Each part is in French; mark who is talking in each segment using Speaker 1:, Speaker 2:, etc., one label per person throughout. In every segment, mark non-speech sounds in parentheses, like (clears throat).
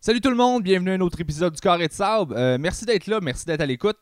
Speaker 1: Salut tout le monde, bienvenue à un autre épisode du Carré de Sable. Euh, merci d'être là, merci d'être à l'écoute.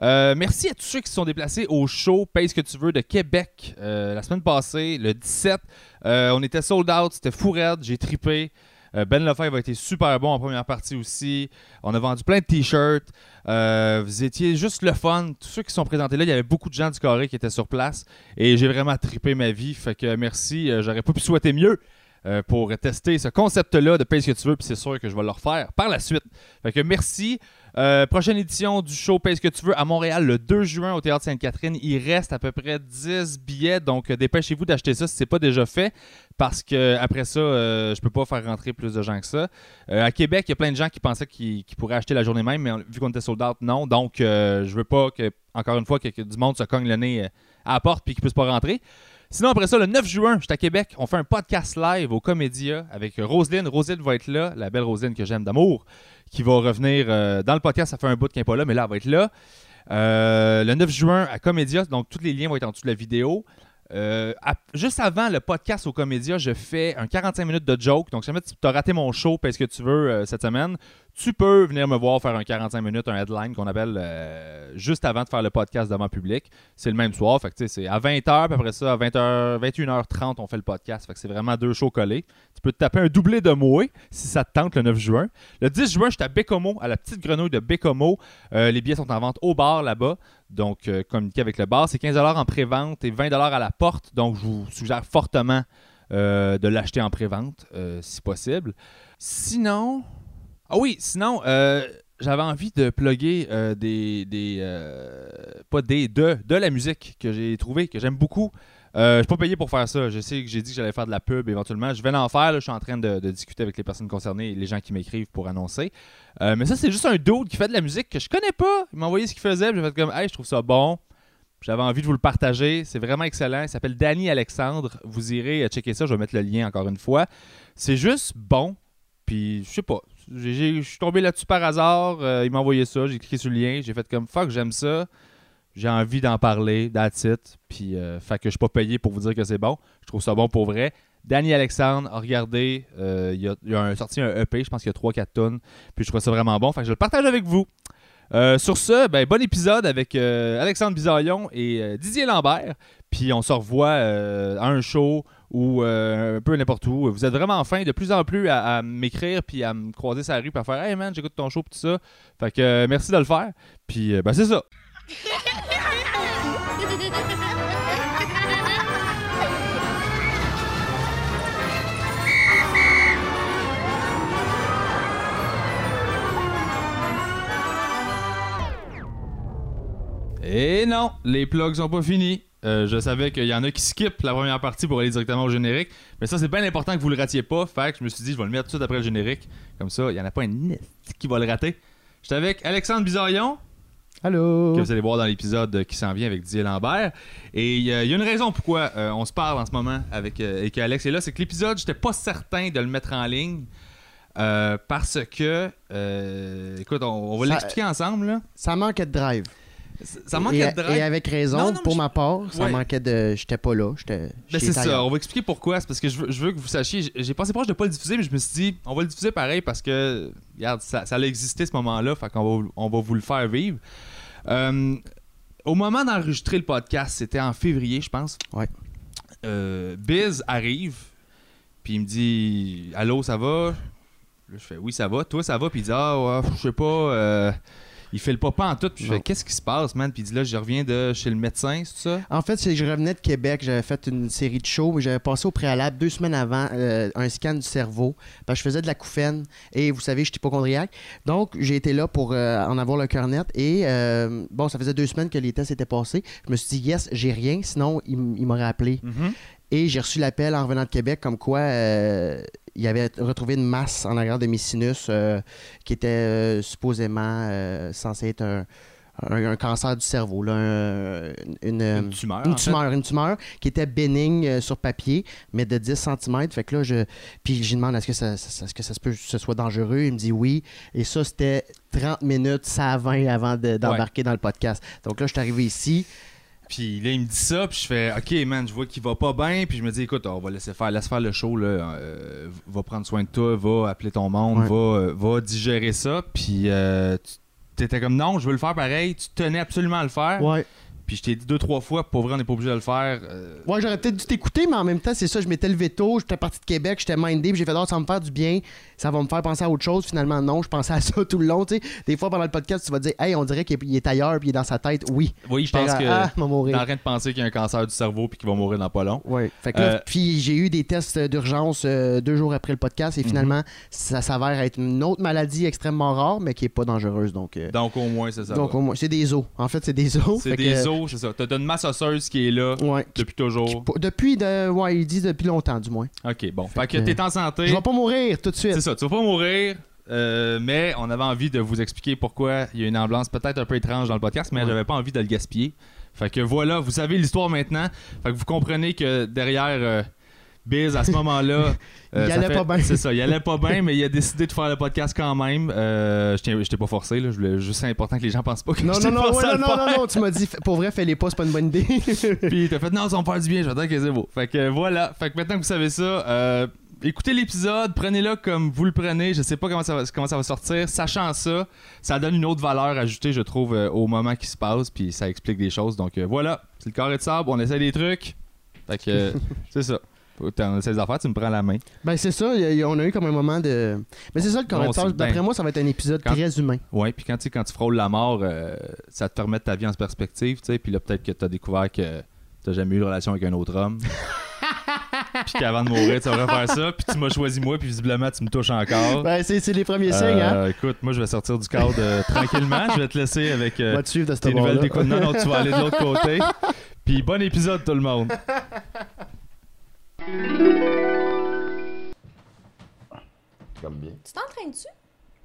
Speaker 1: Euh, merci à tous ceux qui se sont déplacés au show Paye ce que tu veux de Québec euh, la semaine passée, le 17. Euh, on était sold out, c'était fou raide, j'ai trippé. Euh, ben Lefebvre a été super bon en première partie aussi. On a vendu plein de t-shirts. Euh, vous étiez juste le fun. Tous ceux qui sont présentés là, il y avait beaucoup de gens du carré qui étaient sur place. Et j'ai vraiment trippé ma vie. Fait que merci. Euh, J'aurais pas pu souhaiter mieux euh, pour tester ce concept-là de paye ce que tu veux. Puis c'est sûr que je vais le refaire par la suite. Fait que merci. Euh, prochaine édition du show Paye ce que tu veux à Montréal le 2 juin au Théâtre Sainte-Catherine. Il reste à peu près 10 billets, donc euh, dépêchez-vous d'acheter ça si ce n'est pas déjà fait, parce que euh, après ça, euh, je peux pas faire rentrer plus de gens que ça. Euh, à Québec, il y a plein de gens qui pensaient qu'ils qu'ils pourraient acheter la journée même, mais on- vu qu'on était sold out, non. Donc, euh, je veux pas que, encore une fois, que, que du monde se cogne le nez euh, à la porte puis qu'ils puissent pas rentrer. Sinon, après ça, le 9 juin, je suis à Québec. On fait un podcast live au Comédia avec Roselyne. Roselyne va être là, la belle Roselyne que j'aime d'amour qui va revenir euh, dans le podcast. Ça fait un bout qu'elle n'est pas là, mais là, elle va être là. Euh, le 9 juin à Comédia, donc tous les liens vont être en dessous de la vidéo. Euh, ap- juste avant le podcast au Comédia, je fais un 45 minutes de joke. Donc, si jamais tu as raté mon show parce que tu veux euh, cette semaine, tu peux venir me voir faire un 45 minutes, un headline qu'on appelle euh, juste avant de faire le podcast devant public. C'est le même soir. Fait que, tu sais, c'est à 20h, puis après ça, à 20h, 21h30, on fait le podcast. Fait que c'est vraiment deux shows collés. Tu peux te taper un doublé de Moé si ça te tente le 9 juin. Le 10 juin, j'étais à Bécomo, à la petite grenouille de Bécomo. Euh, les billets sont en vente au bar là-bas. Donc, euh, communiquez avec le bar. C'est 15 en pré-vente et 20 à la porte. Donc, je vous suggère fortement euh, de l'acheter en pré-vente, euh, si possible. Sinon. Ah oui, sinon, euh, j'avais envie de plugger euh, des. des euh, pas des, de, de la musique que j'ai trouvée, que j'aime beaucoup. Euh, je suis pas payé pour faire ça. Je sais que j'ai dit que j'allais faire de la pub éventuellement. Je vais l'en faire. là. Je suis en train de, de discuter avec les personnes concernées et les gens qui m'écrivent pour annoncer. Euh, mais ça, c'est juste un dude qui fait de la musique que je connais pas. Il m'a envoyé ce qu'il faisait. puis J'ai fait comme, hey, je trouve ça bon. J'avais envie de vous le partager. C'est vraiment excellent. Il s'appelle Danny Alexandre. Vous irez euh, checker ça. Je vais mettre le lien encore une fois. C'est juste bon. Puis, je sais pas. J'ai- j'ai- Je suis tombé là-dessus par hasard. Euh, il m'a envoyé ça. J'ai cliqué sur le lien. J'ai fait comme, fuck, j'aime ça j'ai envie d'en parler, that's it. Puis, euh, fait que je suis pas payé pour vous dire que c'est bon. Je trouve ça bon pour vrai. Danny Alexandre, regardez, euh, il y a, il y a un- sorti un EP, je pense qu'il y a 3-4 tonnes. Puis je trouve ça vraiment bon. Fait que je le partage avec vous. Euh, sur ce, ben, bon épisode avec euh, Alexandre Bizarion et euh, Didier Lambert. Puis on se revoit euh, à un show ou euh, un peu n'importe où. Vous êtes vraiment fin de plus en plus à, à m'écrire puis à me croiser sa rue puis à faire Hey man, j'écoute ton show puis tout ça. Fait que euh, merci de le faire. Puis euh, ben, c'est ça. Et non, les plugs sont pas finis. Euh, je savais qu'il y en a qui skippent la première partie pour aller directement au générique, mais ça c'est bien important que vous le ratiez pas. Fait que je me suis dit je vais le mettre tout de suite après le générique, comme ça il y en a pas un nest qui va le rater. J'étais avec Alexandre Bizarion,
Speaker 2: Allô?
Speaker 1: que vous allez voir dans l'épisode qui s'en vient avec Didier Lambert. Et il y a une raison pourquoi euh, on se parle en ce moment avec euh, et que Alex est là, c'est que l'épisode j'étais pas certain de le mettre en ligne euh, parce que euh, écoute on, on va
Speaker 2: Ça-
Speaker 1: l'expliquer ensemble là.
Speaker 2: Ça manquait de drive.
Speaker 1: Ça, ça manque
Speaker 2: et,
Speaker 1: de drive.
Speaker 2: Et avec raison,
Speaker 1: Non, non, mais
Speaker 2: pour
Speaker 1: je-
Speaker 2: ma part, ça
Speaker 1: Ouais.
Speaker 2: manquait de. J'étais pas là. J'étais.
Speaker 1: Ben,
Speaker 2: j'étais
Speaker 1: c'est ça,
Speaker 2: ailleurs.
Speaker 1: on va expliquer pourquoi. C'est parce que je veux, je veux que vous sachiez, j'ai- j'ai pensé proche de pas le diffuser, mais je me suis dit, on va le diffuser pareil parce que, regarde, ça, ça a existé ce moment-là, fait qu'on va, on va vous le faire vivre. Euh, au moment d'enregistrer le podcast, c'était en février, je pense.
Speaker 2: Ouais.
Speaker 1: Euh, Biz arrive, puis il me dit, Allô, ça va? Là, je fais, Oui, ça va. Toi, ça va? Puis il dit, Ah, ouais, je sais pas. euh, il fait le papa en tout. Puis je fais,
Speaker 2: Non.
Speaker 1: Qu'est-ce qui se passe, man? Puis il dit, Là, je reviens de chez le médecin, c'est ça?
Speaker 2: En fait, c'est que je revenais de Québec, j'avais fait une série de shows, mais j'avais passé au préalable deux semaines avant euh, un scan du cerveau, parce que je faisais de la couffaine, et vous savez, je suis hypochondriaque. Donc, j'ai été là pour euh, en avoir le cœur net, et euh, bon, ça faisait deux semaines que les tests étaient passés. Je me suis dit, yes, j'ai rien, sinon, il, m- il m'aurait appelé. Et j'ai reçu l'appel en revenant de Québec comme quoi euh, il avait retrouvé une masse en arrière de mes sinus euh, qui était euh, supposément euh, censée être un, un- un cancer du cerveau, là, un- une, euh,
Speaker 1: Une tumeur.
Speaker 2: une
Speaker 1: en fait.
Speaker 2: tumeur, une tumeur qui était bénigne euh, sur papier, mais de 10 cm. Fait que là, je. Puis j'ai demandé est-ce que ça, ça- ça- est-ce que ça se peut que ce soit dangereux? Il me dit oui. Et ça, c'était 30 minutes, ça à 20 avant de- d'embarquer dans le podcast. Donc là, je suis arrivé ici.
Speaker 1: Puis là, il me dit ça, puis je fais OK, man, je vois qu'il va pas bien. Puis je me dis Écoute, on va laisser faire, laisse faire le show, là. Euh, va prendre soin de toi, va appeler ton monde,
Speaker 2: Ouais.
Speaker 1: va, euh, va digérer ça. Puis euh, tu- t'étais comme Non, je veux le faire pareil. Tu tenais absolument à le faire.
Speaker 2: Ouais.
Speaker 1: Puis je t'ai dit deux, trois fois Pour vrai, on n'est pas obligé de le faire. Euh,
Speaker 2: Ouais, j'aurais peut-être dû t'écouter, mais en même temps, c'est ça, je m'étais levé tôt, j'étais parti de Québec, j'étais mindé, puis j'ai fait, Ah, ça va me faire du bien, ça va me faire penser à autre chose. Finalement, non, je pensais à ça (laughs) tout le long, tu sais. Des fois, pendant le podcast, tu vas dire, hey, on dirait qu'il est- il est ailleurs, puis il est dans sa tête. Oui.
Speaker 1: oui, je
Speaker 2: J'étais
Speaker 1: pense
Speaker 2: là,
Speaker 1: que.
Speaker 2: Ah, m'a
Speaker 1: T'es
Speaker 2: mourir.
Speaker 1: en train de penser qu'il y a un cancer du cerveau puis qu'il va mourir dans pas long.
Speaker 2: Ouais. Fait que là,
Speaker 1: Euh,
Speaker 2: puis j'ai eu des tests d'urgence euh, deux jours après le podcast, et
Speaker 1: Mhm.
Speaker 2: finalement, ça s'avère être une autre maladie extrêmement rare, mais qui est pas dangereuse, donc. euh,
Speaker 1: Donc au moins, c'est ça.
Speaker 2: donc,
Speaker 1: va.
Speaker 2: au moins, c'est des os. En fait, c'est des os.
Speaker 1: c'est
Speaker 2: Fait que,
Speaker 1: des os, c'est ça. T'as t'as une masse osseuse qui est là
Speaker 2: euh, Ouais.
Speaker 1: depuis toujours.
Speaker 2: Depuis, de, ouais, ils disent depuis longtemps, du moins.
Speaker 1: Ok, bon. Fait que
Speaker 2: que-
Speaker 1: t'es en santé.
Speaker 2: Je vais pas mourir tout de suite.
Speaker 1: C'est ça, tu vas pas mourir. euh, mais on avait envie de vous expliquer pourquoi il y a une ambulance peut-être un peu étrange dans le podcast, mais
Speaker 2: Ouais.
Speaker 1: j'avais pas envie de le gaspiller. Fait que voilà, vous savez l'histoire maintenant. Fait que vous comprenez que derrière euh, Biz, à ce moment-là,
Speaker 2: (laughs)
Speaker 1: euh,
Speaker 2: Il
Speaker 1: ça
Speaker 2: allait
Speaker 1: fait-
Speaker 2: pas bien.
Speaker 1: C'est ça, il allait pas bien, mais il a décidé de faire le podcast quand même. Euh, je tiens- je t'ai pas forcé, là. Je voulais juste c'est important que les gens pensent pas que
Speaker 2: Non,
Speaker 1: je t'ai
Speaker 2: non, non,
Speaker 1: forcé à
Speaker 2: ouais, non,
Speaker 1: le
Speaker 2: non,
Speaker 1: faire.
Speaker 2: non, non, tu m'as dit, f- pour vrai, fais-les pas, c'est pas une bonne idée. (laughs)
Speaker 1: Puis t'as fait non, ça va me faire du bien, j'attends que c'est beau. Fait que euh, voilà, fait que maintenant que vous savez ça, euh, écoutez l'épisode, prenez-le comme vous le prenez. Je sais pas comment ça va, comment ça va sortir. Sachant ça, ça donne une autre valeur ajoutée, je trouve, euh, au moment qui se passe, puis ça explique des choses. Donc euh, voilà, c'est le carré de sable, on essaie des trucs. Fait que euh, c'est ça. On essaie des affaires, tu me prends la main.
Speaker 2: ben, c'est ça, y a- y a- on a eu comme un moment de. Mais c'est ça le
Speaker 1: Non,
Speaker 2: correcteur.
Speaker 1: c'est-
Speaker 2: D'après
Speaker 1: ben,
Speaker 2: moi, ça va être un épisode
Speaker 1: quand-
Speaker 2: très humain.
Speaker 1: Ouais, puis quand, tu sais, quand tu frôles la mort, euh, ça te permet de ta vie en perspective, tu sais. Puis là, peut-être que t'as découvert que t'as jamais eu de relation avec un autre
Speaker 2: (laughs)
Speaker 1: homme. puis qu'avant de mourir, tu vas faire ça. Puis tu m'as choisi moi, puis visiblement, tu me touches encore.
Speaker 2: Ben, c'est c'est les premiers
Speaker 1: Euh,
Speaker 2: signes, hein.
Speaker 1: Écoute, moi, je vais sortir du cadre euh, tranquillement. Je vais te laisser avec
Speaker 2: On
Speaker 1: euh,
Speaker 2: va te suivre de ce
Speaker 1: tes nouvelles
Speaker 2: bord-là.
Speaker 1: découvertes. Non, non, tu vas aller de l'autre
Speaker 2: (laughs)
Speaker 1: côté. Puis bon épisode, tout le monde.
Speaker 3: Comme bien.
Speaker 4: (laughs) Tu t'entraînes-tu?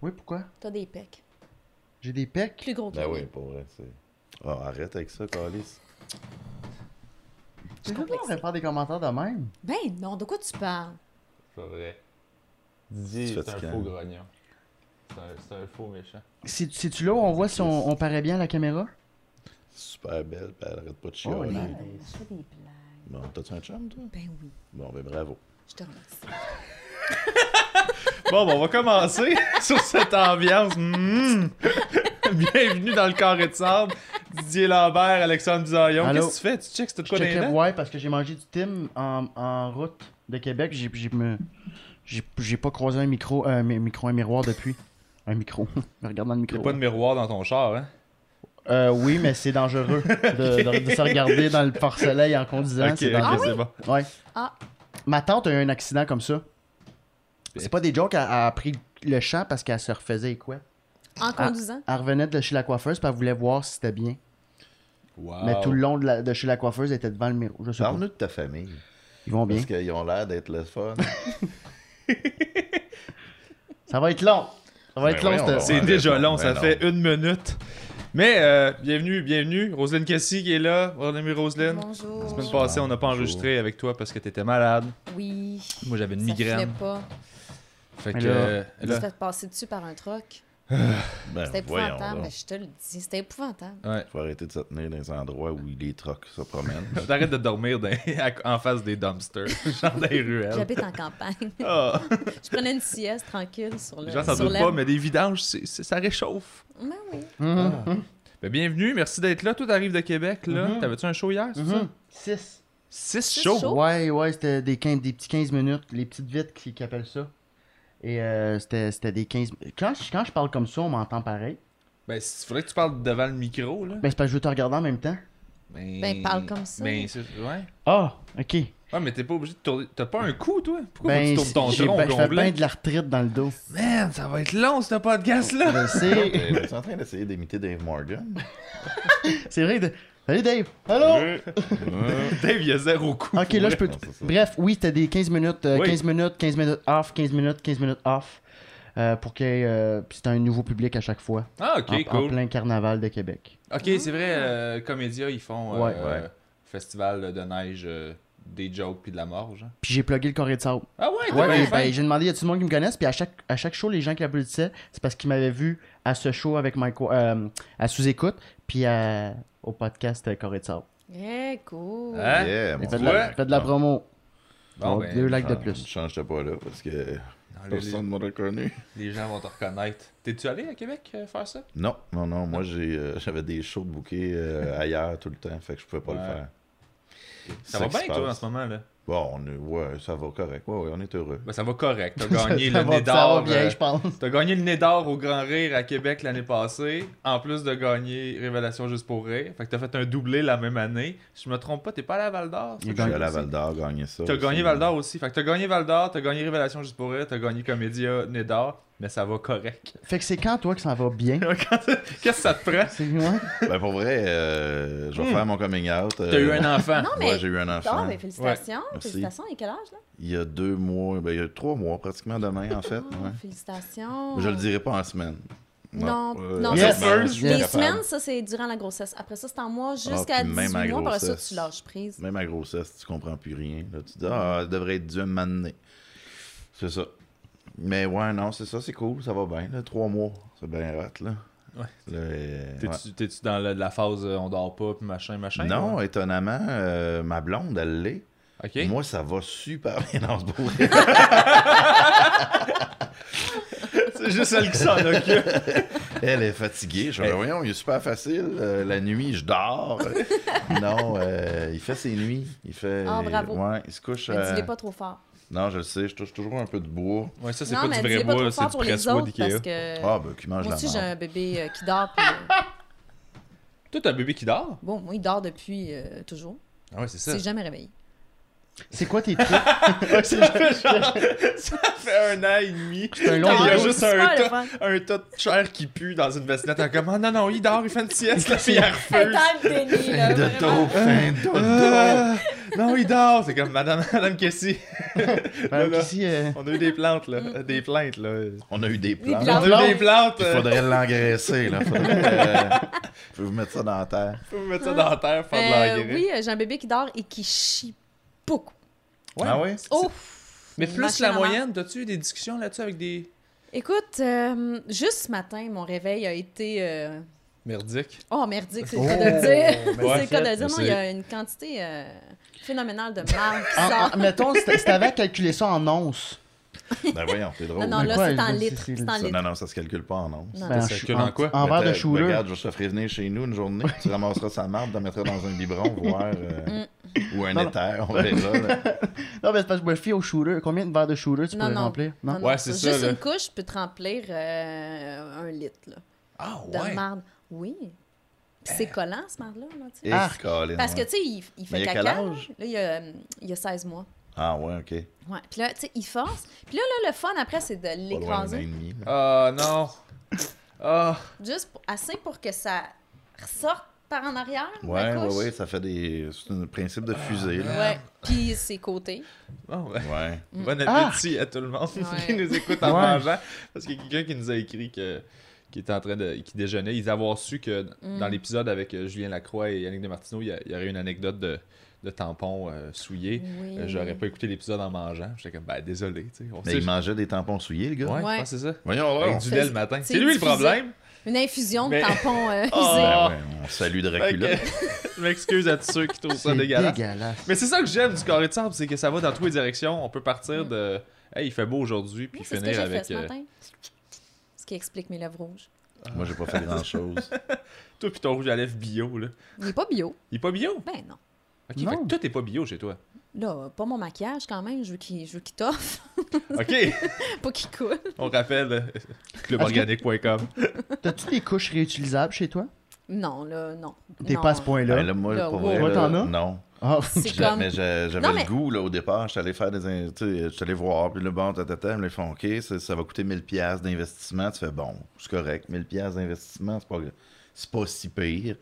Speaker 2: Oui, pourquoi
Speaker 4: T'as des pecs.
Speaker 2: J'ai des pecs.
Speaker 4: Plus gros que
Speaker 3: Ben
Speaker 4: les
Speaker 3: oui,
Speaker 4: miens.
Speaker 3: pour vrai, c'est. Ah, arrête avec ça, Calis.
Speaker 4: Je comprends que c'est-
Speaker 2: faire des commentaires de même.
Speaker 4: Ben non, de quoi tu parles?
Speaker 1: C'est vrai.
Speaker 3: C'est
Speaker 1: Didier,
Speaker 3: c'est un fatigant. faux
Speaker 1: grognon. C'est un, faux méchant.
Speaker 2: C'est-tu là où on voit si on, on paraît bien à la caméra
Speaker 3: Super belle, pis elle arrête pas de
Speaker 2: Oh,
Speaker 3: chialer.
Speaker 2: nice.
Speaker 1: Ben,
Speaker 4: Euh, je fais des blagues.
Speaker 3: Bon, t'as-tu un chum, toi?
Speaker 4: Ben oui,
Speaker 3: Bon, ben bravo.
Speaker 4: je te remercie.
Speaker 1: Bon, ben, on va commencer (laughs) sur cette ambiance. Mm. (laughs) Bienvenue dans le carré de sable. Didier Lambert, Alexandre Bisaillon.
Speaker 2: Allô?
Speaker 1: Qu'est-ce que tu fais? Tu checks si t'as de quoi
Speaker 2: Je
Speaker 1: dans les
Speaker 2: checkais-
Speaker 1: dents?
Speaker 2: ouais, parce que j'ai mangé du Tim en, en route de Québec. J'ai j'ai me- j'ai- j'ai pas croisé un micro, euh, mi- micro, un miroir depuis. Un micro. (laughs) Je regarde dans le
Speaker 1: Y'a
Speaker 2: micro.
Speaker 1: pas de miroir dans ton char, hein?
Speaker 2: Euh, oui, mais c'est dangereux
Speaker 3: (laughs)
Speaker 2: de, de- de se regarder dans le pare-soleil en conduisant.
Speaker 1: ok,
Speaker 2: c'est
Speaker 1: ok,
Speaker 2: dangereux.
Speaker 1: c'est bon.
Speaker 2: Ouais.
Speaker 4: Ah.
Speaker 2: Ma tante a eu un accident comme ça. C'est pas des jokes, elle, elle a pris le champ parce qu'elle se refaisait quoi.
Speaker 4: En conduisant?
Speaker 2: Elle revenait de chez la coiffeuse puis elle voulait voir si c'était bien.
Speaker 1: Wow.
Speaker 3: Ah,
Speaker 2: Mais tout le long de, la- de chez la coiffeuse, elle était devant le miroir. Je sais pas.
Speaker 3: Parle-nous de ta famille.
Speaker 2: Ils vont bien.
Speaker 3: Parce qu'ils ont l'air d'être
Speaker 2: (laughs)
Speaker 3: le fun.
Speaker 2: Ça va être long. Ça va
Speaker 3: Ben
Speaker 2: être long,
Speaker 3: voyons
Speaker 2: cette-
Speaker 3: donc.
Speaker 1: C'est
Speaker 3: Ouais,
Speaker 1: déjà
Speaker 3: ben,
Speaker 1: long, ça
Speaker 3: ben non.
Speaker 1: fait une minute. Mais euh, bienvenue, bienvenue. Roselyne Cassie qui est là. Mon amie
Speaker 3: Ah.
Speaker 1: Roselyne. La
Speaker 4: Bonjour.
Speaker 1: semaine passée, on n'a pas
Speaker 3: Bonjour.
Speaker 1: enregistré avec toi parce que t'étais malade.
Speaker 4: Oui.
Speaker 1: Moi, j'avais une
Speaker 4: ça
Speaker 1: migraine.
Speaker 4: filait pas.
Speaker 1: Fait
Speaker 2: Mais
Speaker 1: que.
Speaker 2: là-
Speaker 1: euh,
Speaker 4: Tu
Speaker 1: là-
Speaker 4: te fais passer dessus par un truck.
Speaker 3: Ben,
Speaker 4: C'était
Speaker 3: voyons
Speaker 4: épouvantable,
Speaker 3: donc.
Speaker 4: ben, je te le dis. C'était épouvantable.
Speaker 1: Ouais.
Speaker 3: Faut arrêter de se tenir dans les endroits où les trocs
Speaker 2: (laughs)
Speaker 3: se promènent.
Speaker 1: T'arrêtes de dormir dans- (laughs) en face des dumpsters, (laughs) genre dans les ruelles.
Speaker 4: J'habite en campagne. (laughs)
Speaker 1: Ah.
Speaker 4: je prenais une sieste tranquille sur le.
Speaker 1: Les gens s'en
Speaker 4: sur
Speaker 1: doutent
Speaker 4: la-
Speaker 1: pas, mais des vidanges, c'est- c'est- ça réchauffe.
Speaker 4: Ben oui.
Speaker 3: Ah.
Speaker 2: Mhm, mhm,
Speaker 1: Ben, bienvenue, merci d'être là. Toi, t'arrives de Québec, là.
Speaker 2: Mhm.
Speaker 1: T'avais-tu un show hier, c'est
Speaker 2: mhm.
Speaker 1: ça?
Speaker 2: Six.
Speaker 1: Six
Speaker 4: Six
Speaker 1: shows.
Speaker 4: shows.
Speaker 2: Ouais, ouais, c'était des, 15 des petits 15 minutes, les petites vites qui, qui appellent ça. Et euh, c'était c'était des 15 Quand je, quand je parle comme ça, on m'entend pareil.
Speaker 1: Ben, il faudrait que tu parles devant le micro, là.
Speaker 2: Ben, c'est parce que je veux te regarder en même temps.
Speaker 1: Ben,
Speaker 4: Ben, parle comme ça.
Speaker 1: Ben, c'est- ouais.
Speaker 2: Ah, ok.
Speaker 1: Ouais, mais t'es pas obligé de tourner. T'as pas un coup, toi? Pourquoi
Speaker 2: Ben,
Speaker 1: faut que tu tournes
Speaker 2: j'ai-
Speaker 1: ton
Speaker 2: ben, je fais
Speaker 1: rond
Speaker 2: bien
Speaker 1: ben
Speaker 2: de la retraite dans le dos.
Speaker 1: Man, ça va être long, ce podcast-là. (laughs)
Speaker 2: Je sais.
Speaker 3: Euh, T'es en train d'essayer d'imiter Dave Morgan?
Speaker 2: (laughs) C'est vrai. de- Salut Dave. Allô.
Speaker 1: (laughs) Dave, il y a zéro coup.
Speaker 2: Ok, là je peux.
Speaker 3: Non, c'est ça.
Speaker 2: Bref, oui, c'était des 15 minutes, euh,
Speaker 1: Oui.
Speaker 2: 15 minutes, 15 minutes off, 15 minutes, 15 minutes off. euh, pour que euh, puis c'était un nouveau public à chaque fois.
Speaker 1: Ah, ok,
Speaker 2: en, en
Speaker 1: cool.
Speaker 2: plein carnaval de Québec.
Speaker 1: Ok, c'est vrai, euh, Comédia, ils font euh,
Speaker 2: Ouais.
Speaker 1: euh, festival de neige, euh, des jokes puis de la hein. mort, genre.
Speaker 2: Puis j'ai plugué le Corée de Sable.
Speaker 1: Ah ouais, t'as
Speaker 2: Ouais,
Speaker 1: bien
Speaker 2: ben,
Speaker 1: fait.
Speaker 2: ben, j'ai demandé, y a tout le monde qui me connaisse? Puis à chaque, à chaque show, les gens qui applaudissaient, c'est parce qu'ils m'avaient vu à ce show avec Mike, Wa- euh, à sous-écoute, puis à- au podcast euh, Corée de Sable.
Speaker 4: Eh, cool.
Speaker 1: Hein?
Speaker 3: Yeah,
Speaker 1: Mais
Speaker 3: mon
Speaker 1: tu
Speaker 2: Fais de
Speaker 1: vois?
Speaker 2: la, fais de la promo.
Speaker 1: Bon,
Speaker 2: Donc,
Speaker 1: ben,
Speaker 2: deux likes de
Speaker 3: Ah,
Speaker 2: plus.
Speaker 3: Change-toi pas là parce que
Speaker 1: Non, les-
Speaker 3: personne ne m'a reconnu.
Speaker 1: Les gens vont te reconnaître. T'es-tu allé à Québec euh, faire ça?
Speaker 3: Non, non, non. Moi, j'ai, euh, j'avais des shows de bouquets euh, ailleurs tout le temps. Fait que je pouvais pas
Speaker 1: Ouais.
Speaker 3: le faire.
Speaker 1: Ça
Speaker 3: C'est
Speaker 1: va
Speaker 3: qui
Speaker 1: bien,
Speaker 3: se
Speaker 1: toi, en
Speaker 3: passe.
Speaker 1: ce moment, là?
Speaker 3: Bon, on est- ouais, ça va correct. Ouais, ouais, on est heureux.
Speaker 1: Ben, ça va correct. T'as (laughs) gagné
Speaker 2: (laughs) Ça
Speaker 1: le
Speaker 2: va-
Speaker 1: nez
Speaker 2: ça
Speaker 1: d'or.
Speaker 2: va bien,
Speaker 1: euh,
Speaker 2: je pense.
Speaker 1: T'as gagné le nez d'or au Grand Rire à Québec l'année passée, en plus de gagner Révélation juste pour rire. Fait que t'as fait un doublé la même année. Si je me trompe pas, t'es pas allé à Val d'Or.
Speaker 2: Il
Speaker 3: Je suis
Speaker 2: gagne
Speaker 3: allé à
Speaker 1: aussi.
Speaker 3: Val d'Or gagner ça.
Speaker 1: T'as
Speaker 3: aussi.
Speaker 1: gagné Val d'Or aussi. Fait que t'as gagné Val d'Or, t'as gagné Révélation juste pour rire, t'as gagné Comédia, nez d'or, mais ça va correct. (laughs)
Speaker 2: Fait que c'est quand, toi, que ça va bien?
Speaker 1: Quand t'as- Qu'est-ce que ça te prend?
Speaker 2: C'est moi?
Speaker 3: Ben, pour vrai, euh, je vais
Speaker 1: Hmm.
Speaker 3: faire mon coming out. euh,
Speaker 1: T'as eu un enfant.
Speaker 4: Non,
Speaker 3: Ouais,
Speaker 4: mais.
Speaker 3: j'ai eu un
Speaker 4: Ah,
Speaker 3: enfant.
Speaker 4: mais félicitations.
Speaker 3: Merci.
Speaker 4: Félicitations. Il quel âge, là?
Speaker 3: Il y a deux mois, ben, il y a trois mois pratiquement demain, en fait.
Speaker 4: Ah,
Speaker 3: ouais.
Speaker 4: Félicitations.
Speaker 3: Je le dirai pas en semaine.
Speaker 4: Non,
Speaker 3: Euh,
Speaker 4: non,
Speaker 2: Yes,
Speaker 3: honnêtement,
Speaker 2: sir.
Speaker 3: je suis
Speaker 2: Yes.
Speaker 4: Les
Speaker 3: capable.
Speaker 4: semaines, ça, c'est durant la grossesse. Après ça, c'est en mois
Speaker 1: Ah,
Speaker 4: jusqu'à
Speaker 3: puis
Speaker 4: 18
Speaker 3: même à
Speaker 4: mois. Après ça,
Speaker 3: grossesse.
Speaker 4: tu lâches prise.
Speaker 3: Même à grossesse, tu comprends plus rien. Là, tu dis, ah, elle devrait être due un moment donné. C'est ça. Mais ouais, non, c'est ça, c'est cool, ça va bien. là. trois mois, c'est bien hot, là.
Speaker 1: Ouais.
Speaker 3: Là, euh, ouais.
Speaker 1: T'es-tu t'es-tu dans la, la phase euh, on dort pas, puis machin, machin?
Speaker 3: Non,
Speaker 1: ouais?
Speaker 3: étonnamment, euh, ma blonde, elle l'est.
Speaker 1: Ok.
Speaker 3: Moi, ça va super bien dans ce bourré.
Speaker 1: (laughs) C'est juste elle qui
Speaker 3: (laughs)
Speaker 1: s'en occupe.
Speaker 3: Elle est fatiguée.
Speaker 1: Eh.
Speaker 3: Je dis, voyons, il est super facile. Euh, la nuit, je
Speaker 1: (laughs)
Speaker 3: dors. non, euh, il fait ses nuits. Il fait.
Speaker 4: Ah, bravo.
Speaker 3: Ouais, il se couche.
Speaker 4: Mais
Speaker 3: euh,
Speaker 4: dis-les pas trop fort.
Speaker 3: Non, je le sais, je touche toujours un peu de bois.
Speaker 1: Ouais, ça, c'est
Speaker 4: Non,
Speaker 1: pas
Speaker 4: mais
Speaker 1: du vrai
Speaker 4: dis-les pas
Speaker 1: bois,
Speaker 4: trop
Speaker 1: c'est
Speaker 4: fort
Speaker 1: du hein.
Speaker 4: pour les
Speaker 1: presse-bois
Speaker 4: autres
Speaker 1: d'Ikea.
Speaker 4: parce que.
Speaker 3: Ah, ben, qui mange
Speaker 4: Euh, Moi
Speaker 3: la
Speaker 4: aussi, j'ai
Speaker 3: merde.
Speaker 4: un bébé euh, qui dort. puis, euh,
Speaker 1: Toi, t'as un bébé qui dort?
Speaker 4: bon, moi, il dort depuis euh, toujours.
Speaker 1: Ah ouais, c'est
Speaker 4: Il s'est jamais réveillé.
Speaker 2: C'est quoi tes trucs?
Speaker 1: (laughs) ça, fait genre- ça fait un an et demi.
Speaker 2: un long
Speaker 1: Il y a
Speaker 2: dodo.
Speaker 1: juste
Speaker 4: Ah, C'est
Speaker 1: un
Speaker 4: pas le
Speaker 1: tas,
Speaker 4: fun.
Speaker 1: un tas de chair qui pue dans une vestinette. Elle est comme, Ah, non, non, il dort, il fait une sieste, la fille, elle
Speaker 4: Hey,
Speaker 1: refuse.
Speaker 4: t'as le
Speaker 1: (laughs)
Speaker 4: déni, là.
Speaker 3: De
Speaker 4: vraiment.
Speaker 3: taux, fin de
Speaker 1: Ah, non, il dort. C'est comme Madame, Madame Cassie. Là,
Speaker 2: Madame
Speaker 1: là,
Speaker 2: Kissy, euh,
Speaker 1: on a eu des plantes, là. euh, Des plaintes, là.
Speaker 3: On a eu des plans.
Speaker 4: Mm. Des
Speaker 1: On
Speaker 4: plantes.
Speaker 1: a eu des plantes.
Speaker 3: Il
Speaker 1: euh,
Speaker 3: faudrait l'engraisser, là. Faudrait, euh, (laughs) je peux vous mettre ça dans la terre.
Speaker 1: Faut mettre ça dans la terre, faire de
Speaker 4: Euh,
Speaker 1: l'engrais.
Speaker 4: oui, euh, j'ai un bébé qui dort et qui chie beaucoup.
Speaker 1: Ouais.
Speaker 3: Ah ouais?
Speaker 4: Oh!
Speaker 1: Mais
Speaker 4: Une
Speaker 1: plus
Speaker 4: machine
Speaker 1: la
Speaker 4: à marde.
Speaker 1: moyenne, t'as-tu eu des discussions là-dessus avec des
Speaker 4: Écoute, euh, juste ce matin, mon réveil a été. euh,
Speaker 1: merdiques?
Speaker 4: Oh, merdique, c'est
Speaker 2: Oh,
Speaker 4: le cas de le dire.
Speaker 2: ben
Speaker 4: (laughs) c'est le cas de le
Speaker 1: Mais
Speaker 4: dire. Non,
Speaker 1: c'est-
Speaker 4: il y a une quantité euh, phénoménale de mal
Speaker 3: Ah,
Speaker 4: qui
Speaker 2: en-
Speaker 4: sort.
Speaker 2: en- mettons, si t'a- si t'avais à calculer ça en onces.
Speaker 3: Ben voyons, t'es drôle.
Speaker 4: Non, non,
Speaker 2: mais
Speaker 4: là,
Speaker 2: quoi,
Speaker 4: c'est en
Speaker 2: c'est-
Speaker 4: litres.
Speaker 2: c'est-
Speaker 4: C'est en
Speaker 3: Ça,
Speaker 4: litres.
Speaker 3: non, non, ça se calcule pas en onces.
Speaker 4: Non,
Speaker 2: Ben,
Speaker 4: non.
Speaker 1: ça
Speaker 2: je-
Speaker 1: calcule en quoi?
Speaker 2: En verre de
Speaker 3: Ben,
Speaker 2: shooter.
Speaker 3: Regarde, je te ferai venir chez nous une journée. Tu ramasseras sa marde, tu la mettras dans un
Speaker 2: (laughs)
Speaker 3: biberon, voir. euh, Ou un
Speaker 2: Non, non.
Speaker 3: éther, on verra. là.
Speaker 2: Non, mais c'est parce que je me fie au shooter. Combien de verres de shooter tu
Speaker 4: Non,
Speaker 2: pourrais
Speaker 4: non.
Speaker 2: remplir?
Speaker 4: Non, non,
Speaker 1: Ouais, c'est ça,
Speaker 4: Juste
Speaker 1: là.
Speaker 4: une couche peut te remplir euh, un litre là,
Speaker 1: Ah
Speaker 4: de marde. Oui. Puis c'est collant, ce marde-là. là, tu sais.
Speaker 3: Ben. Et
Speaker 2: Arc.
Speaker 3: Colin,
Speaker 4: Parce que,
Speaker 3: ouais.
Speaker 4: tu sais, il, il
Speaker 3: Mais
Speaker 4: fait
Speaker 3: il
Speaker 4: caca.
Speaker 3: a quel
Speaker 4: Là,
Speaker 3: âge?
Speaker 4: Là, il y a, euh, il y a 16 mois.
Speaker 3: Ah ouais, ok.
Speaker 4: Ouais. Puis là, tu sais, il force. Puis là, là, le fun après, c'est de
Speaker 3: Pas loin d'un an et
Speaker 4: l'écraser.
Speaker 3: demi, là.
Speaker 1: Ah non. Ah.
Speaker 4: Juste pour- assez pour que ça ressorte par en arrière.
Speaker 3: Ouais,
Speaker 4: la
Speaker 3: ouais,
Speaker 4: couche.
Speaker 3: ouais, ça fait des. C'est un principe de fusée, là.
Speaker 4: Ouais. Puis ses côtés.
Speaker 1: Bon, ben,
Speaker 3: Ouais.
Speaker 1: bon appétit à tout le monde (laughs) qui
Speaker 4: Mm. Ah! Ouais.
Speaker 1: nous écoute en
Speaker 2: Ouais.
Speaker 1: mangeant. Parce qu'il y a quelqu'un qui nous a écrit que qui était en train de qui déjeunait, ils avoir su que
Speaker 4: Mm.
Speaker 1: dans l'épisode avec euh, Julien Lacroix et Yannick Demartino, il y, a- il y aurait une anecdote de, de tampon euh, souillé.
Speaker 4: Oui.
Speaker 1: Euh, J'aurais pas écouté l'épisode en mangeant. J'étais comme ben désolé, tu sais. On
Speaker 3: Mais
Speaker 1: sait-
Speaker 3: il mangeait des tampons souillés, le gars.
Speaker 1: Ouais, je
Speaker 4: Ouais.
Speaker 1: pense que c'est ça.
Speaker 3: Voyons, là.
Speaker 1: Avec du lait le matin. C'est lui le
Speaker 4: diffusé.
Speaker 1: problème.
Speaker 4: Une infusion
Speaker 1: Mais-
Speaker 4: de tampons euh, usés.
Speaker 1: Ah.
Speaker 3: Ben Ouais, on
Speaker 1: Fait
Speaker 3: salue
Speaker 1: que-
Speaker 3: Dracula.
Speaker 1: (laughs) Je m'excuse à tous ceux qui trouvent ça
Speaker 2: C'est
Speaker 1: dégueulasse.
Speaker 2: dégueulasse.
Speaker 1: Mais c'est ça que j'aime du carré de sable, c'est que ça va dans toutes les directions. On peut partir de Hey, il fait beau aujourd'hui, puis
Speaker 4: Moi, c'est ce que
Speaker 1: finir
Speaker 4: j'ai
Speaker 1: avec.
Speaker 4: fait ce
Speaker 1: euh,
Speaker 4: matin. Ce qui explique mes lèvres rouges.
Speaker 3: Moi, j'ai pas fait grand-chose.
Speaker 1: Toi, puis ton rouge à lèvres bio, là.
Speaker 4: Il n'est pas bio.
Speaker 1: Il est pas bio?
Speaker 4: Ben non.
Speaker 1: Ok,
Speaker 2: Non.
Speaker 1: fait que tout est pas bio chez
Speaker 4: (laughs)
Speaker 1: toi.
Speaker 4: Là, pas mon maquillage quand même. Je veux qu'il je veux qu'il toffe, (laughs)
Speaker 1: Ok,
Speaker 4: pas qu'il coule.
Speaker 1: on rappelle euh,
Speaker 3: (laughs)
Speaker 1: cluborganique.com.
Speaker 2: T'as-tu des couches réutilisables chez toi?
Speaker 4: Non, là, non.
Speaker 2: T'es
Speaker 4: Non.
Speaker 2: pas à ce point-là.
Speaker 3: Ben, là, moi,
Speaker 4: Là,
Speaker 3: pour
Speaker 4: wow.
Speaker 3: vrai,
Speaker 2: Toi,
Speaker 3: là,
Speaker 2: t'en as?
Speaker 3: Non.
Speaker 2: Ah,
Speaker 4: C'est
Speaker 3: J'a-
Speaker 4: comme.
Speaker 3: mais j'a- j'avais
Speaker 4: Non,
Speaker 3: le
Speaker 4: mais-
Speaker 3: goût, là, au départ. Je suis allé faire des. in- Tu sais, je suis allé voir, puis le bon, tatata, me les font, OK, ça, ça va coûter 1000$ d'investissement. Tu fais, bon, c'est correct. 1000$ d'investissement, c'est pas, c'est pas si pire.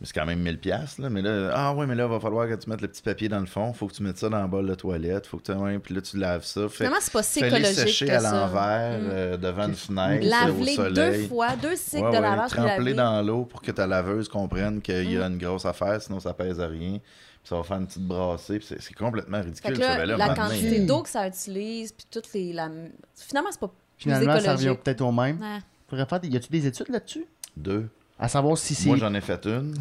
Speaker 3: Mais c'est quand même 1000$, là. Mais là, ah ouais, mais là, va falloir que tu mettes le petit papier dans le fond. Faut que tu mettes ça dans le bol de toilette. Faut que tu. ouais, puis là, tu laves ça. Fait,
Speaker 4: Finalement, c'est pas si
Speaker 3: fais les
Speaker 4: écologique
Speaker 3: sécher
Speaker 4: que
Speaker 3: à
Speaker 4: ça.
Speaker 3: l'envers, euh, devant une fenêtre, au
Speaker 4: Lave-les
Speaker 3: soleil.
Speaker 4: deux fois, deux cycles
Speaker 3: Ouais,
Speaker 4: de
Speaker 3: ouais,
Speaker 4: lavage pour
Speaker 3: tremper
Speaker 4: laver.
Speaker 3: dans l'eau pour que ta laveuse comprenne qu'il y a
Speaker 4: Mm.
Speaker 3: une grosse affaire, sinon ça pèse à rien. Puis ça va faire une petite brassée. Puis c'est, c'est complètement
Speaker 4: Fait
Speaker 3: ridicule.
Speaker 4: que
Speaker 1: ben
Speaker 3: ça
Speaker 4: là,
Speaker 3: va là,
Speaker 4: la
Speaker 3: maintenant.
Speaker 4: quantité
Speaker 2: Hmm.
Speaker 4: d'eau que ça utilise, puis toutes les. la- Finalement, c'est pas plus
Speaker 2: Finalement, ça revient
Speaker 4: écologique.
Speaker 2: peut-être au même.
Speaker 4: Ouais.
Speaker 2: Faudrait faire des... Y a-tu des études là-dessus?
Speaker 3: Deux.
Speaker 4: (laughs)
Speaker 2: À savoir si c'est.
Speaker 3: Moi, j'en ai fait une.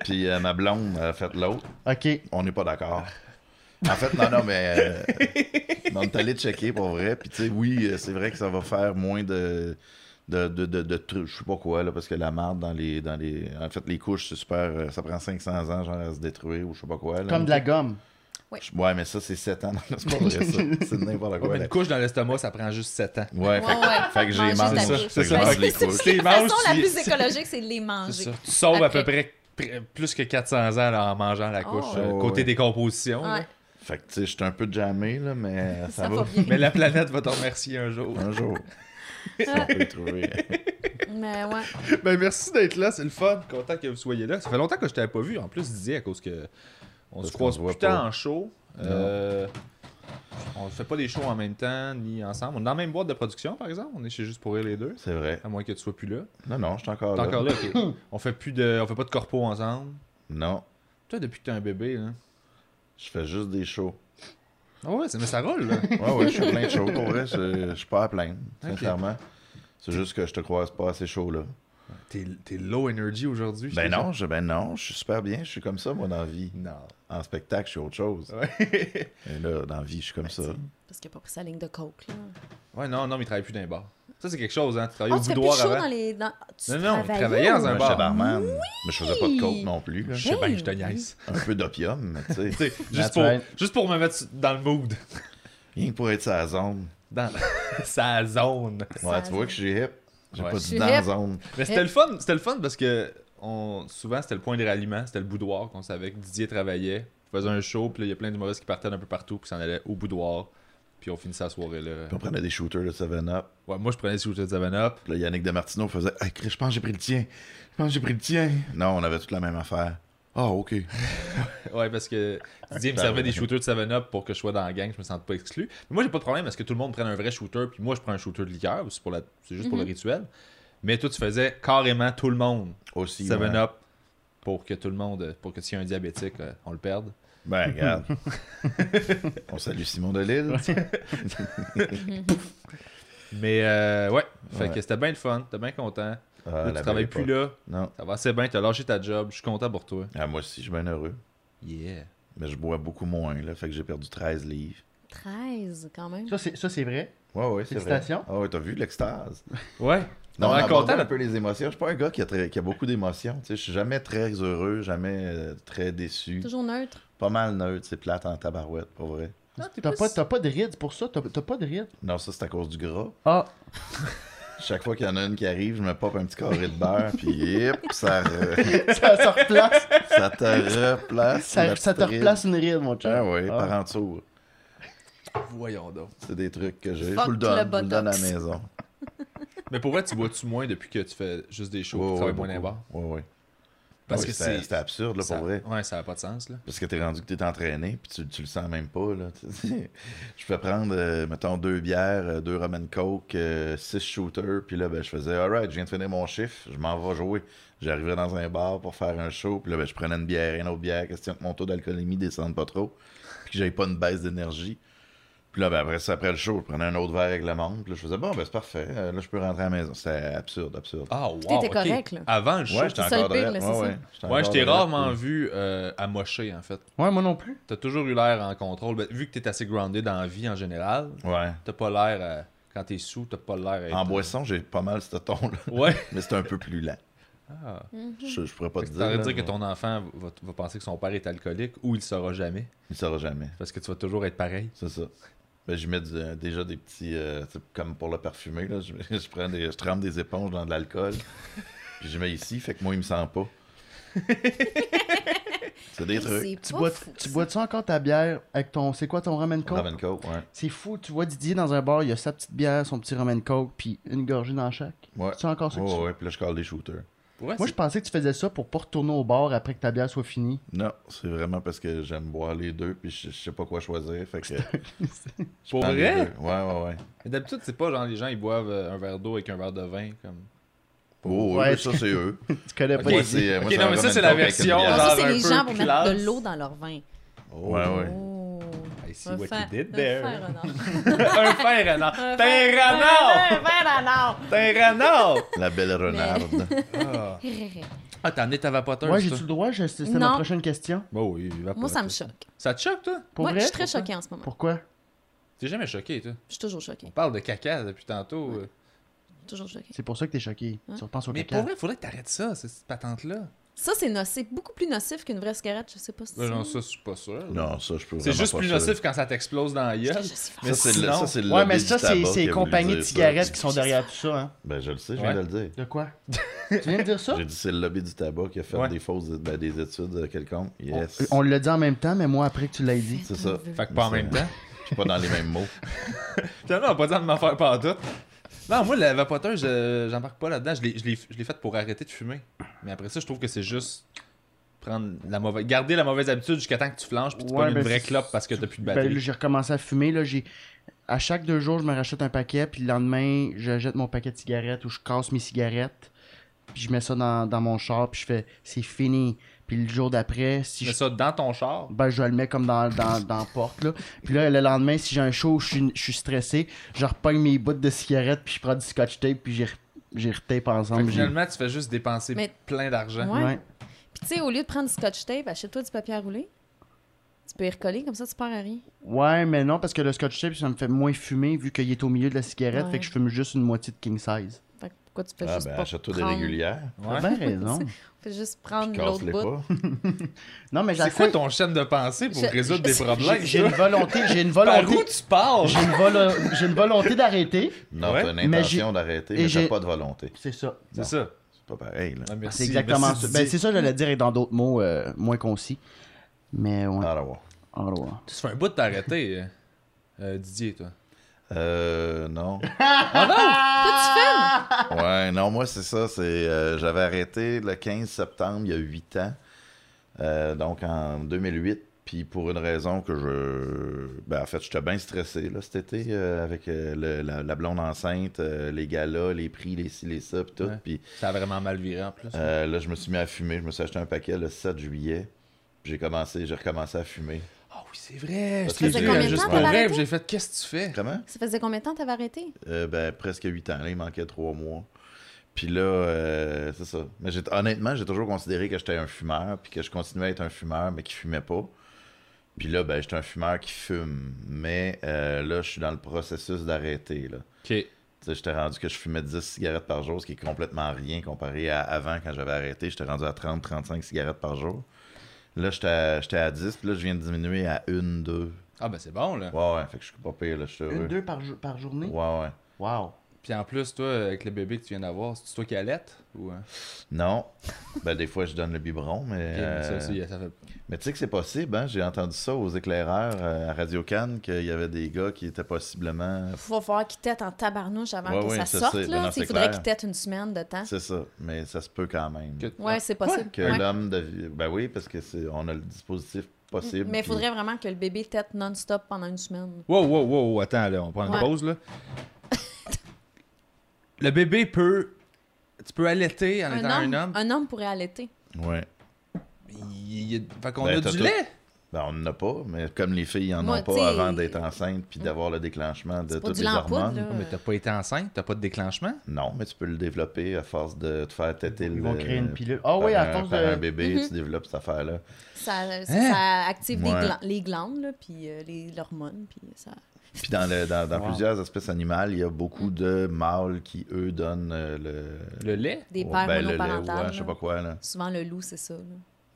Speaker 3: Puis euh, ma blonde a fait l'autre.
Speaker 2: OK.
Speaker 3: On n'est pas d'accord. En fait, non, non, mais euh, on est allé checker pour vrai. Puis, tu sais, oui, euh, c'est vrai que ça va faire moins de. De, de, de, de trucs, je sais pas quoi, là, parce que la marde dans les, dans les. En fait, les couches, c'est super. euh, Ça prend 500 ans, genre, à se détruire ou je sais pas quoi. là.
Speaker 2: Comme de la gomme.
Speaker 3: Je- Ouais, mais ça, c'est 7 ans. Non, c'est pas vrai, ça. C'est n'importe quoi.
Speaker 1: Une
Speaker 3: là.
Speaker 1: couche dans l'estomac, ça prend juste 7 ans.
Speaker 3: Ouais, fait,
Speaker 4: Ouais, ouais.
Speaker 3: fait que j'ai
Speaker 4: Manger
Speaker 3: mangé.
Speaker 4: de la
Speaker 1: ça,
Speaker 4: couche.
Speaker 1: c'est ça.
Speaker 4: Ben,
Speaker 1: Mange
Speaker 3: les
Speaker 4: c'est-
Speaker 3: couches.
Speaker 4: c'est-
Speaker 1: Les
Speaker 4: La
Speaker 1: manges,
Speaker 4: façon la
Speaker 1: tu-
Speaker 4: plus écologique, c'est de les manger.
Speaker 1: C'est ça. Tu sauves à peu
Speaker 4: Après.
Speaker 1: près pr- plus que 400 ans là, en mangeant la couche,
Speaker 4: Oh.
Speaker 1: euh,
Speaker 3: Oh,
Speaker 1: côté
Speaker 3: ouais.
Speaker 1: décomposition. là.
Speaker 4: Ouais.
Speaker 3: Fait que, tu sais, j'étais un peu jammé, là, mais ça,
Speaker 4: Ça
Speaker 3: va.
Speaker 4: va bien.
Speaker 1: Mais la planète va te remercier un jour.
Speaker 3: Un jour. si on peut le trouver.
Speaker 4: Mais ouais.
Speaker 1: Ben, merci d'être là, c'est le fun. Content que vous soyez là. Ça fait longtemps que je t'avais pas vu, en plus, Didier, à cause que on
Speaker 3: Parce
Speaker 1: se croise
Speaker 3: qu'on se voit
Speaker 1: plus tant
Speaker 3: pas.
Speaker 1: en show. Euh, on fait pas des shows en même temps ni ensemble. On est dans la même boîte de production, par exemple. On est chez Juste pour rire les deux.
Speaker 3: C'est vrai.
Speaker 1: À moins que tu sois plus là.
Speaker 3: Non, non, je suis encore
Speaker 1: T'es
Speaker 3: là.
Speaker 1: encore là, ok. on fait plus de. On fait pas de corpo ensemble.
Speaker 3: Non,
Speaker 1: Toi, depuis que t'es un bébé, là.
Speaker 3: je fais juste des shows.
Speaker 1: Ah ouais, c'est- mais ça roule, là.
Speaker 3: Ouais, ouais, Ah je fais plein de shows. Pour vrai, je je suis pas à plaindre, sincèrement. C'est juste que je te croise pas à ces shows-là.
Speaker 1: (laughs) T'es t'es low energy aujourd'hui. je
Speaker 3: Ben
Speaker 1: te
Speaker 3: non, je, ben non, je suis super bien. Je suis comme ça, moi, dans la vie.
Speaker 1: jure. Non.
Speaker 3: En spectacle, je suis autre chose.
Speaker 1: Ouais. Ben,
Speaker 3: Et là, dans la vie, je suis comme ça.
Speaker 4: Parce qu'il a pas pris sa ligne de coke, là.
Speaker 1: Ouais, non, non, mais il travaille plus dans les bars. Ça, c'est quelque chose, hein. Tu travaillais
Speaker 4: Ah,
Speaker 1: au
Speaker 4: tu fais plus
Speaker 1: boudoir
Speaker 4: chaud
Speaker 1: avant.
Speaker 4: dans les... Dans... Tu
Speaker 1: Non, non, on
Speaker 4: travaillais
Speaker 1: travaillait dans un
Speaker 3: Moi,
Speaker 1: bar.
Speaker 3: J'étais barman, mais je faisais pas de coke non plus. là.
Speaker 1: Je sais bien que je te
Speaker 4: Hey.
Speaker 1: niaise.
Speaker 3: Un peu d'opium, mais
Speaker 1: (laughs)
Speaker 3: tu sais.
Speaker 1: Tu sais, juste, pour,
Speaker 3: Naturel.
Speaker 1: juste pour me mettre dans le mood.
Speaker 3: Rien que pour être sur la zone.
Speaker 1: Dans (laughs) sa zone.
Speaker 4: Sur la
Speaker 3: Ouais, tu vois
Speaker 4: zone.
Speaker 3: que je suis hip. J'ai
Speaker 1: Ouais.
Speaker 3: pas
Speaker 1: Je
Speaker 3: dit
Speaker 4: suis
Speaker 3: dans la
Speaker 4: hip.
Speaker 3: zone.
Speaker 1: Mais c'était le fun, c'était le fun parce que on, souvent c'était le point de ralliement, c'était le boudoir qu'on savait que Didier travaillait, faisait un show, puis là, il y a plein de mauvaises qui partaient un peu partout, puis s'en allaient au boudoir, puis on finissait la soirée là.
Speaker 3: Puis on prenait des shooters de 7-Up.
Speaker 1: Ouais, moi je prenais sous de 7 Up. (laughs)
Speaker 3: Puis là, Yannick Demartino faisait Hey, Chris, je pense que j'ai pris le tien. Je pense que j'ai pris le tien. Non, on avait toute la même affaire. Ah, OK.
Speaker 1: Ouais, parce que Didier me servait des shooters de 7 Up pour que je sois dans la gang, je me sente pas exclu. Mais moi j'ai pas de problème parce que tout le monde prenne un vrai shooter, puis moi je prends un shooter de liqueur, c'est pour la c'est juste pour le rituel. Mais toi tu faisais carrément tout le monde
Speaker 3: Aussi.
Speaker 1: 7
Speaker 3: ouais.
Speaker 1: Up pour que tout le monde pour que s'il y a un diabétique, euh, on le perde.
Speaker 3: Ben, (laughs) regarde. on salue Simon Delille.
Speaker 1: Mais euh, ouais, fait
Speaker 3: Ouais.
Speaker 1: que c'était bien le fun, t'es bien content.
Speaker 3: Ah,
Speaker 1: Là,
Speaker 3: la
Speaker 1: tu travailles
Speaker 3: belle
Speaker 1: plus
Speaker 3: époque.
Speaker 1: là,
Speaker 3: Non.
Speaker 1: ça va assez bien, t'as lâché ta job, je suis content pour toi.
Speaker 3: Ah, moi aussi, je suis bien heureux.
Speaker 1: Yeah.
Speaker 3: Mais je bois beaucoup moins, là. Fait que j'ai perdu 13 livres.
Speaker 4: 13, quand même.
Speaker 2: Ça, c'est ça, c'est vrai.
Speaker 3: Ouais, ouais, c'est vrai.
Speaker 2: Félicitations.
Speaker 3: Ah, ouais, t'as vu l'extase.
Speaker 1: Ouais.
Speaker 3: Non,
Speaker 1: on
Speaker 3: on
Speaker 1: est content.
Speaker 3: aborde un
Speaker 1: là.
Speaker 3: peu les émotions. Je suis pas un gars qui a, très- qui a beaucoup d'émotions. Tu sais, je suis jamais très heureux, jamais euh, très déçu.
Speaker 4: Toujours neutre.
Speaker 3: Pas mal neutre, c'est plate en tabarouette, pour vrai.
Speaker 2: T'as pas, t'as pas de rides pour ça? T'as t'as pas de rides?
Speaker 3: Non, ça, c'est à cause du gras.
Speaker 2: Ah,
Speaker 3: Chaque fois qu'il y en a une qui arrive, je me pop un petit carré de beurre, puis hip, ça,
Speaker 2: (laughs)
Speaker 3: re-
Speaker 2: ça, ça replace,
Speaker 3: ça te replace.
Speaker 2: ça,
Speaker 3: la
Speaker 2: ça te
Speaker 3: petite ride.
Speaker 2: replace une ride, mon
Speaker 3: Ah
Speaker 2: chum.
Speaker 3: oui,
Speaker 2: Ah.
Speaker 3: par en dessous.
Speaker 1: Voyons donc.
Speaker 3: C'est des trucs que j'ai. Je
Speaker 4: Fuck
Speaker 3: vous le donne,
Speaker 4: le
Speaker 3: je vous le donne à la
Speaker 4: botox.
Speaker 3: maison.
Speaker 1: Mais pour vrai, tu bois-tu moins depuis que tu fais juste des shows,
Speaker 3: Ouais,
Speaker 1: tu
Speaker 3: ouais,
Speaker 1: travailles moins dans les
Speaker 3: beaucoup.
Speaker 1: bars?
Speaker 3: Ouais, ouais.
Speaker 1: Parce
Speaker 3: Ouais,
Speaker 1: que
Speaker 3: c'était-
Speaker 1: c'est.
Speaker 3: C'était absurde, là,
Speaker 1: ça-
Speaker 3: pour vrai.
Speaker 1: Ouais, ça n'a pas de sens, là.
Speaker 3: Parce que t'es rendu que t'es entraîné, puis tu, tu le sens même pas. Là. Tu sais, (laughs) je fais prendre, euh, mettons, deux bières, euh, deux rum and coke, euh, six shooters, puis là, ben, je faisais, alright, je viens de finir mon chiffre, je m'en vais jouer. J'arrivais dans un bar pour faire un show, puis là, ben, je prenais une bière et une autre bière, question que mon taux d'alcoolémie descende pas trop, puis que j'avais pas une baisse d'énergie. Puis là, ben, après ça, après le show, je prenais un autre verre avec le monde, puis là, je faisais, bon, ben, c'est parfait, euh, là, je peux rentrer à la maison. C'était absurde, absurde.
Speaker 1: Ah, wow.
Speaker 4: T'étais
Speaker 1: ok.
Speaker 4: correct, là.
Speaker 1: Avant le show.
Speaker 3: ouais, j'étais
Speaker 4: c'est ça
Speaker 3: encore
Speaker 4: le pire, là,
Speaker 3: drette.
Speaker 4: c'est
Speaker 3: Ouais,
Speaker 4: ça.
Speaker 3: ouais,
Speaker 1: Ouais,
Speaker 3: j'étais
Speaker 1: je
Speaker 3: encore
Speaker 1: t'ai
Speaker 3: drette,
Speaker 1: rarement
Speaker 3: puis-
Speaker 1: vu euh, amoché, en fait.
Speaker 2: Ouais, moi non plus.
Speaker 1: T'as toujours eu l'air en contrôle. Ben, vu que t'es assez groundé dans la vie en général,
Speaker 3: Ouais.
Speaker 1: t'as pas l'air. euh, quand t'es sous, t'as pas l'air. à être-
Speaker 3: En boisson, j'ai pas mal ce ton-là.
Speaker 1: Ouais.
Speaker 3: Mais c'est un peu plus lent.
Speaker 1: Ah.
Speaker 3: Je, je pourrais pas te
Speaker 1: Tu
Speaker 3: dire. là,
Speaker 1: dire que
Speaker 3: mais
Speaker 1: ton enfant va, va penser que son père est alcoolique ou il le saura jamais
Speaker 3: Il saura jamais.
Speaker 1: parce que tu vas toujours être pareil.
Speaker 3: C'est ça. Ben, je mets du- euh, déjà des petits. euh, tu sais, comme pour le parfumer, là, je, (laughs) je prends des, je trempe des éponges dans de l'alcool. puis je mets ici, fait que moi, il me sent pas. c'est des trucs.
Speaker 4: C'est
Speaker 2: Tu
Speaker 4: pas
Speaker 2: bois,
Speaker 4: fou,
Speaker 2: tu
Speaker 4: ça.
Speaker 2: bois-tu encore ta bière avec ton. C'est quoi ton rum and coke?
Speaker 3: Rum and Coke, ouais.
Speaker 2: C'est fou, tu vois Didier dans un bar, il a sa petite bière, son petit rum and coke, puis une gorgée dans chaque.
Speaker 3: Ouais.
Speaker 2: C'est encore ça que tu
Speaker 3: Ouais,
Speaker 2: fais?
Speaker 3: ouais, puis là, je colle des shooters.
Speaker 1: Ouais,
Speaker 2: Moi, je pensais que tu faisais ça pour pas retourner au bar après que ta bière soit finie.
Speaker 3: Non, c'est vraiment parce que j'aime boire les deux, puis je, je sais pas quoi choisir. Fait que.
Speaker 1: c'est pour
Speaker 3: prends les
Speaker 1: vrai.
Speaker 3: deux. Ouais, ouais, ouais.
Speaker 1: Mais D'habitude, c'est pas genre les gens ils boivent euh, un verre d'eau avec un verre de vin comme.
Speaker 3: Oh,
Speaker 2: Ouais.
Speaker 3: ouais, ça, c'est eux.
Speaker 2: Tu connais
Speaker 1: Ok,
Speaker 2: pas
Speaker 3: Moi,
Speaker 2: Didier.
Speaker 3: c'est- moi,
Speaker 1: ok,
Speaker 3: c'est
Speaker 1: non,
Speaker 3: un
Speaker 1: mais ça,
Speaker 3: rum
Speaker 1: c'est
Speaker 3: and
Speaker 1: la
Speaker 3: Coke avec une
Speaker 1: version.
Speaker 3: bière.
Speaker 4: Ah,
Speaker 1: genre
Speaker 4: ça,
Speaker 1: un
Speaker 4: c'est les
Speaker 1: peu
Speaker 4: gens pour mettre
Speaker 1: classe.
Speaker 4: de l'eau dans leur vin.
Speaker 3: Ouais, ouais.
Speaker 4: Oh.
Speaker 1: I see
Speaker 4: Un
Speaker 1: what
Speaker 4: fer-
Speaker 1: you did
Speaker 4: un
Speaker 1: there.
Speaker 4: fer renard.
Speaker 1: un fer renard.
Speaker 4: Un
Speaker 1: T'es
Speaker 4: fer-
Speaker 1: un renard!
Speaker 4: Un fer renard!
Speaker 1: T'es un renard!
Speaker 3: La belle renarde.
Speaker 1: Ah. Ah, t'en es ta vapoteuse, toi.
Speaker 2: Ouais, j'ai-tu le droit? Je- C'était ma
Speaker 4: Non.
Speaker 2: prochaine question.
Speaker 1: Bon, oui, vapoteuse.
Speaker 4: Moi, ça me choque.
Speaker 1: Ça te choque, toi?
Speaker 2: Pour
Speaker 4: Moi,
Speaker 2: vrai?
Speaker 4: je suis très
Speaker 2: Pourquoi?
Speaker 4: choquée en ce moment.
Speaker 2: Pourquoi?
Speaker 1: T'es jamais choqué, toi.
Speaker 4: Je suis toujours
Speaker 1: On
Speaker 4: choquée.
Speaker 1: parle de caca depuis tantôt. euh.
Speaker 4: Toujours choquée.
Speaker 2: C'est pour ça que t'es choqué.
Speaker 4: Hein?
Speaker 2: Tu repenses au
Speaker 1: Mais
Speaker 2: caca.
Speaker 1: pour vrai, faudrait que t'arrêtes ça, cette cette patente-là.
Speaker 4: Ça, c'est nocif. Beaucoup plus nocif qu'une vraie cigarette. Je sais pas si
Speaker 1: Ben non,
Speaker 4: c'est.
Speaker 1: ça, je suis pas sûr.
Speaker 3: Non, ça, je peux
Speaker 1: C'est
Speaker 3: vraiment
Speaker 1: juste
Speaker 3: pas
Speaker 1: plus
Speaker 3: ça.
Speaker 1: nocif quand ça t'explose dans la
Speaker 4: Je
Speaker 3: (laughs)
Speaker 4: te
Speaker 1: gueule.
Speaker 4: justifie.
Speaker 1: Mais
Speaker 3: Ça, c'est le,
Speaker 1: sinon-
Speaker 3: ça, c'est le
Speaker 2: Ouais,
Speaker 3: lobby
Speaker 2: mais ça,
Speaker 3: du
Speaker 2: c'est
Speaker 3: tabac
Speaker 2: c'est
Speaker 3: qui
Speaker 2: les
Speaker 3: a voulu
Speaker 2: compagnies de
Speaker 3: dire ça.
Speaker 2: cigarettes qui sont derrière tout ça, hein.
Speaker 3: Ben, je le sais, je viens
Speaker 1: Ouais.
Speaker 3: de le dire.
Speaker 2: De quoi? (laughs) tu viens de dire ça?
Speaker 3: J'ai dit c'est le lobby du tabac qui a fait
Speaker 1: Ouais.
Speaker 3: des fausses ben, des études euh, quelconques. Yes.
Speaker 2: On l'a dit en même temps, mais moi, après que tu l'aies dit.
Speaker 3: C'est ça.
Speaker 1: Fait que pas en
Speaker 3: C'est-
Speaker 1: même temps.
Speaker 3: Je suis (laughs) pas dans les mêmes mots.
Speaker 1: Putain, non, pas temps de m'en faire pas tout. Non, moi, la vapoteuse, euh, j'embarque pas là-dedans. Je l'ai- je l'ai je l'ai faite pour arrêter de fumer. Mais après ça, je trouve que c'est juste prendre la mauvaise... garder la mauvaise habitude jusqu'à temps que tu flanches puis tu
Speaker 2: Ouais,
Speaker 1: pognes
Speaker 2: ben,
Speaker 1: une vraie
Speaker 2: c'est-
Speaker 1: clope parce que t'as plus de
Speaker 2: Ben,
Speaker 1: batterie.
Speaker 2: là, j'ai recommencé à fumer. Là, j'ai... À chaque deux jours, je me rachète un paquet, puis le lendemain, je jette mon paquet de cigarettes ou je casse mes cigarettes, puis je mets ça dans, dans mon char, puis je fais c'est fini. Puis le jour d'après, si
Speaker 1: Tu mets
Speaker 2: je.
Speaker 1: ça dans ton char.
Speaker 2: Ben, je le mets comme dans, dans, dans la porte, là. Puis là, le lendemain, si j'ai un show, je suis, je suis stressé, je repogne mes bouts de cigarettes, puis je prends du scotch tape, puis j'ai, re- j'ai retape
Speaker 1: Fait
Speaker 2: ensemble.
Speaker 1: que
Speaker 2: j'ai-
Speaker 1: finalement, tu fais juste dépenser
Speaker 4: Mais-
Speaker 1: plein d'argent.
Speaker 4: Ouais.
Speaker 2: Ouais.
Speaker 4: Puis, tu sais, au lieu de prendre du scotch tape, achète-toi du papier à rouler. Tu peux y recoller, comme ça, tu perds à rien.
Speaker 2: Ouais, mais non, parce que le scotch tape, ça me fait moins fumer, vu qu'il est au milieu de la cigarette,
Speaker 4: Ouais.
Speaker 2: fait que je fume juste une moitié de king size.
Speaker 4: Fait que pourquoi tu fais
Speaker 3: Ah,
Speaker 4: juste.
Speaker 3: ben,
Speaker 4: pas
Speaker 3: achète-toi des
Speaker 4: prendre-
Speaker 3: régulières.
Speaker 1: Ouais.
Speaker 2: T'as bien (laughs) raison.
Speaker 4: (laughs) Tu fais juste prendre
Speaker 3: Puis casse-les
Speaker 4: l'autre bout.
Speaker 3: pas.
Speaker 2: Non, mais j'ai
Speaker 1: C'est quoi ton chaîne de pensée pour
Speaker 4: Je-
Speaker 1: résoudre
Speaker 4: je-
Speaker 1: des problèmes?
Speaker 2: J'ai j'ai une
Speaker 1: toi?
Speaker 2: volonté, j'ai une
Speaker 1: Par où
Speaker 2: volonté,
Speaker 1: tu pars?
Speaker 2: j'ai une, volo- j'ai une volonté d'arrêter.
Speaker 3: Non,
Speaker 1: Ouais.
Speaker 3: t'as une
Speaker 2: Mais
Speaker 3: intention
Speaker 2: j'ai-
Speaker 3: d'arrêter,
Speaker 2: et
Speaker 3: mais
Speaker 2: j'ai-
Speaker 3: t'as pas de volonté.
Speaker 2: C'est ça.
Speaker 1: C'est ça.
Speaker 3: C'est pas pareil, là.
Speaker 1: Ah, merci,
Speaker 2: C'est exactement
Speaker 1: merci
Speaker 2: ça.
Speaker 1: de
Speaker 2: Ben,
Speaker 1: dire.
Speaker 2: c'est ça, j'allais dire, et dans d'autres mots euh, moins concis. Mais ouais.
Speaker 3: Ah, là, ouais.
Speaker 2: en gros.
Speaker 1: Tu fais un bout de t'arrêter, euh, euh, Didier, toi. Ah
Speaker 3: Euh, non.
Speaker 4: Toi,
Speaker 3: Ouais, non, moi, c'est ça. C'est, euh, j'avais arrêté le 15 septembre, il y a 8 ans. Euh, donc, en 2008. Puis pour une raison que je... Ben, en fait, j'étais bien stressé là, cet été euh, avec euh, le- la, la blonde enceinte, euh, les galas, les prix, les ci, les ça, puis tout.
Speaker 1: Ouais.
Speaker 3: Puis
Speaker 1: Ça a vraiment mal viré en plus.
Speaker 3: euh, là, je me suis mis à fumer. Je me suis acheté un paquet le 7 juillet. Puis J'ai commencé, j'ai recommencé à fumer.
Speaker 1: Ah oui, c'est vrai.
Speaker 3: Parce
Speaker 1: Je
Speaker 3: que
Speaker 1: l'ai
Speaker 3: ça
Speaker 1: vu,
Speaker 3: faisait
Speaker 1: euh,
Speaker 3: combien de
Speaker 1: juste
Speaker 3: temps
Speaker 1: pour
Speaker 3: t'avais
Speaker 1: rêve,
Speaker 4: arrêté?
Speaker 1: j'ai fait qu'est-ce que tu fais?
Speaker 3: Comment?
Speaker 4: tu fais. Ça faisait combien de temps t'avais arrêté?
Speaker 3: Euh, ben, presque 8 ans. Là, il manquait 3 mois. Puis là, euh, c'est ça. Mais j'ai- honnêtement, j'ai toujours considéré que j'étais un fumeur, puis que je continuais à être un fumeur, mais qui fumait pas. Puis là, ben, j'étais un fumeur qui fume. Mais euh, là, je suis dans le processus d'arrêter. là.
Speaker 1: Ok.
Speaker 3: Tu sais, J'étais rendu que je fumais 10 cigarettes par jour, ce qui est complètement rien comparé à avant quand j'avais arrêté. J'étais rendu à 30-35 cigarettes par jour. Là, j'étais à, j'étais à 10, puis là, je viens de diminuer à 1, 2.
Speaker 1: Ah ben c'est bon là.
Speaker 3: Ouais, ouais, fait que je suis pas pire, là, je suis heureux.
Speaker 2: Une, deux par, jo- par journée?
Speaker 3: Ouais, ouais.
Speaker 2: Wow.
Speaker 1: Puis en plus, toi, avec le bébé que tu viens d'avoir, c'est toi qui allaites? Ou, hein?
Speaker 3: Non. Ben, des fois, je donne le biberon, mais.
Speaker 1: Ok, mais ça
Speaker 3: euh,
Speaker 1: aussi, ça fait-
Speaker 2: hein.
Speaker 3: Mais tu sais que c'est possible, hein? J'ai entendu ça aux éclaireurs euh, à Radio-Cannes, qu'il y avait des gars qui étaient possiblement.
Speaker 4: Faut falloir qu'il tète en tabarnouche avant
Speaker 3: Ouais,
Speaker 4: que
Speaker 3: ouais,
Speaker 4: ça
Speaker 3: ça,
Speaker 4: sorte.
Speaker 3: c'est-
Speaker 4: là.
Speaker 3: non,
Speaker 4: Tu sais, il
Speaker 3: c'est
Speaker 4: faudrait
Speaker 3: clair.
Speaker 4: qu'il tète une semaine de temps.
Speaker 3: C'est ça. Mais ça se peut quand même.
Speaker 1: que-
Speaker 3: Que,
Speaker 4: Ouais, c'est possible. Ah. Ouais.
Speaker 3: l'homme. devi- Ben oui, parce que c'est... on a le dispositif possible.
Speaker 4: Mais il
Speaker 3: puis-
Speaker 4: faudrait vraiment que le bébé tète non-stop pendant une semaine.
Speaker 1: Wow, wow, wow, attends, là, on prend une
Speaker 4: Ouais.
Speaker 1: pause, là. le bébé peut... Tu peux allaiter en étant un
Speaker 4: homme,
Speaker 1: homme.
Speaker 4: un homme pourrait allaiter.
Speaker 3: Ouais.
Speaker 1: Il- il- Fait qu'on
Speaker 3: Ben,
Speaker 1: a
Speaker 3: t'as
Speaker 1: du
Speaker 3: tout-
Speaker 1: lait.
Speaker 3: Ben, on n'en a pas, mais comme les filles en
Speaker 4: Moi,
Speaker 3: ont pas
Speaker 4: t'sais-
Speaker 3: avant d'être enceinte puis d'avoir le déclenchement de
Speaker 4: C'est pas
Speaker 3: toutes
Speaker 4: du
Speaker 3: les
Speaker 4: lait en poudre,
Speaker 3: hormones.
Speaker 4: là.
Speaker 1: Ah, Mais t'as pas été enceinte, t'as pas de déclenchement.
Speaker 3: Non, mais tu peux le développer à force de te faire têter le.
Speaker 2: Ils vont créer une pilule. Ah oui,
Speaker 3: par
Speaker 2: à
Speaker 3: un-
Speaker 2: force
Speaker 3: par un
Speaker 2: de.
Speaker 3: bébé,
Speaker 4: Mhm.
Speaker 3: tu développes cette affaire-là.
Speaker 4: Ça, ça-
Speaker 1: Hein?
Speaker 4: ça active
Speaker 3: Ouais.
Speaker 4: les, glan- les glandes, là, puis euh, les l'hormone, puis ça...
Speaker 3: Puis dans, le- dans, dans
Speaker 2: Wow.
Speaker 3: plusieurs espèces animales, il y a beaucoup de mâles qui, eux, donnent euh, le...
Speaker 1: Le lait?
Speaker 4: des
Speaker 3: ouais,
Speaker 4: pères
Speaker 3: ben, le lait,
Speaker 4: monoparentales.
Speaker 3: ouais, je sais
Speaker 4: là.
Speaker 3: pas quoi, là.
Speaker 4: Souvent, le loup, c'est ça. là.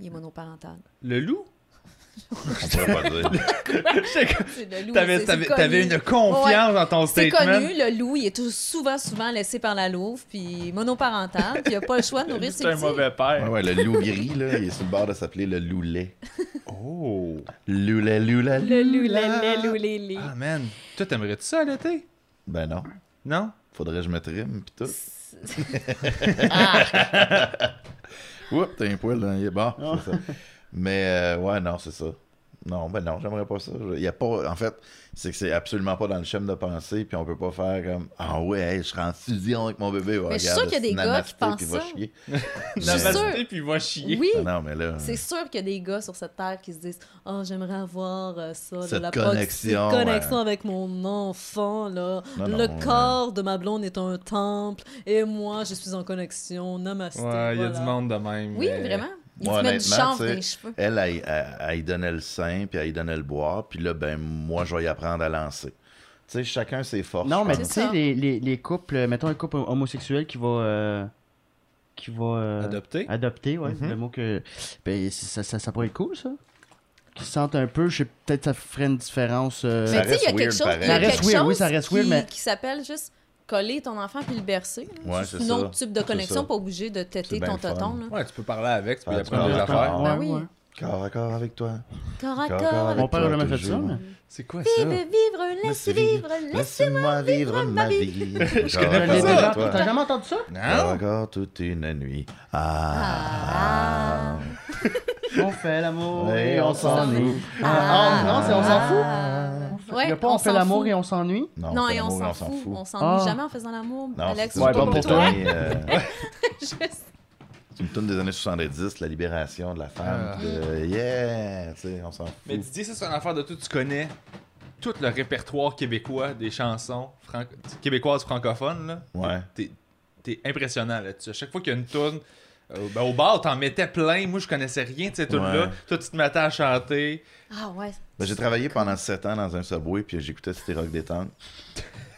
Speaker 4: Il est monoparental.
Speaker 1: Le loup? (laughs)
Speaker 3: On pourrait pas dire.
Speaker 4: C'est le loup,
Speaker 1: T'avais
Speaker 4: c'est-
Speaker 1: t'avais-
Speaker 4: c'est
Speaker 1: t'avais
Speaker 4: connu.
Speaker 1: une confiance dans ton
Speaker 4: C'est
Speaker 1: statement.
Speaker 4: connu, le loup, il est tout- souvent, souvent laissé par la louve, puis monoparental, puis il a pas le choix de nourrir ses
Speaker 1: C'est un
Speaker 4: petits.
Speaker 1: mauvais
Speaker 3: Ouais,
Speaker 1: père.
Speaker 3: ouais, le loup gris, là, il est sur le bord de s'appeler le loulet.
Speaker 1: Oh!
Speaker 3: Loulet, loulet, loulet.
Speaker 4: Le loup, le lait, loup, les lait.
Speaker 1: Ah, man. Toi, t'aimerais-tu ça l'été?
Speaker 3: Ben non.
Speaker 1: Non?
Speaker 3: Faudrait que je me trime, pis
Speaker 4: (laughs)
Speaker 3: tout.
Speaker 4: Ah!
Speaker 3: (laughs) Oups, t'as un poil dans les bords. c'est ça. Mais, euh, ouais, non, c'est ça. Non, ben non, j'aimerais pas ça. Il y a pas, en fait, c'est que c'est absolument pas dans le schéma de pensée, puis on peut pas faire comme Ah ouais, hey, je serai en fusion avec mon bébé.
Speaker 4: Mais je suis
Speaker 3: regarde,
Speaker 4: sûre qu'il y a des
Speaker 3: namasté,
Speaker 4: gars qui pensent
Speaker 3: puis va
Speaker 4: ça.
Speaker 3: chier.
Speaker 4: suis
Speaker 3: Mais-
Speaker 4: sûre.
Speaker 5: Namasté, puis va chier.
Speaker 4: Oui,
Speaker 3: Ah non, mais là,
Speaker 4: c'est sûr qu'il y a des gars sur cette terre qui se disent Oh, j'aimerais avoir euh, ça, là,
Speaker 3: Cette
Speaker 4: la
Speaker 3: connexion,
Speaker 4: proxy- connexion
Speaker 3: ouais.
Speaker 4: avec mon enfant. Là.
Speaker 3: Non, non,
Speaker 4: le
Speaker 3: ouais.
Speaker 4: corps de ma blonde est un temple et moi, je suis en connexion. Namasté.
Speaker 5: Ouais, il y a
Speaker 4: voilà.
Speaker 5: du monde de même.
Speaker 4: Oui,
Speaker 5: mais-
Speaker 4: vraiment. Ils
Speaker 3: Moi,
Speaker 4: te mettent du
Speaker 3: honnêtement,
Speaker 4: chanvre
Speaker 3: tu sais,
Speaker 4: dans les cheveux.
Speaker 3: elle, elle, elle- elle lui donnait le sein, puis elle lui donnait le boire, puis là, ben moi, je vais y apprendre à lancer. Tu sais, chacun ses forces.
Speaker 2: Non,
Speaker 3: je
Speaker 2: mais
Speaker 4: C'est
Speaker 2: tu
Speaker 3: pense.
Speaker 2: sais,
Speaker 4: ça.
Speaker 2: les, les, les couples, mettons un couple homosexuel qui va. euh, qui va. euh,
Speaker 5: Adopté.
Speaker 4: Ah.
Speaker 2: adopter, ouais,
Speaker 3: Mhm.
Speaker 2: le mot que. Ben, c'est- ça, ça, ça pourrait être cool, ça. Qui se sentent un peu, je sais, peut-être ça ferait une différence.
Speaker 4: Mais
Speaker 2: euh,
Speaker 4: tu sais,
Speaker 3: reste
Speaker 4: il y a quelque
Speaker 3: weird,
Speaker 4: chose, il y a
Speaker 3: pareil. Ça
Speaker 4: quelque
Speaker 2: reste weird,
Speaker 4: chose
Speaker 2: oui, ça reste weird,
Speaker 4: qui,
Speaker 2: mais-
Speaker 4: qui s'appelle juste coller ton enfant puis le bercer. là.
Speaker 3: Ouais,
Speaker 4: c'est
Speaker 3: c'est
Speaker 4: un
Speaker 3: ça.
Speaker 4: autre type de
Speaker 3: C'est
Speaker 4: connexion,
Speaker 3: ça.
Speaker 4: pas obligé de têter
Speaker 3: C'est bien
Speaker 4: ton
Speaker 3: le fun.
Speaker 4: toton. Là.
Speaker 5: Ouais, tu peux parler avec, tu peux
Speaker 3: Ah,
Speaker 5: y
Speaker 3: tu
Speaker 5: apprendre
Speaker 3: peux
Speaker 5: des
Speaker 3: en
Speaker 5: affaires.
Speaker 3: parler.
Speaker 4: Ben oui.
Speaker 3: Corps à corps avec toi.
Speaker 4: Corps à
Speaker 3: Corps à
Speaker 4: corps
Speaker 3: corps
Speaker 4: avec-
Speaker 2: Mon père
Speaker 3: toi,
Speaker 2: aurait jamais fait ça,
Speaker 3: toujours.
Speaker 2: mais.
Speaker 5: C'est quoi
Speaker 4: Vive,
Speaker 5: ça?
Speaker 4: vivre, laisse
Speaker 3: Laisse
Speaker 4: vivre,
Speaker 3: vivre,
Speaker 4: laisse.
Speaker 3: Laisse-moi vivre ma vie. Je
Speaker 2: Je l'ai déjà- T'as jamais entendu ça?
Speaker 5: Non?
Speaker 3: Encore toute une nuit. Ah.
Speaker 4: Ah.
Speaker 2: (laughs) On fait l'amour
Speaker 3: Ouais,
Speaker 2: et on
Speaker 3: on
Speaker 2: s'ennuie.
Speaker 3: s'ennuie.
Speaker 2: Ah, non, c'est on s'en
Speaker 4: fout.
Speaker 2: Il
Speaker 4: Ouais,
Speaker 2: y a pas
Speaker 4: on,
Speaker 2: on fait l'amour et on s'ennuie.
Speaker 3: Non,
Speaker 4: Non,
Speaker 3: fait
Speaker 4: et on
Speaker 3: l'amour
Speaker 4: s'en fout. On
Speaker 2: Ah.
Speaker 4: s'ennuie jamais en faisant l'amour.
Speaker 3: Non,
Speaker 4: Alex,
Speaker 3: c'est
Speaker 2: Ouais,
Speaker 4: c'est
Speaker 2: pas
Speaker 4: pas
Speaker 2: pour
Speaker 4: pour
Speaker 2: toi.
Speaker 4: toi.
Speaker 3: euh, (laughs)
Speaker 4: Je sais.
Speaker 3: C'est une tonne des années 70, la libération de la femme.
Speaker 1: Ah.
Speaker 3: puis de Yeah! Tu sais, on s'en fout.
Speaker 1: Mais Didier, ça, c'est une affaire de tout. Tu connais tout le répertoire québécois des chansons fran- québécoises francophones. Là.
Speaker 3: Ouais.
Speaker 1: T'es, t'es impressionnant là-dessus. À chaque fois qu'il y a une toune, euh, ben, au bar, t'en mettais plein. Moi, je connaissais rien de ces tunes-là.
Speaker 3: Ouais.
Speaker 1: Toi, tu te mettais à chanter.
Speaker 4: Ah ouais.
Speaker 3: Ben, j'ai travaillé pendant 7 ans dans un subway, puis j'écoutais Cité Rock Détente.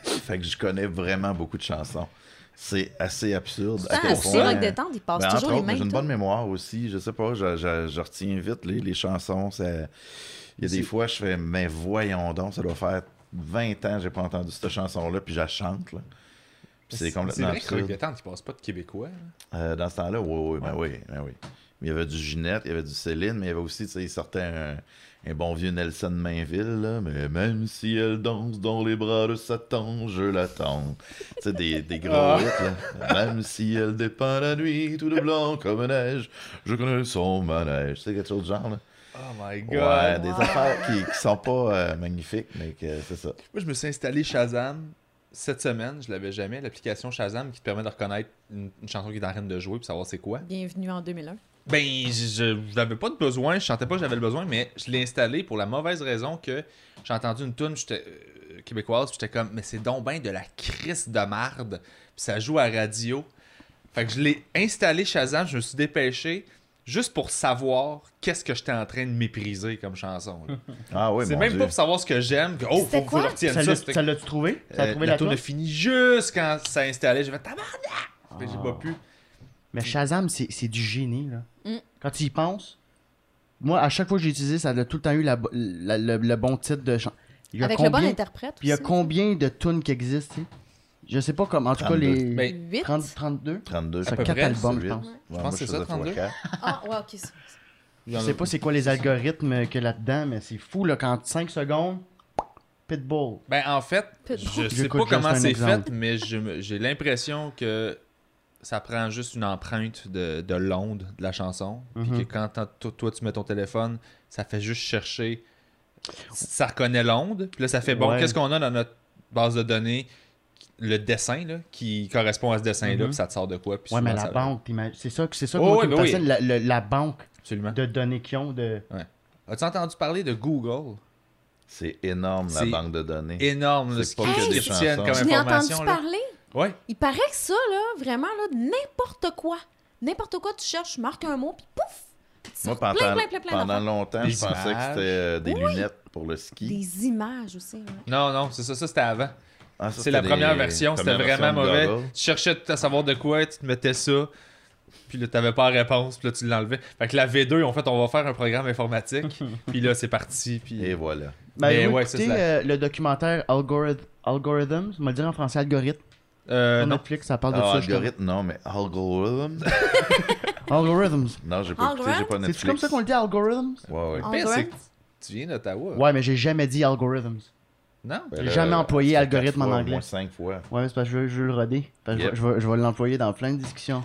Speaker 3: fait que je connais vraiment beaucoup de chansons. C'est assez absurde. à
Speaker 4: Ah,
Speaker 3: quel
Speaker 4: c'est
Speaker 3: point-
Speaker 4: rock détente, ils passent
Speaker 3: Ben,
Speaker 4: toujours
Speaker 3: entre
Speaker 4: les
Speaker 3: autres, mais j'ai
Speaker 4: mêmes.
Speaker 3: une bonne
Speaker 4: tunes.
Speaker 3: mémoire aussi. Je sais pas, je, je- je retiens vite les, les chansons. ça- Il y a des fois, je fais, mais voyons donc, ça doit faire 20 ans que j'ai pas entendu cette chanson-là, puis je la chante. là. Puis c'est complètement
Speaker 1: Ben, vrai que Rock
Speaker 3: absurde.
Speaker 1: Détente, il passe pas de québécois. hein. là.
Speaker 3: Euh, dans ce temps-là, oui, oui, ben oui, ben oui. Mais Il y avait du Ginette, il y avait du Céline, mais il y avait aussi, tu sais, il sortait un, un bon vieux Nelson Mainville, là, mais même si elle danse dans les bras de Satan, je l'attends. Tu sais, des, des gros
Speaker 5: Ah.
Speaker 3: hits, là. Même si elle dépeint la nuit, tout de blanc comme neige, je connais son manège. Tu sais, quelque chose de genre, là.
Speaker 1: Oh my god.
Speaker 3: Ouais, des
Speaker 4: Wow.
Speaker 3: affaires qui, qui sont pas euh, magnifiques, mais que c'est ça.
Speaker 1: Moi, je me suis installé Shazam cette semaine. Je l'avais jamais. L'application Shazam qui te permet de reconnaître une, une chanson qui est en train de jouer pour savoir c'est quoi.
Speaker 4: Bienvenue en 2001.
Speaker 1: Ben, je je n'avais pas de besoin, je sentais pas que j'avais le besoin, mais je l'ai installé pour la mauvaise raison que j'ai entendu une tune j'étais, euh, québécoise, puis j'étais comme, mais c'est donc ben de la crise de marde, puis ça joue à radio. Fait que je l'ai installé Shazam, je me suis dépêché juste pour savoir qu'est-ce que j'étais en train de mépriser comme chanson. là.
Speaker 3: Ah oui,
Speaker 1: c'est
Speaker 3: mon
Speaker 1: même
Speaker 3: Dieu.
Speaker 1: pas pour savoir ce que j'aime, que, oh, faut
Speaker 4: C'était
Speaker 1: faut que je
Speaker 4: quoi?
Speaker 1: retienne
Speaker 2: Ça
Speaker 1: ça.
Speaker 2: l'a-
Speaker 1: c'était-
Speaker 2: Ça l'a-tu trouvé? Ça a
Speaker 1: euh,
Speaker 2: trouvé
Speaker 1: la
Speaker 2: la
Speaker 1: tourne a
Speaker 2: toune?
Speaker 1: fini juste quand ça installait, j'ai fait tabarnak! Fait que J'ai
Speaker 3: Ah.
Speaker 1: pas pu.
Speaker 2: Mais Shazam, c'est c'est du génie, là.
Speaker 4: Mm.
Speaker 2: Quand tu y penses, moi, à chaque fois que j'ai utilisé, ça a tout le temps eu la bo- la- le, le bon titre de chant. Il y a
Speaker 4: Avec le
Speaker 2: combien,
Speaker 4: bon interprète.
Speaker 2: Puis il y a
Speaker 4: aussi.
Speaker 2: combien de tunes qui existent, tu sais? Je sais pas comment. En tout cas, les.
Speaker 1: Ben,
Speaker 4: Huit.
Speaker 2: 30, 32?
Speaker 3: 32,
Speaker 2: Ça fait
Speaker 1: peu
Speaker 2: 4
Speaker 1: près,
Speaker 2: albums,
Speaker 3: c'est
Speaker 2: je
Speaker 3: huit.
Speaker 2: pense.
Speaker 3: Ouais,
Speaker 1: pense
Speaker 3: moi,
Speaker 1: que c'est
Speaker 3: faisais
Speaker 1: ça, 32.
Speaker 3: 3-4.
Speaker 4: Ah, ouais, ok. c'est-
Speaker 2: Je sais pas c'est quoi les algorithmes euh, que là-dedans, mais c'est fou, là, quand 5 secondes, Pitbull.
Speaker 1: Ben, en fait,
Speaker 4: Peut-être.
Speaker 1: je sais
Speaker 2: J'écoute
Speaker 1: pas
Speaker 2: juste
Speaker 1: comment
Speaker 2: un
Speaker 1: c'est
Speaker 2: exemple.
Speaker 1: fait, mais je me- j'ai l'impression que ça prend juste une empreinte de, de l'onde de la chanson.
Speaker 2: Mhm.
Speaker 1: Puis que quand t'en- to- toi, tu mets ton téléphone, ça fait juste chercher. Ça reconnaît l'onde. Puis là, ça fait bon,
Speaker 2: Ouais.
Speaker 1: qu'est-ce qu'on a dans notre base de données Le dessin, là, qui correspond à ce dessin-là,
Speaker 2: Mhm.
Speaker 1: puis ça te sort de quoi. Puis
Speaker 2: Ouais, mais
Speaker 1: souvent,
Speaker 2: la
Speaker 1: ça-
Speaker 2: banque, t'imagines- c'est ça, que- c'est ça que
Speaker 1: Oh,
Speaker 2: moi,
Speaker 1: ouais,
Speaker 2: qui me
Speaker 1: ben oui.
Speaker 2: fascine, la, le- la banque
Speaker 1: Absolument.
Speaker 2: de données qu'ils ont de...
Speaker 1: As-tu entendu parler de Google
Speaker 3: C'est énorme, la
Speaker 1: C'est
Speaker 3: banque de données.
Speaker 1: Énorme, là,
Speaker 3: C'est
Speaker 1: ce
Speaker 3: pas
Speaker 1: qu'ils
Speaker 4: que des
Speaker 1: retiennent
Speaker 3: chansons.
Speaker 1: comme
Speaker 4: Je n'ai entendu
Speaker 1: information. là.
Speaker 4: parler.
Speaker 1: Ouais.
Speaker 4: Il paraît que ça, là, vraiment, là, de n'importe quoi. N'importe quoi, tu cherches, tu marques un mot, puis pouf! tu
Speaker 3: Moi,
Speaker 4: sors
Speaker 3: pendant,
Speaker 4: plein, plein, plein, plein
Speaker 3: pendant
Speaker 4: d'affaires.
Speaker 3: longtemps,
Speaker 1: Des
Speaker 3: je pensais que
Speaker 1: images.
Speaker 3: c'était euh, des lunettes pour le ski.
Speaker 4: Des images aussi. ouais.
Speaker 1: Non, non, c'est ça, ça c'était avant.
Speaker 3: Ah, ça,
Speaker 1: C'est
Speaker 3: c'était
Speaker 1: la
Speaker 3: des-
Speaker 1: première version, c'était
Speaker 3: première
Speaker 1: vraiment
Speaker 3: version de
Speaker 1: mauvais.
Speaker 3: Google.
Speaker 1: Tu cherchais à savoir de quoi, tu te mettais ça, puis là, t'avais pas la réponse, puis là, tu l'enlevais. Fait que la V2, en fait, on va faire un programme
Speaker 2: (laughs)
Speaker 1: informatique, puis là, c'est parti, puis...
Speaker 3: Et voilà.
Speaker 2: Ben,
Speaker 1: Mais
Speaker 2: vous
Speaker 1: ouais, ça,
Speaker 2: écoutez,
Speaker 1: c'est
Speaker 2: euh, le documentaire Algorith- Algorithms, on va le dire en français, algorithme,
Speaker 1: Euh,
Speaker 2: sur
Speaker 1: non.
Speaker 2: Netflix, ça parle de
Speaker 3: Ah,
Speaker 2: ça. justement.
Speaker 3: algorithme, non, mais
Speaker 4: (laughs)
Speaker 3: algorithm.
Speaker 2: Algorithms.
Speaker 3: non, j'ai pas écouté, j'ai pas Netflix.
Speaker 2: C'est-tu comme ça qu'on le dit, algorithms?
Speaker 3: Ouais, ouais.
Speaker 4: En
Speaker 1: pire,
Speaker 4: gros,
Speaker 1: c'est que tu viens d'Ottawa.
Speaker 2: Ouais, mais j'ai jamais dit algorithms.
Speaker 1: Non?
Speaker 3: Ben,
Speaker 2: J'ai
Speaker 3: là,
Speaker 2: jamais employé
Speaker 3: ça fait
Speaker 2: algorithme
Speaker 3: quatre
Speaker 2: en
Speaker 3: fois,
Speaker 2: anglais.
Speaker 3: Au moins cinq fois.
Speaker 2: Ouais, mais c'est parce que je veux, je veux le roder. Parce que je
Speaker 3: Yep.
Speaker 2: vais- je vais, je vais l'employer dans plein de discussions.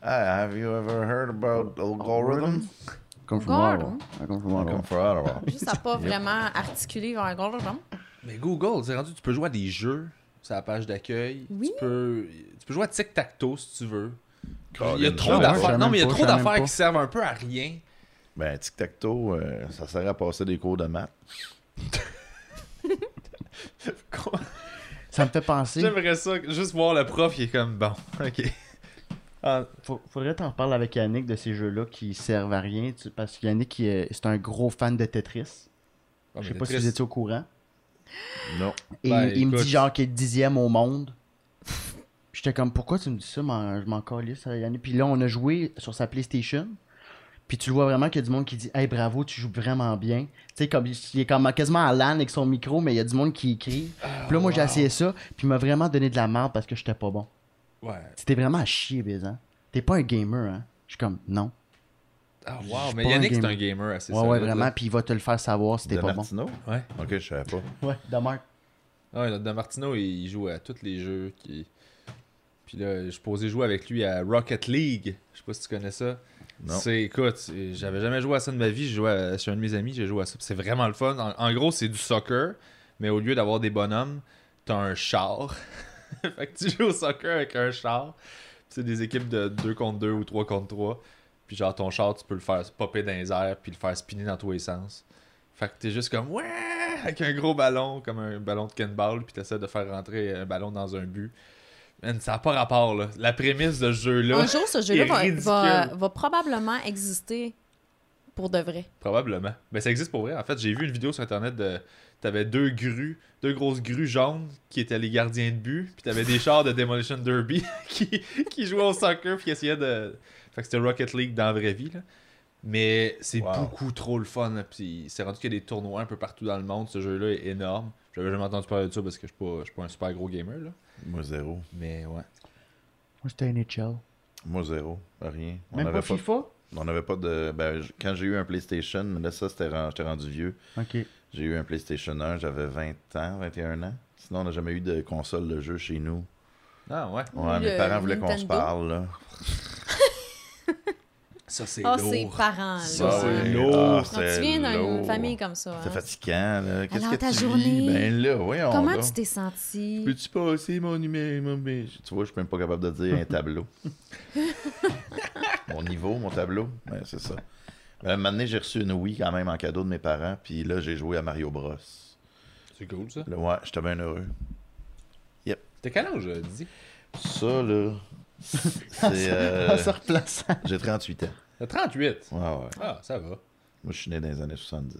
Speaker 3: Ah, have you ever heard about algorithm?
Speaker 2: Conformable.
Speaker 4: Gordon.
Speaker 2: Un conformable.
Speaker 3: Comme Ferrara.
Speaker 4: Juste à pas vraiment articuler vers un gros genre.
Speaker 1: Mais Google, c'est rendu, tu peux jouer à des jeux sur la page d'accueil.
Speaker 4: Oui.
Speaker 1: Tu peux, tu peux jouer à Tic-Tac-Toe si tu veux. Il y a
Speaker 3: Colin,
Speaker 1: trop
Speaker 3: ouais,
Speaker 2: je
Speaker 1: d'affaires.
Speaker 2: savais
Speaker 1: Non, mais il y a
Speaker 2: même pas,
Speaker 1: trop
Speaker 2: je savais
Speaker 1: d'affaires
Speaker 2: même
Speaker 1: qui
Speaker 2: pas.
Speaker 1: servent un peu à rien.
Speaker 3: Ben, tic-tac-toe, euh, ça sert à passer des cours de maths.
Speaker 6: Ça me fait penser.
Speaker 1: J'aimerais ça, que- juste voir le prof, il est comme bon. (laughs) Ok. Ah,
Speaker 6: faut-
Speaker 2: Faudrait t'en reparler avec Yannick de ces jeux-là qui servent à rien. tu- Parce que Yannick, il est- c'est un gros fan de Tetris.
Speaker 1: oh,
Speaker 2: Je
Speaker 1: mais
Speaker 2: sais pas si
Speaker 1: Tetris.
Speaker 2: vous étiez au courant.
Speaker 3: Non.
Speaker 2: Et
Speaker 1: Ben,
Speaker 2: il me
Speaker 1: écoute.
Speaker 2: dit genre qu'il est dixième au monde. (laughs) Puis J'étais comme, pourquoi tu me dis ça? M'en- Je m'en calisse, euh, Yannick. Puis là, on a joué sur sa PlayStation. Puis tu le vois vraiment qu'il y a du monde qui dit, hey bravo, tu joues vraiment bien. Tu sais, comme il il est comme quasiment à l'âne avec son micro, mais il y a du monde qui écrit. puis là, moi,
Speaker 1: Ah,
Speaker 2: j'ai essayé ça. Puis il m'a vraiment donné de la merde parce que j'étais pas bon.
Speaker 1: Ouais.
Speaker 2: C'était vraiment à chier, Baisan. T'es pas un gamer, hein? Je suis comme, non.
Speaker 1: Ah,
Speaker 2: Je
Speaker 1: wow.
Speaker 2: suis
Speaker 1: Mais
Speaker 2: pas un
Speaker 1: Yannick, c'est
Speaker 2: gamer.
Speaker 1: un gamer assez
Speaker 2: ouais,
Speaker 1: solide,
Speaker 2: ouais,
Speaker 1: là.
Speaker 2: vraiment. Puis il va te le faire savoir si t'es
Speaker 3: De
Speaker 2: pas bon.
Speaker 3: Martino?
Speaker 1: Ouais.
Speaker 3: Ok, je savais pas.
Speaker 2: Ouais, Damar.
Speaker 1: Ah Ouais, notre Dan Martino, il joue à tous les jeux. Qui... Puis là, je suis posé jouer avec lui à Rocket League. Je sais pas si tu connais ça.
Speaker 3: Non.
Speaker 1: C'est, écoute, c'est- j'avais jamais joué à ça de ma vie. J'ai joué à- chez un de mes amis, j'ai joué à ça. puis C'est vraiment le fun. En, en gros, c'est du soccer, mais au lieu d'avoir des bonhommes, t'as un char. (laughs) fait que tu joues au soccer avec un char. Puis c'est des équipes de 2 contre 2 ou 3 contre 3. Puis genre, ton char, tu peux le faire popper dans les airs, puis le faire spinner dans tous les sens. Fait que t'es juste comme ouais avec un gros ballon, comme un ballon de Ken Ball, puis t'essaies de faire rentrer un ballon dans un but. Man, ça n'a pas rapport là. La prémisse de ce jeu-là,
Speaker 4: Un jour,
Speaker 1: il
Speaker 4: ce
Speaker 1: est
Speaker 4: jeu-là va,
Speaker 1: ridicule.
Speaker 4: va- va probablement exister pour de vrai.
Speaker 1: probablement. Mais ça existe pour vrai. En fait, j'ai vu une vidéo sur internet de t'avais deux grues, deux grosses grues jaunes qui étaient les gardiens de but, puis t'avais des chars de Demolition Derby (laughs) qui, qui jouaient au soccer puis qui essayaient de. Fait que c'était Rocket League dans la vraie vie là. Mais c'est
Speaker 3: Wow.
Speaker 1: beaucoup trop le fun. là. Puis c'est rendu qu'il y a des tournois un peu partout dans le monde. Ce jeu-là est énorme. J'avais jamais entendu parler de ça parce que je suis pas, je suis pas un super gros gamer là.
Speaker 3: Moi, zéro.
Speaker 1: Mais ouais.
Speaker 2: Moi, c'était NHL.
Speaker 3: Moi, zéro. Rien. On
Speaker 2: Même
Speaker 3: n'avait
Speaker 2: pas
Speaker 3: pas,
Speaker 2: FIFA?
Speaker 3: on n'avait pas de. Ben, j- quand j'ai eu un PlayStation, mais là, ça, c'était ren- j'étais rendu vieux.
Speaker 2: Ok.
Speaker 3: J'ai eu un PlayStation 1, j'avais 20 ans, 21 ans. Sinon, on n'a jamais eu de console de jeu chez nous.
Speaker 1: Ah ouais.
Speaker 4: Le
Speaker 3: Ouais, mes parents voulaient qu'on se
Speaker 4: Nintendo.
Speaker 3: parle, là.
Speaker 1: Ça c'est
Speaker 4: Ah,
Speaker 1: lourd.
Speaker 4: ses parents, là.
Speaker 1: Ça, c'est
Speaker 4: Ouais.
Speaker 1: lourd.
Speaker 3: Ah,
Speaker 4: Quand
Speaker 3: c'est
Speaker 4: tu viens d'une
Speaker 3: lourd.
Speaker 4: famille comme ça, hein,
Speaker 3: C'est fatigant, là. Qu'est-ce que
Speaker 4: ta
Speaker 3: tu
Speaker 4: journée,
Speaker 3: vis? Ben là, voyons
Speaker 4: comment
Speaker 3: donc.
Speaker 4: tu t'es senti?
Speaker 3: Peux-tu passer mon numéro? mon- mes- Tu vois, je suis même pas capable de dire un tableau.
Speaker 4: (laughs)
Speaker 3: mon niveau, mon tableau. Ouais, c'est ça. Mais un moment donné, j'ai reçu une Wii quand même en cadeau de mes parents. Puis là, j'ai joué à Mario Bros.
Speaker 1: C'est cool ça.
Speaker 3: Là, ouais, j'étais bien heureux.
Speaker 1: T'es quel âge, euh, Dizzy?
Speaker 3: Ça, là.
Speaker 2: (laughs)
Speaker 3: C'est. euh,
Speaker 2: En se replaçant.
Speaker 3: j'ai 38 ans.
Speaker 1: T'as 38.
Speaker 3: Ouais, ouais. Moi,
Speaker 1: Ah, ça va.
Speaker 3: je suis né dans les années 70.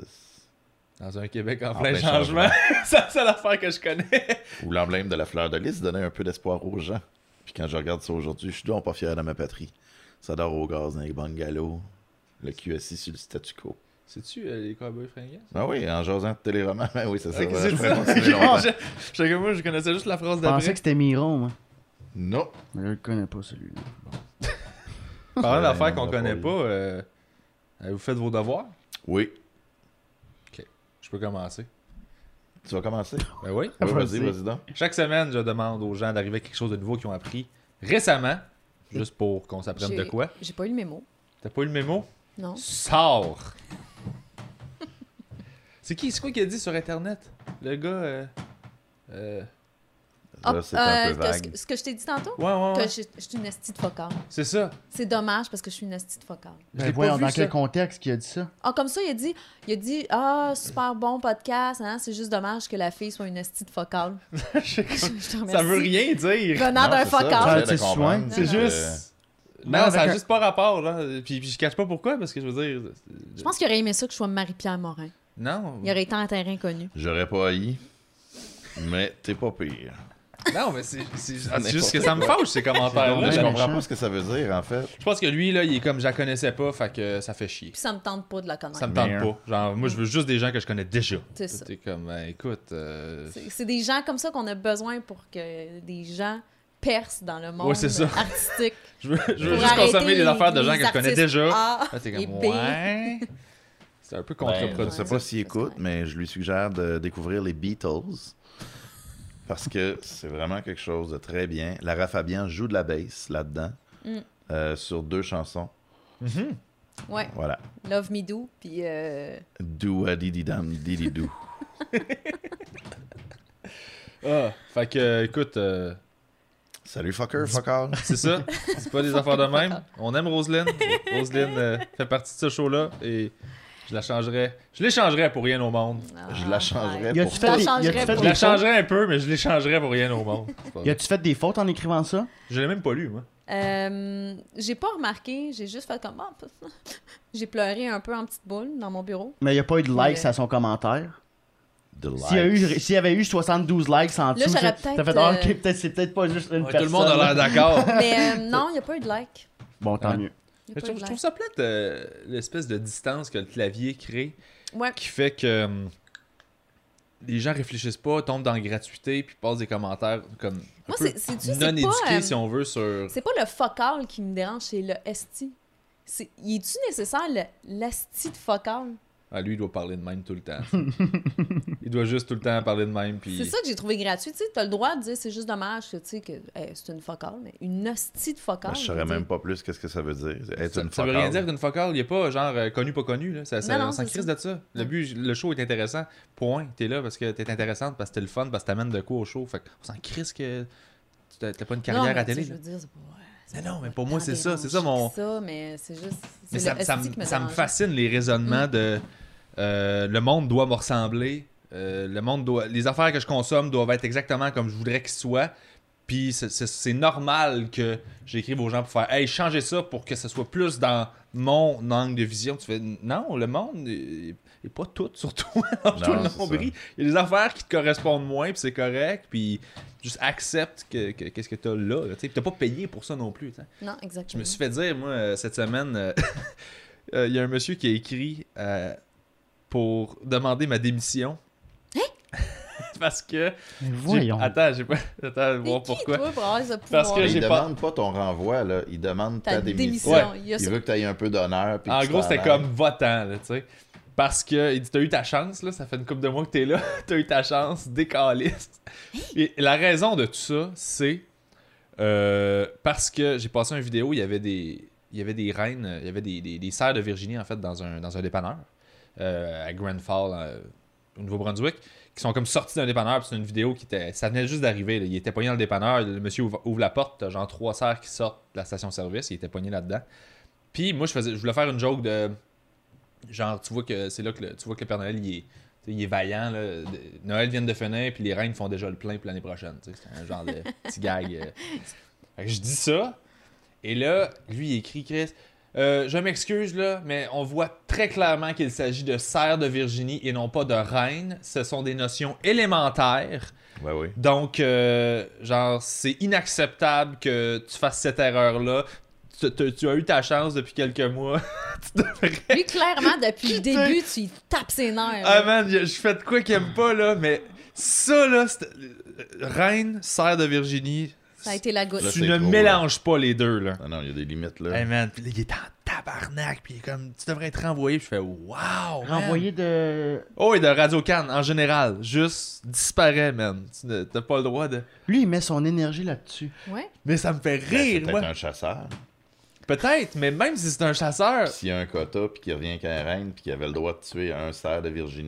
Speaker 1: Dans un Québec en,
Speaker 3: En
Speaker 1: plein,
Speaker 3: plein
Speaker 1: changement. (laughs) c'est la seule affaire que je connais.
Speaker 3: Où l'emblème de la fleur de lys donnait un peu d'espoir aux gens. Puis quand je regarde ça aujourd'hui, je suis donc pas fier de ma patrie. Ça dort au gaz dans les bungalows. Le cul assis sur le statu quo.
Speaker 1: C'est-tu euh, les Cowboys fringants?
Speaker 3: Ah oui, en jasant de téléroman. (laughs) Ben oui, ça c'est
Speaker 1: C'est
Speaker 3: vrai.
Speaker 1: Ah, c'est
Speaker 3: Je
Speaker 1: ça.
Speaker 3: pourrais continuer
Speaker 1: (laughs)
Speaker 3: longtemps.
Speaker 1: Je- je sais que moi, je connaissais juste la phrase
Speaker 2: Je pensais
Speaker 1: d'après.
Speaker 2: que c'était Miron, moi.
Speaker 3: Non.
Speaker 2: Mais je le connais pas, celui-là.
Speaker 1: Parlant
Speaker 3: Ouais,
Speaker 1: d'affaires
Speaker 3: on
Speaker 1: qu'on
Speaker 3: l'a
Speaker 1: connaît
Speaker 3: pas
Speaker 1: pas, euh, euh, vous faites vos devoirs?
Speaker 3: Oui.
Speaker 1: Je peux commencer.
Speaker 3: Tu vas commencer?
Speaker 1: Ben oui.
Speaker 3: Oui, vas-y,
Speaker 2: Vas-y.
Speaker 3: vas-y donc.
Speaker 1: Chaque semaine, je demande aux gens d'arriver avec quelque chose de nouveau qu'ils ont appris récemment, juste pour qu'on s'apprenne
Speaker 4: J'ai-
Speaker 1: de quoi.
Speaker 4: J'ai pas eu le mémo,
Speaker 1: T'as pas eu le mémo?
Speaker 4: non?
Speaker 2: (laughs)
Speaker 1: Sors! c'est qui? C'est quoi qu'il a dit sur Internet? Le gars... euh, euh,
Speaker 3: Là,
Speaker 4: Ah,
Speaker 3: c'est un
Speaker 4: euh,
Speaker 3: peu
Speaker 4: que-
Speaker 3: vague.
Speaker 4: ce- Ce que je t'ai dit tantôt,
Speaker 1: Ouais, ouais,
Speaker 4: que
Speaker 1: ouais.
Speaker 4: je, je suis une estie de focale.
Speaker 1: C'est
Speaker 2: (laughs)
Speaker 1: ça.
Speaker 4: C'est dommage parce que je suis une estie de focale.
Speaker 1: Je l'ai
Speaker 2: Ben
Speaker 1: pas
Speaker 2: voyons,
Speaker 1: vu,
Speaker 2: dans
Speaker 1: ça.
Speaker 2: quel contexte qu'il a dit ça?
Speaker 4: Ah, comme ça, il a dit, il a dit Ah, super bon podcast, hein, c'est juste dommage que la fille soit une estie de focale. (laughs)
Speaker 1: Je sais que
Speaker 4: Je te (laughs)
Speaker 1: ça veut
Speaker 4: remercie.
Speaker 1: rien dire.
Speaker 4: Venant
Speaker 3: Non,
Speaker 4: d'un
Speaker 3: c'est ça,
Speaker 2: Ah,
Speaker 4: focale.
Speaker 3: j'essaie de
Speaker 2: c'est soin.
Speaker 3: comprendre.
Speaker 1: C'est
Speaker 4: Non,
Speaker 1: juste. Euh,
Speaker 2: Non,
Speaker 1: Non, ça
Speaker 2: avec
Speaker 1: n'a
Speaker 2: un-
Speaker 1: juste pas rapport, là. Puis, puis je cache pas pourquoi, parce que je veux dire.
Speaker 4: Je pense qu'il aurait aimé ça que je sois Marie-Pierre Morin.
Speaker 1: Non.
Speaker 4: Il aurait été en terrain connu.
Speaker 3: J'aurais pas haï, mais t'es pas pire.
Speaker 1: Non, mais c'est c'est-
Speaker 3: C'est
Speaker 1: c'est juste que ça me fâche, ces
Speaker 3: Mais
Speaker 1: commentaires-là.
Speaker 3: je
Speaker 2: méchant.
Speaker 3: comprends pas ce que ça veut dire, en fait.
Speaker 1: Je pense que lui, là, il est comme je la connaissais pas, fait que ça fait chier.
Speaker 4: Puis ça me tente pas de la connaître.
Speaker 1: Ça me tente
Speaker 3: Mais,
Speaker 1: pas. Genre, moi, je veux juste des gens que je connais déjà.
Speaker 4: C'est ça.
Speaker 1: T'es comme, ben, écoute. euh,
Speaker 4: C'est c'est des gens comme ça qu'on a besoin pour que des gens percent dans le monde
Speaker 1: Ouais, c'est ça.
Speaker 4: artistique.
Speaker 1: (laughs) Je veux, je veux
Speaker 4: Pour
Speaker 1: juste
Speaker 4: arrêter
Speaker 1: consommer des
Speaker 4: les-
Speaker 1: affaires de
Speaker 4: les
Speaker 1: gens que je connais
Speaker 4: artistes
Speaker 1: déjà.
Speaker 4: A
Speaker 1: Là, t'es
Speaker 4: et
Speaker 1: comme,
Speaker 4: B. (laughs)
Speaker 1: ouais. C'est un peu
Speaker 3: Je
Speaker 1: contre-productif.
Speaker 3: sais pas s'il
Speaker 4: C'est correct.
Speaker 3: écoute, mais je lui suggère de découvrir les Beatles. Parce que c'est vraiment quelque chose de très bien. Lara Fabian joue de la bass là-dedans,
Speaker 4: Mm.
Speaker 3: euh, sur deux chansons.
Speaker 4: Ouais,
Speaker 3: Voilà.
Speaker 4: Love Me Do, puis euh,
Speaker 3: Do uh, a didi dam didi do.
Speaker 1: Ah, fait que, euh, écoute, euh,
Speaker 3: Salut fucker, fucker.
Speaker 1: c'est ça. C'est (laughs) pas des affaires de même. On aime (laughs) Roselyne. Roselyne euh, fait partie de ce show-là et je la changerais. Je l'échangerais pour rien au monde.
Speaker 3: Je la changerais
Speaker 2: Y
Speaker 3: pour
Speaker 2: a-tu fait,
Speaker 4: Je
Speaker 2: des- y a-tu
Speaker 4: changerais pas.
Speaker 2: fait
Speaker 1: Je la
Speaker 2: des fautes?
Speaker 1: changerais un peu, mais je l'échangerais pour rien au monde. C'est pas
Speaker 2: Y
Speaker 1: vrai.
Speaker 2: a-tu fait des fautes en écrivant ça?
Speaker 1: Je l'ai même pas lu, moi.
Speaker 4: Euh, j'ai pas remarqué, j'ai juste fait comme. Ah, (laughs) j'ai pleuré un peu en petite boule dans mon bureau.
Speaker 2: Mais y a pas eu de
Speaker 4: Ouais.
Speaker 2: likes à son commentaire.
Speaker 3: The
Speaker 2: S'il y, a eu-
Speaker 3: likes.
Speaker 2: s'il y avait eu 72 likes en dessous,
Speaker 4: j'aurais
Speaker 2: ça-
Speaker 4: peut-être,
Speaker 2: t'as fait ah,
Speaker 4: euh,
Speaker 2: ok, peut-être c'est peut-être pas juste une
Speaker 1: Ouais, tout le
Speaker 2: personne.
Speaker 1: monde a l'air
Speaker 4: (laughs)
Speaker 1: d'accord.
Speaker 4: Mais euh, non, il n'y a pas eu de like.
Speaker 2: Bon, tant
Speaker 1: Ouais.
Speaker 2: mieux.
Speaker 4: Y a
Speaker 1: Ah. Mais
Speaker 4: pas
Speaker 1: Je
Speaker 4: eu
Speaker 1: trouve, je
Speaker 4: de like.
Speaker 1: trouve ça plate, euh, l'espèce de distance que le clavier crée,
Speaker 4: Ouais.
Speaker 1: qui fait que hum, les gens réfléchissent pas, tombent dans la gratuité, puis passent des commentaires comme un
Speaker 4: Moi,
Speaker 1: peu
Speaker 4: c'est- c'est-tu- c'est
Speaker 1: non éduqués,
Speaker 4: pas, euh,
Speaker 1: si on veut, sur...
Speaker 4: C'est pas le focal qui me dérange, c'est le esti. C'est, y est-tu nécessaire le l'esti de focal?
Speaker 1: Ah, lui, il doit parler de même tout le temps. (laughs) il doit juste tout le temps parler de même, puis...
Speaker 4: C'est ça que j'ai trouvé gratuit. Tu sais, t'as le droit de dire c'est juste dommage que, tu sais, que hey, c'est une focale, mais une hostie de
Speaker 1: Ben,
Speaker 4: focale.
Speaker 3: Moi, je saurais
Speaker 4: veux
Speaker 3: même
Speaker 4: dire.
Speaker 3: pas plus qu'est-ce que ça veut dire. Être
Speaker 1: Ça,
Speaker 3: une
Speaker 1: ça veut rien
Speaker 3: fucker.
Speaker 1: dire d'une focale, il est pas genre euh, connu pas connu là, ça, ça,
Speaker 4: Non, non,
Speaker 1: on s'en
Speaker 4: c'est
Speaker 1: crisse
Speaker 4: ça.
Speaker 1: de ça. Le but le show est intéressant. Point, t'es là parce que t'es intéressante, parce que t'es le fun, parce que t'amènes de quoi au show. Fait on s'en crisse que tu t'as t'as pas une carrière
Speaker 4: Non, mais
Speaker 1: à
Speaker 4: tu sais,
Speaker 1: télé.
Speaker 4: Je
Speaker 1: là.
Speaker 4: veux dire, c'est pas- ouais,
Speaker 1: Mais
Speaker 4: c'est
Speaker 1: non,
Speaker 4: pas
Speaker 1: mais pour moi,
Speaker 4: tant
Speaker 1: c'est ça,
Speaker 4: dérange
Speaker 1: c'est ça,
Speaker 4: que
Speaker 1: mon-
Speaker 4: ça, mais c'est juste. c'est
Speaker 1: Mais
Speaker 4: le
Speaker 1: ça, ça
Speaker 4: esti
Speaker 1: me-
Speaker 4: qui me
Speaker 1: ça me
Speaker 4: dérange. Mm.
Speaker 1: fascine les raisonnements de euh, le monde doit me ressembler, euh, le monde doit, les affaires que je consomme doivent être exactement comme je voudrais qu'ils soient. Puis c'est- c'est c'est normal que j'écrive aux gens pour faire Hey, changez ça pour que ce soit plus dans mon angle de vision. Tu fais Non, le monde est, est pas (laughs) tout, surtout dans
Speaker 3: Non,
Speaker 1: le
Speaker 3: c'est
Speaker 1: nombril. Il y a des affaires qui te correspondent moins, puis c'est correct. Puis juste accepte que, que- qu'est-ce que t'as là. là, tu sais. Puis t'as pas payé pour ça non plus. tu sais.
Speaker 4: Non,
Speaker 1: Je
Speaker 4: exactement.
Speaker 1: me suis fait dire, moi, euh, cette semaine, euh, (laughs) euh, il y a un monsieur qui a écrit euh, pour demander ma démission. (laughs) Parce que.
Speaker 2: Mais
Speaker 1: j'ai-
Speaker 2: voyons.
Speaker 1: Attends, j'ai pas. Attends,
Speaker 4: T'es
Speaker 1: voir
Speaker 4: qui,
Speaker 1: pourquoi.
Speaker 4: toi, pour avoir ce pouvoir?
Speaker 1: Parce que
Speaker 3: Mais
Speaker 1: j'ai
Speaker 3: il
Speaker 1: pas-
Speaker 3: demande pas ton renvoi, là. Il demande ta,
Speaker 4: Ta
Speaker 3: démission.
Speaker 4: démission.
Speaker 1: Ouais.
Speaker 4: Il y a
Speaker 3: Il
Speaker 4: ça.
Speaker 3: veut que tu aies un peu d'honneur. puis
Speaker 1: En
Speaker 3: que tu
Speaker 1: gros,
Speaker 3: t'en
Speaker 1: c'était
Speaker 3: ailles.
Speaker 1: comme votant, là, tu sais. Parce que, il dit, t'as eu ta chance, là, ça fait une couple de mois que t'es là, (laughs) t'as eu ta chance, décaliste. Et la raison de tout ça, c'est euh, parce que j'ai passé une vidéo, il y avait des, il y avait des reines, euh, il y avait des, des, des serres de Virginie, en fait, dans un, dans un dépanneur, euh, à Grand Fall, euh, au Nouveau-Brunswick, qui sont comme sortis d'un dépanneur, puis c'est une vidéo qui était, ça venait juste d'arriver, là. il était pogné dans le dépanneur, le monsieur ouvre, ouvre la porte, t'as genre trois serres qui sortent de la station-service, il était pogné là-dedans. Puis moi, je, faisais, je voulais faire une joke de. Genre, tu vois que c'est là que le, tu vois que le Père Noël, il est, tu sais, il est vaillant. Là. De- Noël vient de finir, puis les reines font déjà le plein pour l'année prochaine. tu sais. C'est un genre de petit gag. euh. Fait que je dis ça. Et là, lui, il écrit Chris. euh, je m'excuse là, mais on voit très clairement qu'il s'agit de serre de Virginie et non pas de reine. Ce sont des notions élémentaires.
Speaker 3: Ben oui.
Speaker 1: Donc, euh, genre, c'est inacceptable que tu fasses cette erreur-là. Tu, tu- tu as eu ta chance depuis quelques mois. (laughs)
Speaker 4: Lui, clairement, depuis le début, tu y tapes ses nerfs.
Speaker 1: ah
Speaker 4: là.
Speaker 1: man, je, je fais de quoi qu'il aime pas, là, mais ça, là, c'est- euh, Reine, serre de Virginie,
Speaker 4: Ça a été la goutte.
Speaker 3: Là,
Speaker 1: tu
Speaker 3: c'est
Speaker 1: ne
Speaker 3: trop,
Speaker 1: mélanges pas les deux, là.
Speaker 3: Non, non, il y a des limites, là.
Speaker 1: Hey man, puis là, il est en tabarnak, puis il est comme, tu devrais être renvoyé, puis je fais, wow! man.
Speaker 2: Renvoyé de.
Speaker 1: Oh, et de Radio Cannes, en général, juste disparaît, man. Tu ne- t'as pas le droit de.
Speaker 2: Lui, il met son énergie là-dessus.
Speaker 4: Ouais.
Speaker 1: Mais ça me fait
Speaker 3: Ben, c'est
Speaker 1: rire,
Speaker 3: peut-être
Speaker 1: moi.
Speaker 3: un chasseur.
Speaker 1: Peut-être, mais même si c'est un chasseur,
Speaker 3: S'il y a un quota, puis qu'il revient qu'un reine, puis qu'il avait le droit de tuer un cerf
Speaker 1: (laughs)
Speaker 3: de Virginie.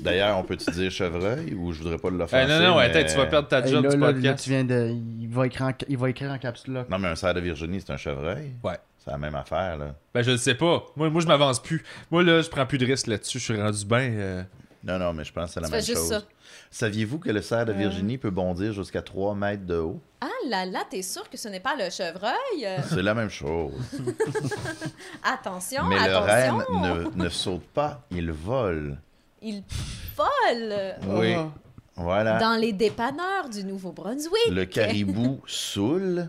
Speaker 3: D'ailleurs, on peut-tu dire chevreuil ou je voudrais pas
Speaker 1: Eh,
Speaker 3: l'offenser?
Speaker 1: non, non, ouais,
Speaker 3: mais-
Speaker 1: t'as- tu vas perdre ta
Speaker 2: Hey,
Speaker 1: job
Speaker 2: là,
Speaker 1: du
Speaker 2: là, là,
Speaker 1: podcast.
Speaker 2: tu viens de. Il va écrire en, il va écrire en capsule là.
Speaker 3: Non, mais un cerf de Virginie, c'est un chevreuil.
Speaker 1: Ouais.
Speaker 3: C'est la même affaire, là.
Speaker 1: Ben, je le sais pas. Moi, moi je m'avance plus. Moi, là, je prends plus de risques là-dessus. Je suis rendu bien. euh,
Speaker 3: Non, non, mais je pense que c'est la
Speaker 4: Tu
Speaker 3: même
Speaker 4: fais juste
Speaker 3: chose.
Speaker 4: ça. Euh.
Speaker 3: Saviez-vous que le cerf de Virginie peut bondir jusqu'à 3 mètres de haut?
Speaker 4: Ah là là, t'es sûr que ce n'est pas le chevreuil? Euh,
Speaker 3: C'est la même chose.
Speaker 4: Attention,
Speaker 3: mais le
Speaker 4: attention!
Speaker 3: reine ne, ne saute pas, il vole.
Speaker 4: Il vole
Speaker 3: Oui. Voilà.
Speaker 4: dans les dépanneurs du Nouveau-Brunswick.
Speaker 3: Le caribou
Speaker 1: (laughs)
Speaker 3: saoule.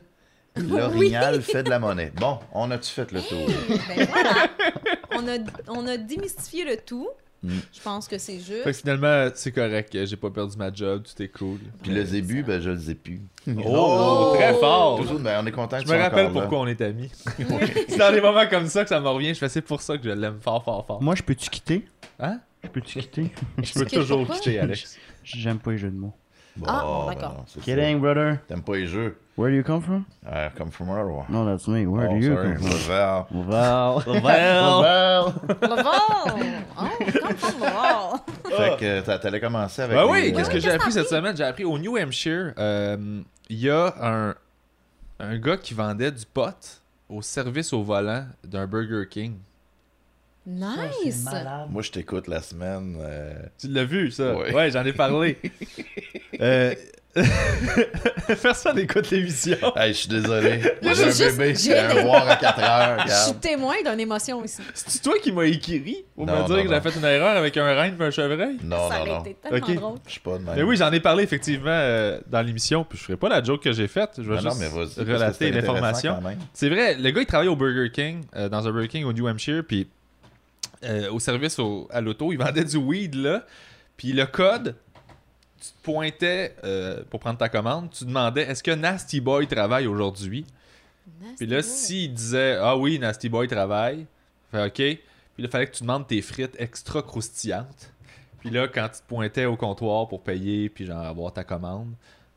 Speaker 3: L'orignal fait de la monnaie. Bon, on a-tu fait le tour?
Speaker 4: Ben
Speaker 1: (laughs)
Speaker 4: voilà. on, a, on a démystifié le tout.
Speaker 3: Mm.
Speaker 4: Je pense que c'est juste.
Speaker 1: Fait que finalement, c'est correct. euh, J'ai pas perdu ma job. Tout est cool. Euh,
Speaker 3: Puis le zébu, ben, je le
Speaker 1: (laughs)
Speaker 3: sais plus.
Speaker 1: Oh,
Speaker 4: Oh!
Speaker 1: très fort.
Speaker 3: Toujours, ben, on est content que
Speaker 1: Je
Speaker 3: tu
Speaker 1: me
Speaker 3: sois
Speaker 1: rappelle
Speaker 3: encore là.
Speaker 1: pourquoi on est
Speaker 3: (laughs)
Speaker 1: amis. (laughs) c'est dans des moments comme ça que ça me revient. Je fais c'est pour ça que je l'aime fort, fort, fort.
Speaker 2: Moi, je peux-tu quitter
Speaker 1: Hein?
Speaker 2: Je peux-tu quitter
Speaker 1: Je peux
Speaker 4: Tu quittes
Speaker 1: toujours
Speaker 4: pourquoi?
Speaker 1: quitter Alex.
Speaker 2: (laughs) J'aime pas les jeux de mots.
Speaker 4: Ah,
Speaker 3: Bon, ben,
Speaker 4: bon, d'accord.
Speaker 3: non, c'est ça.
Speaker 2: Kidding, brother.
Speaker 3: T'aimes pas les jeux?
Speaker 2: Where do you come from?
Speaker 3: I come from Ottawa.
Speaker 2: No, that's me. Where
Speaker 3: Oh,
Speaker 2: do you
Speaker 3: sorry.
Speaker 2: come from?
Speaker 3: Laval.
Speaker 2: Laval. Laval.
Speaker 4: Laval! Oh, comme par Laval!
Speaker 3: Fait que euh, t'a- t'allais commencer avec.
Speaker 1: Bah
Speaker 3: les-
Speaker 1: oui, qu'est-ce
Speaker 4: oui,
Speaker 1: que j'ai
Speaker 4: qu'est-ce
Speaker 1: appris
Speaker 4: que t'as
Speaker 1: cette semaine? J'ai appris au New Hampshire, euh, il y a un, un gars qui vendait du pot au service au volant d'un Burger King.
Speaker 4: Nice!
Speaker 3: Moi, je t'écoute la semaine. euh,
Speaker 1: Tu l'as vu, ça?
Speaker 3: Ouais.
Speaker 1: Ouais, j'en ai
Speaker 3: (laughs)
Speaker 1: parlé. Euh, (laughs) Personne n'écoute l'émission.
Speaker 3: Hey, je
Speaker 1: (laughs)
Speaker 3: suis désolé.
Speaker 4: Moi,
Speaker 3: J'ai
Speaker 4: j'ai
Speaker 3: un
Speaker 4: juste-
Speaker 3: bébé.
Speaker 4: j'ai
Speaker 3: J'ai un
Speaker 4: des-
Speaker 3: voir à 4 heures.
Speaker 4: Je suis
Speaker 3: Regarde.
Speaker 4: témoin d'une émotion ici.
Speaker 1: C'est toi qui m'as écrit pour
Speaker 3: Non,
Speaker 1: me dire
Speaker 3: non,
Speaker 1: que
Speaker 3: non.
Speaker 1: j'ai fait une erreur avec un renne et un chevreuil?
Speaker 3: Non,
Speaker 4: ça
Speaker 3: non,
Speaker 4: aurait
Speaker 3: non.
Speaker 4: été tellement
Speaker 1: Ok.
Speaker 4: drôle.
Speaker 3: Je suis pas de même.
Speaker 1: Mais Ben oui, j'en ai parlé effectivement euh, dans l'émission, puis je ferai pas la joke que j'ai faite, je vais
Speaker 3: Ben Non, non,
Speaker 1: juste
Speaker 3: mais vas-y. parce que
Speaker 1: relater
Speaker 3: c'était intéressant
Speaker 1: l'information.
Speaker 3: quand même.
Speaker 1: C'est vrai, le gars il travaillait au Burger King, euh, dans un Burger King au New Hampshire, puis euh, au service au- à l'auto, il vendait du weed là, puis le code, tu te pointais euh, pour prendre ta commande, tu demandais est-ce que Nasty Boy travaille aujourd'hui? Puis là, s'il disait Ah oui, Nasty Boy travaille, fait OK. Puis là, fallait que tu demandes tes frites extra croustillantes. Puis là, quand tu te pointais au comptoir pour payer, puis genre avoir ta commande,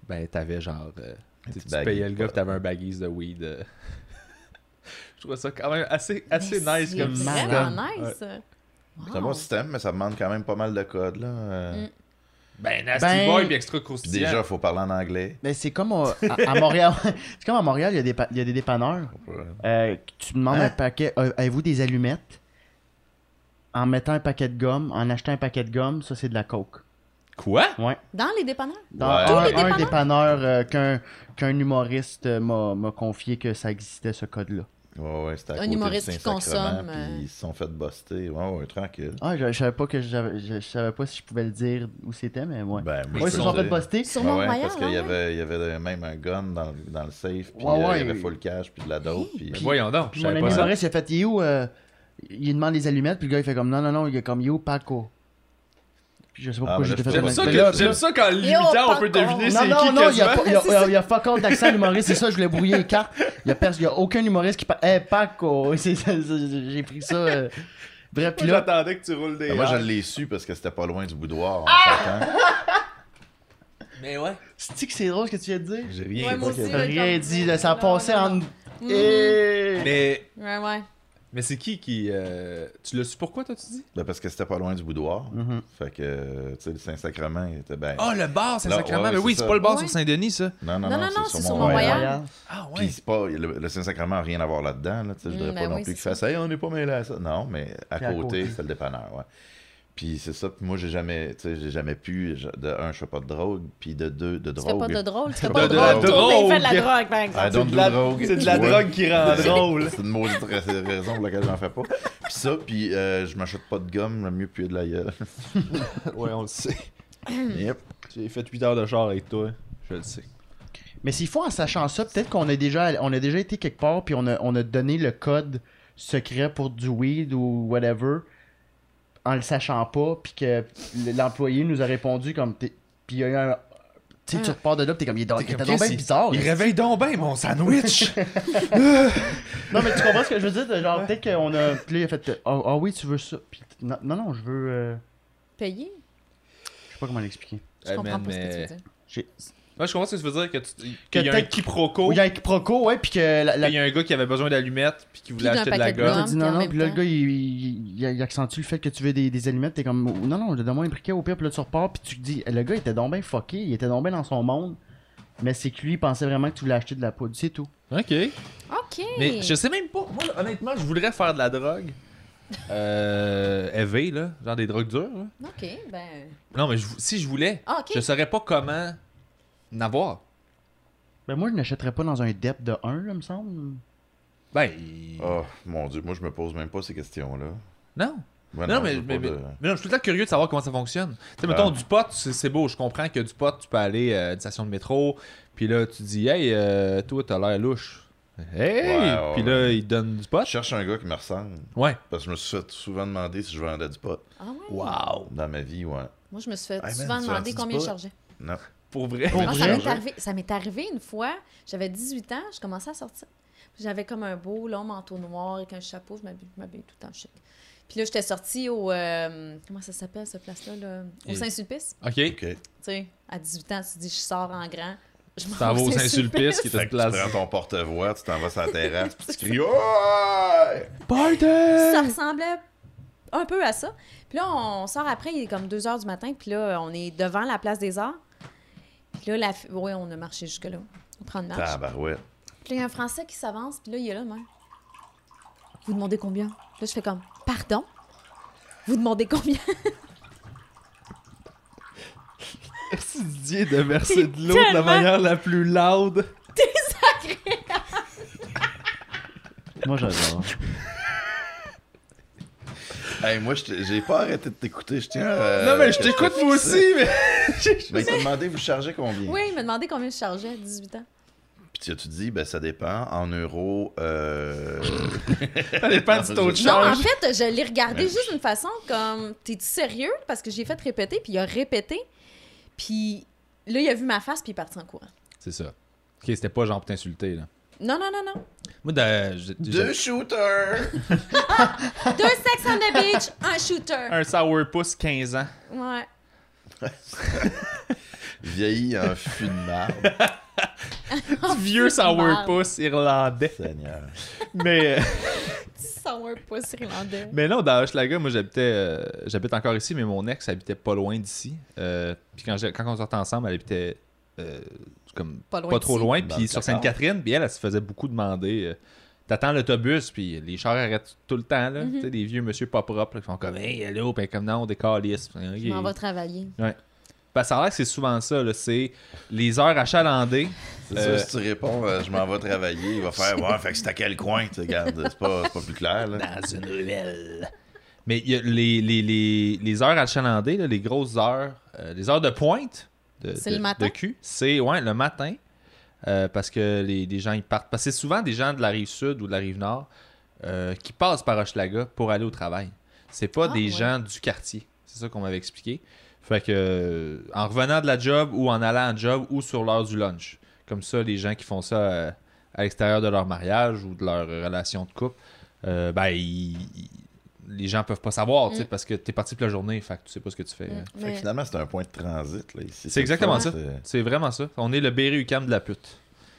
Speaker 1: ben t'avais genre. euh, tu
Speaker 3: petit
Speaker 1: tu
Speaker 3: baggie,
Speaker 1: payais le gars,
Speaker 3: quoi.
Speaker 1: puis t'avais un baggies de weed. euh. (laughs) Je trouvais ça quand même assez, assez nice comme
Speaker 4: C'est
Speaker 1: système.
Speaker 4: vraiment nice.
Speaker 3: C'est un bon système, mais ça demande quand même pas mal de code. Là. euh.
Speaker 4: Ah. Mm.
Speaker 1: Ben, Nasty
Speaker 2: Ben,
Speaker 1: Boy, puis extra
Speaker 3: Puis
Speaker 1: croustillant.
Speaker 2: euh,
Speaker 3: déjà, il faut parler en anglais.
Speaker 2: Mais c'est comme euh, à, à Montréal. (laughs) c'est comme à Montréal, il y a des, pa- il y a des dépanneurs. Euh, tu demandes un paquet. euh, Avez-vous des allumettes? En mettant un paquet de gomme, en achetant un paquet de gomme, ça c'est de la coke.
Speaker 1: Quoi
Speaker 2: Ouais.
Speaker 4: Dans les dépanneurs?
Speaker 2: Dans
Speaker 3: Ouais.
Speaker 2: un,
Speaker 4: Tous les
Speaker 2: un dépanneur euh, qu'un qu'un humoriste euh, m'a m'a confié que ça existait ce code-là.
Speaker 3: Ouais, ouais, c'était à
Speaker 4: Un
Speaker 3: côté du
Speaker 4: humoriste qui
Speaker 3: Saint-Sacrement,
Speaker 4: consomme, euh.
Speaker 3: Puis ils se sont fait buster. Ouais, ouais, tranquille.
Speaker 2: Ah, je, je savais pas que j'avais- je, je savais pas si je pouvais le dire où c'était, mais ouais.
Speaker 3: Ben,
Speaker 2: ouais, ils
Speaker 3: moi, je
Speaker 2: se
Speaker 3: peux
Speaker 2: sont
Speaker 3: le
Speaker 2: fait
Speaker 3: dire.
Speaker 2: poster.
Speaker 4: Sur
Speaker 3: Ouais, ouais,
Speaker 4: Mont-Royal,
Speaker 3: parce qu'il y,
Speaker 4: ah ouais.
Speaker 3: avait, il y avait même un gun dans, le- dans le safe, puis
Speaker 2: Ouais,
Speaker 3: euh,
Speaker 2: ouais.
Speaker 3: il y avait full cash, puis de la dope. Puis, euh,
Speaker 1: Ben, Voyons donc. je
Speaker 2: Puis mon
Speaker 1: savais
Speaker 2: ami
Speaker 1: pas ça.
Speaker 2: humoriste, il a fait You, euh, il demande les allumettes, puis le gars il fait comme non, non, non, il est comme You, Paco. Puis je sais pas
Speaker 3: Ah,
Speaker 2: pourquoi j'ai
Speaker 3: ben là,
Speaker 2: fait
Speaker 3: j'aime
Speaker 1: J'aime
Speaker 2: la-
Speaker 1: ça,
Speaker 3: Mais
Speaker 1: que-
Speaker 3: là,
Speaker 1: j'aime
Speaker 3: là-
Speaker 1: ça qu'en l'imitant, on peut
Speaker 4: par
Speaker 1: deviner
Speaker 2: Non,
Speaker 1: c'est
Speaker 2: non,
Speaker 1: qui
Speaker 2: non, il y a,
Speaker 1: quasiment.
Speaker 2: pas- il y a- il
Speaker 3: (laughs)
Speaker 2: y a- il y a fuck all d'accent à l'humoriste, c'est ça, je voulais brouiller les cartes. Il y a, pers- il y a aucun humoriste qui parle. Hey, Paco, (laughs) C'est- c'est- c'est- j'ai pris ça. euh. Bref, puis là,
Speaker 1: J'attendais que tu roules des.
Speaker 3: Ben, moi, je l'ai su parce que c'était pas loin du boudoir en
Speaker 4: Ah!
Speaker 3: sortant.
Speaker 1: Mais ouais.
Speaker 2: cest que c'est drôle ce que tu viens de dire?
Speaker 1: J'ai rien.
Speaker 4: Ouais, moi
Speaker 1: dit.
Speaker 4: aussi.
Speaker 2: T'as rien dit, là, ça
Speaker 4: Non,
Speaker 2: passait en.
Speaker 4: non,
Speaker 2: Eh.
Speaker 1: Mais
Speaker 4: Mm-hmm. Ouais, ouais.
Speaker 1: Mais c'est qui qui. euh, Tu l'as su pourquoi, toi, tu dis
Speaker 3: Ben, parce que c'était pas loin du boudoir.
Speaker 2: Mhm.
Speaker 3: Fait que, euh, tu sais, le Saint-Sacrement, il était bien.
Speaker 1: Ah, le bar,
Speaker 3: c'est Non, sacrément. ouais, Mais oui, ouais, c'est c'est ça. pas le
Speaker 4: bar sur
Speaker 1: Saint-Denis, ça.
Speaker 3: non, non,
Speaker 4: Non, non, non, c'est sur Mont-Royal.
Speaker 1: Ah,
Speaker 3: Puis c'est pas, le, le Saint-Sacrement n'a rien à voir là-dedans. Là, tu sais, je
Speaker 4: Mm,
Speaker 3: voudrais
Speaker 4: ben
Speaker 3: pas non
Speaker 4: oui,
Speaker 3: plus
Speaker 4: c'est
Speaker 3: qu'il fasse Hey, on n'est pas mêlé à ça. Non, mais à
Speaker 2: Puis à côté.
Speaker 3: côté, c'est le dépanneur. Ouais. Puis c'est ça. Puis moi, j'ai jamais, tu sais, j'ai jamais pu. je- De un, je fais pas de drogue. Puis de deux, de
Speaker 4: Tu fais
Speaker 3: drogue.
Speaker 4: pas de drôle. Tu fais
Speaker 3: De-
Speaker 4: pas de
Speaker 3: de la
Speaker 4: drôle. Tout fait
Speaker 1: drogue.
Speaker 4: de la drogue, par
Speaker 3: I
Speaker 4: exemple.
Speaker 3: don't do drogue.
Speaker 1: C'est de la
Speaker 3: Ouais.
Speaker 1: drogue qui rend drôle.
Speaker 3: (laughs) C'est une maudite ra- raison pour laquelle j'en fais pas. Puis ça, puis euh, je m'achète pas de gomme, le mieux puer de
Speaker 4: (laughs)
Speaker 3: la gueule.
Speaker 1: (laughs) Ouais, on le
Speaker 3: (clears throat)
Speaker 1: sait.
Speaker 3: yep.
Speaker 1: J'ai fait 8 heures de char avec toi. Je le sais.
Speaker 2: Mais s'il faut en sachant ça, peut-être qu'on a déjà, on a déjà été quelque part puis on a, on a donné le code secret pour du weed ou whatever en le sachant pas puis que l'employé nous a répondu comme t'es- puis il y a eu un tu sais, tu repars de là, pis t'es comme, il est donc
Speaker 1: comme,
Speaker 2: t'es donc bien
Speaker 1: qu'est-ce
Speaker 2: bizarre.
Speaker 1: Il réveille donc ben mon (laughs) sandwich!
Speaker 2: Non, mais tu comprends ce que je veux dire? de Genre, peut-être qu'on a. Puis là, il a fait, ah ah oui, tu veux ça. Puis, non, non, non, je veux. euh,
Speaker 4: Payé?
Speaker 2: je sais pas comment l'expliquer.
Speaker 4: Je comprends pas ce que tu veux dire.
Speaker 2: J'ai-
Speaker 1: Moi, je comprends ce que tu veux dire. Que tu...
Speaker 2: Que
Speaker 1: il y a un
Speaker 2: peut-être-
Speaker 1: quiproquo.
Speaker 2: Ou il
Speaker 1: Il
Speaker 2: y a un quiproquo, ouais, puis que la, la
Speaker 1: y a un gars qui avait besoin d'allumettes puis qui voulait
Speaker 4: d'un
Speaker 1: acheter de la
Speaker 4: paquet de
Speaker 2: Là,
Speaker 1: gomme.
Speaker 4: gomme.
Speaker 2: t'as dit
Speaker 4: puis
Speaker 2: non,
Speaker 4: en
Speaker 2: non,
Speaker 4: même
Speaker 2: puis là, le
Speaker 4: temps-
Speaker 2: gars, il, il- il- il accentue le fait que tu veux des, des allumettes, t'es comme, oh, non, non, donne-moi un briquet au pire, puis là, tu repars, puis tu te dis, le gars, il était donc bien fucké, il était donc bien dans son monde, mais c'est que lui, il pensait vraiment que tu voulais acheter de la poudre, c'est tout.
Speaker 1: Ok.
Speaker 4: OK.
Speaker 1: Mais je sais même pas. Moi, honnêtement, je voudrais faire de la drogue. Euh. Éveillé, là. Genre des drogues dures, là.
Speaker 4: OK, ben...
Speaker 1: Non, mais je vou- si je voulais,
Speaker 4: Ah, OK.
Speaker 1: je saurais pas comment en avoir.
Speaker 2: Ben, moi, je n'achèterais pas dans un dep de 1, là, me semble.
Speaker 1: Ben. il-
Speaker 3: Oh mon dieu, moi je me pose même pas ces questions-là.
Speaker 1: Non.
Speaker 3: Ben
Speaker 1: non,
Speaker 3: je
Speaker 1: mais,
Speaker 3: veux
Speaker 1: mais-
Speaker 3: pas
Speaker 1: mais-
Speaker 3: de-
Speaker 1: mais non, je suis tout le temps curieux de savoir comment ça fonctionne. Tu sais,
Speaker 3: Ben.
Speaker 1: mettons, du pot, c'est c'est beau. Je comprends que du pot, tu peux aller euh, à une station de métro. Puis là, tu dis, hey, euh, toi, t'as l'air louche. Hey!
Speaker 3: Ouais, ouais,
Speaker 1: puis là, il te donne du pot.
Speaker 3: Je cherche un gars qui me ressemble.
Speaker 1: Ouais.
Speaker 3: Parce que je me suis fait souvent demander si je vendais du pot
Speaker 4: Ah ouais?
Speaker 1: Wow!
Speaker 3: dans ma vie, ouais.
Speaker 4: Moi, je me suis fait
Speaker 3: Hey, man,
Speaker 4: souvent
Speaker 3: tu
Speaker 4: demander
Speaker 3: vends-tu
Speaker 4: combien je
Speaker 3: du pot?
Speaker 4: chargeais.
Speaker 3: Non.
Speaker 1: Pour vrai.
Speaker 2: Pour
Speaker 4: Ah,
Speaker 2: vrai?
Speaker 4: ça m'est
Speaker 2: Chargé.
Speaker 4: arrivé, ça m'est arrivé une fois, j'avais 18 ans, je commençais à sortir. Puis J'avais comme un beau long manteau noir avec un chapeau, je m'habille je m'habille tout le temps chic. Puis là, j'étais sortie au. euh, comment ça s'appelle, cette place-là? là? Au
Speaker 1: Et-
Speaker 4: Saint-Sulpice.
Speaker 1: Ok.
Speaker 3: Ok.
Speaker 4: Tu sais, à 18 ans, tu dis, je sors en grand. Je m'en
Speaker 1: Ça va
Speaker 4: vais
Speaker 1: au Saint-Sulpice qui
Speaker 3: Fait
Speaker 1: te
Speaker 3: que tu
Speaker 1: place.
Speaker 3: prends ton porte-voix, tu t'en vas sur la terrasse, puis tu (laughs) cries Ouais!
Speaker 4: Ça ressemblait un peu à ça. Puis là, on sort après, il est comme 2 heures du matin, puis là, on est devant la place des arts. Puis là, la... fi- ouais, on a marché jusque-là. On prend une
Speaker 3: Ah.
Speaker 4: marche.
Speaker 3: Tabarouette.
Speaker 4: Puis là, il y a un Français qui s'avance, puis là, il est là, même. Vous demandez combien? Là, je fais comme, pardon? Vous demandez combien?
Speaker 1: Merci Didier de verser de l'eau de la
Speaker 4: tellement-
Speaker 1: manière la plus loud.
Speaker 2: Moi, j'adore.
Speaker 3: Hey, moi, je t'ai- j'ai pas arrêté de t'écouter, je tiens à-
Speaker 1: non, mais je
Speaker 3: que
Speaker 1: t'écoute
Speaker 3: te
Speaker 1: moi
Speaker 3: dise Euh, ça.
Speaker 1: aussi, mais.
Speaker 3: Mais il t'a demandé, vous chargez combien?
Speaker 4: oui, il m'a demandé combien je chargeais à 18 ans.
Speaker 3: Puis tu as-tu dit, ben ça dépend, en euros, (laughs) euh...
Speaker 1: Ça dépend du taux de
Speaker 4: Non, en
Speaker 1: change.
Speaker 4: fait, je l'ai regardé juste d'une façon comme T'es-tu sérieux? Parce que j'ai fait répéter, puis il a répété. Puis là, il a vu ma face, puis il est parti en courant.
Speaker 1: C'est ça. Ok, c'était pas genre pour t'insulter, là.
Speaker 4: Non, non, non,
Speaker 1: (laughs)
Speaker 4: non.
Speaker 1: Moi, de- j'ai- j'ai-
Speaker 3: deux shooters!
Speaker 4: Deux sex on the beach, un shooter.
Speaker 1: Un sourpuss 15
Speaker 4: (laughs)
Speaker 1: ans.
Speaker 4: Ouais.
Speaker 3: Vieilli en fût de marbre,
Speaker 1: Vieux sourpuss irlandais.
Speaker 3: Seigneur.
Speaker 1: Mais. euh,
Speaker 4: Petit sourpuss irlandais.
Speaker 1: (laughs) Mais non, dans Hochelaga, moi j'habitais, euh, j'habite encore ici, mais mon ex habitait pas loin d'ici. Euh, puis quand, j'ai- quand on sortait ensemble, elle habitait euh, comme
Speaker 4: Pas
Speaker 1: pas,
Speaker 4: loin
Speaker 1: trop
Speaker 4: d'ici.
Speaker 1: loin,
Speaker 3: Dans
Speaker 1: puis
Speaker 3: le
Speaker 1: sur
Speaker 3: Cap-Nord.
Speaker 1: Sainte-Catherine, puis elle, elle se faisait beaucoup demander. euh, T'attends l'autobus, puis les chars arrêtent tout le temps,
Speaker 4: Mhm.
Speaker 1: là. Tu sais, des vieux monsieur pas propres, là, qui font comme Hey, hello, puis comme non, on décalisse. Puis,
Speaker 4: Je m'en
Speaker 1: Ok.
Speaker 4: vais travailler.
Speaker 1: Parce que ça a l'air que c'est souvent ça, là. C'est les heures achalandées.
Speaker 3: C'est
Speaker 1: Euh,
Speaker 3: sûr, si tu réponds, euh, je m'en vais travailler, il va faire, ouais, fait que c'est à quel coin, tu sais, regarde, c'est pas, c'est pas plus clair, là.
Speaker 1: dans une ruelle. Mais il y a les, les, les, les heures achalandées, là, les grosses heures, euh, les heures de pointe de,
Speaker 4: C'est
Speaker 1: de-
Speaker 4: le matin?
Speaker 1: de cul, c'est ouais, le matin. euh, parce que les, les gens ils partent. Parce que c'est souvent des gens de la rive sud ou de la rive nord euh, qui passent par Hochelaga pour aller au travail. C'est pas
Speaker 4: Ah,
Speaker 1: des
Speaker 4: ouais.
Speaker 1: gens du quartier. C'est ça qu'on m'avait expliqué. Fait que euh, en revenant de la job ou en allant à job ou sur l'heure du lunch. Comme ça, les gens qui font ça euh, à l'extérieur de leur mariage ou de leur relation de couple, euh, ben, ils- ils- les gens peuvent pas savoir, tu sais,
Speaker 4: Mm.
Speaker 1: parce que t'es parti pour la journée, fait que tu sais pas ce que tu fais. hein.
Speaker 4: Mm,
Speaker 3: Fait que
Speaker 4: mais-
Speaker 3: finalement, c'est un point de transit, là, ici.
Speaker 1: C'est exactement
Speaker 3: le fun,
Speaker 1: ça. C'est vraiment ça. On est le Berry-UQAM de la pute.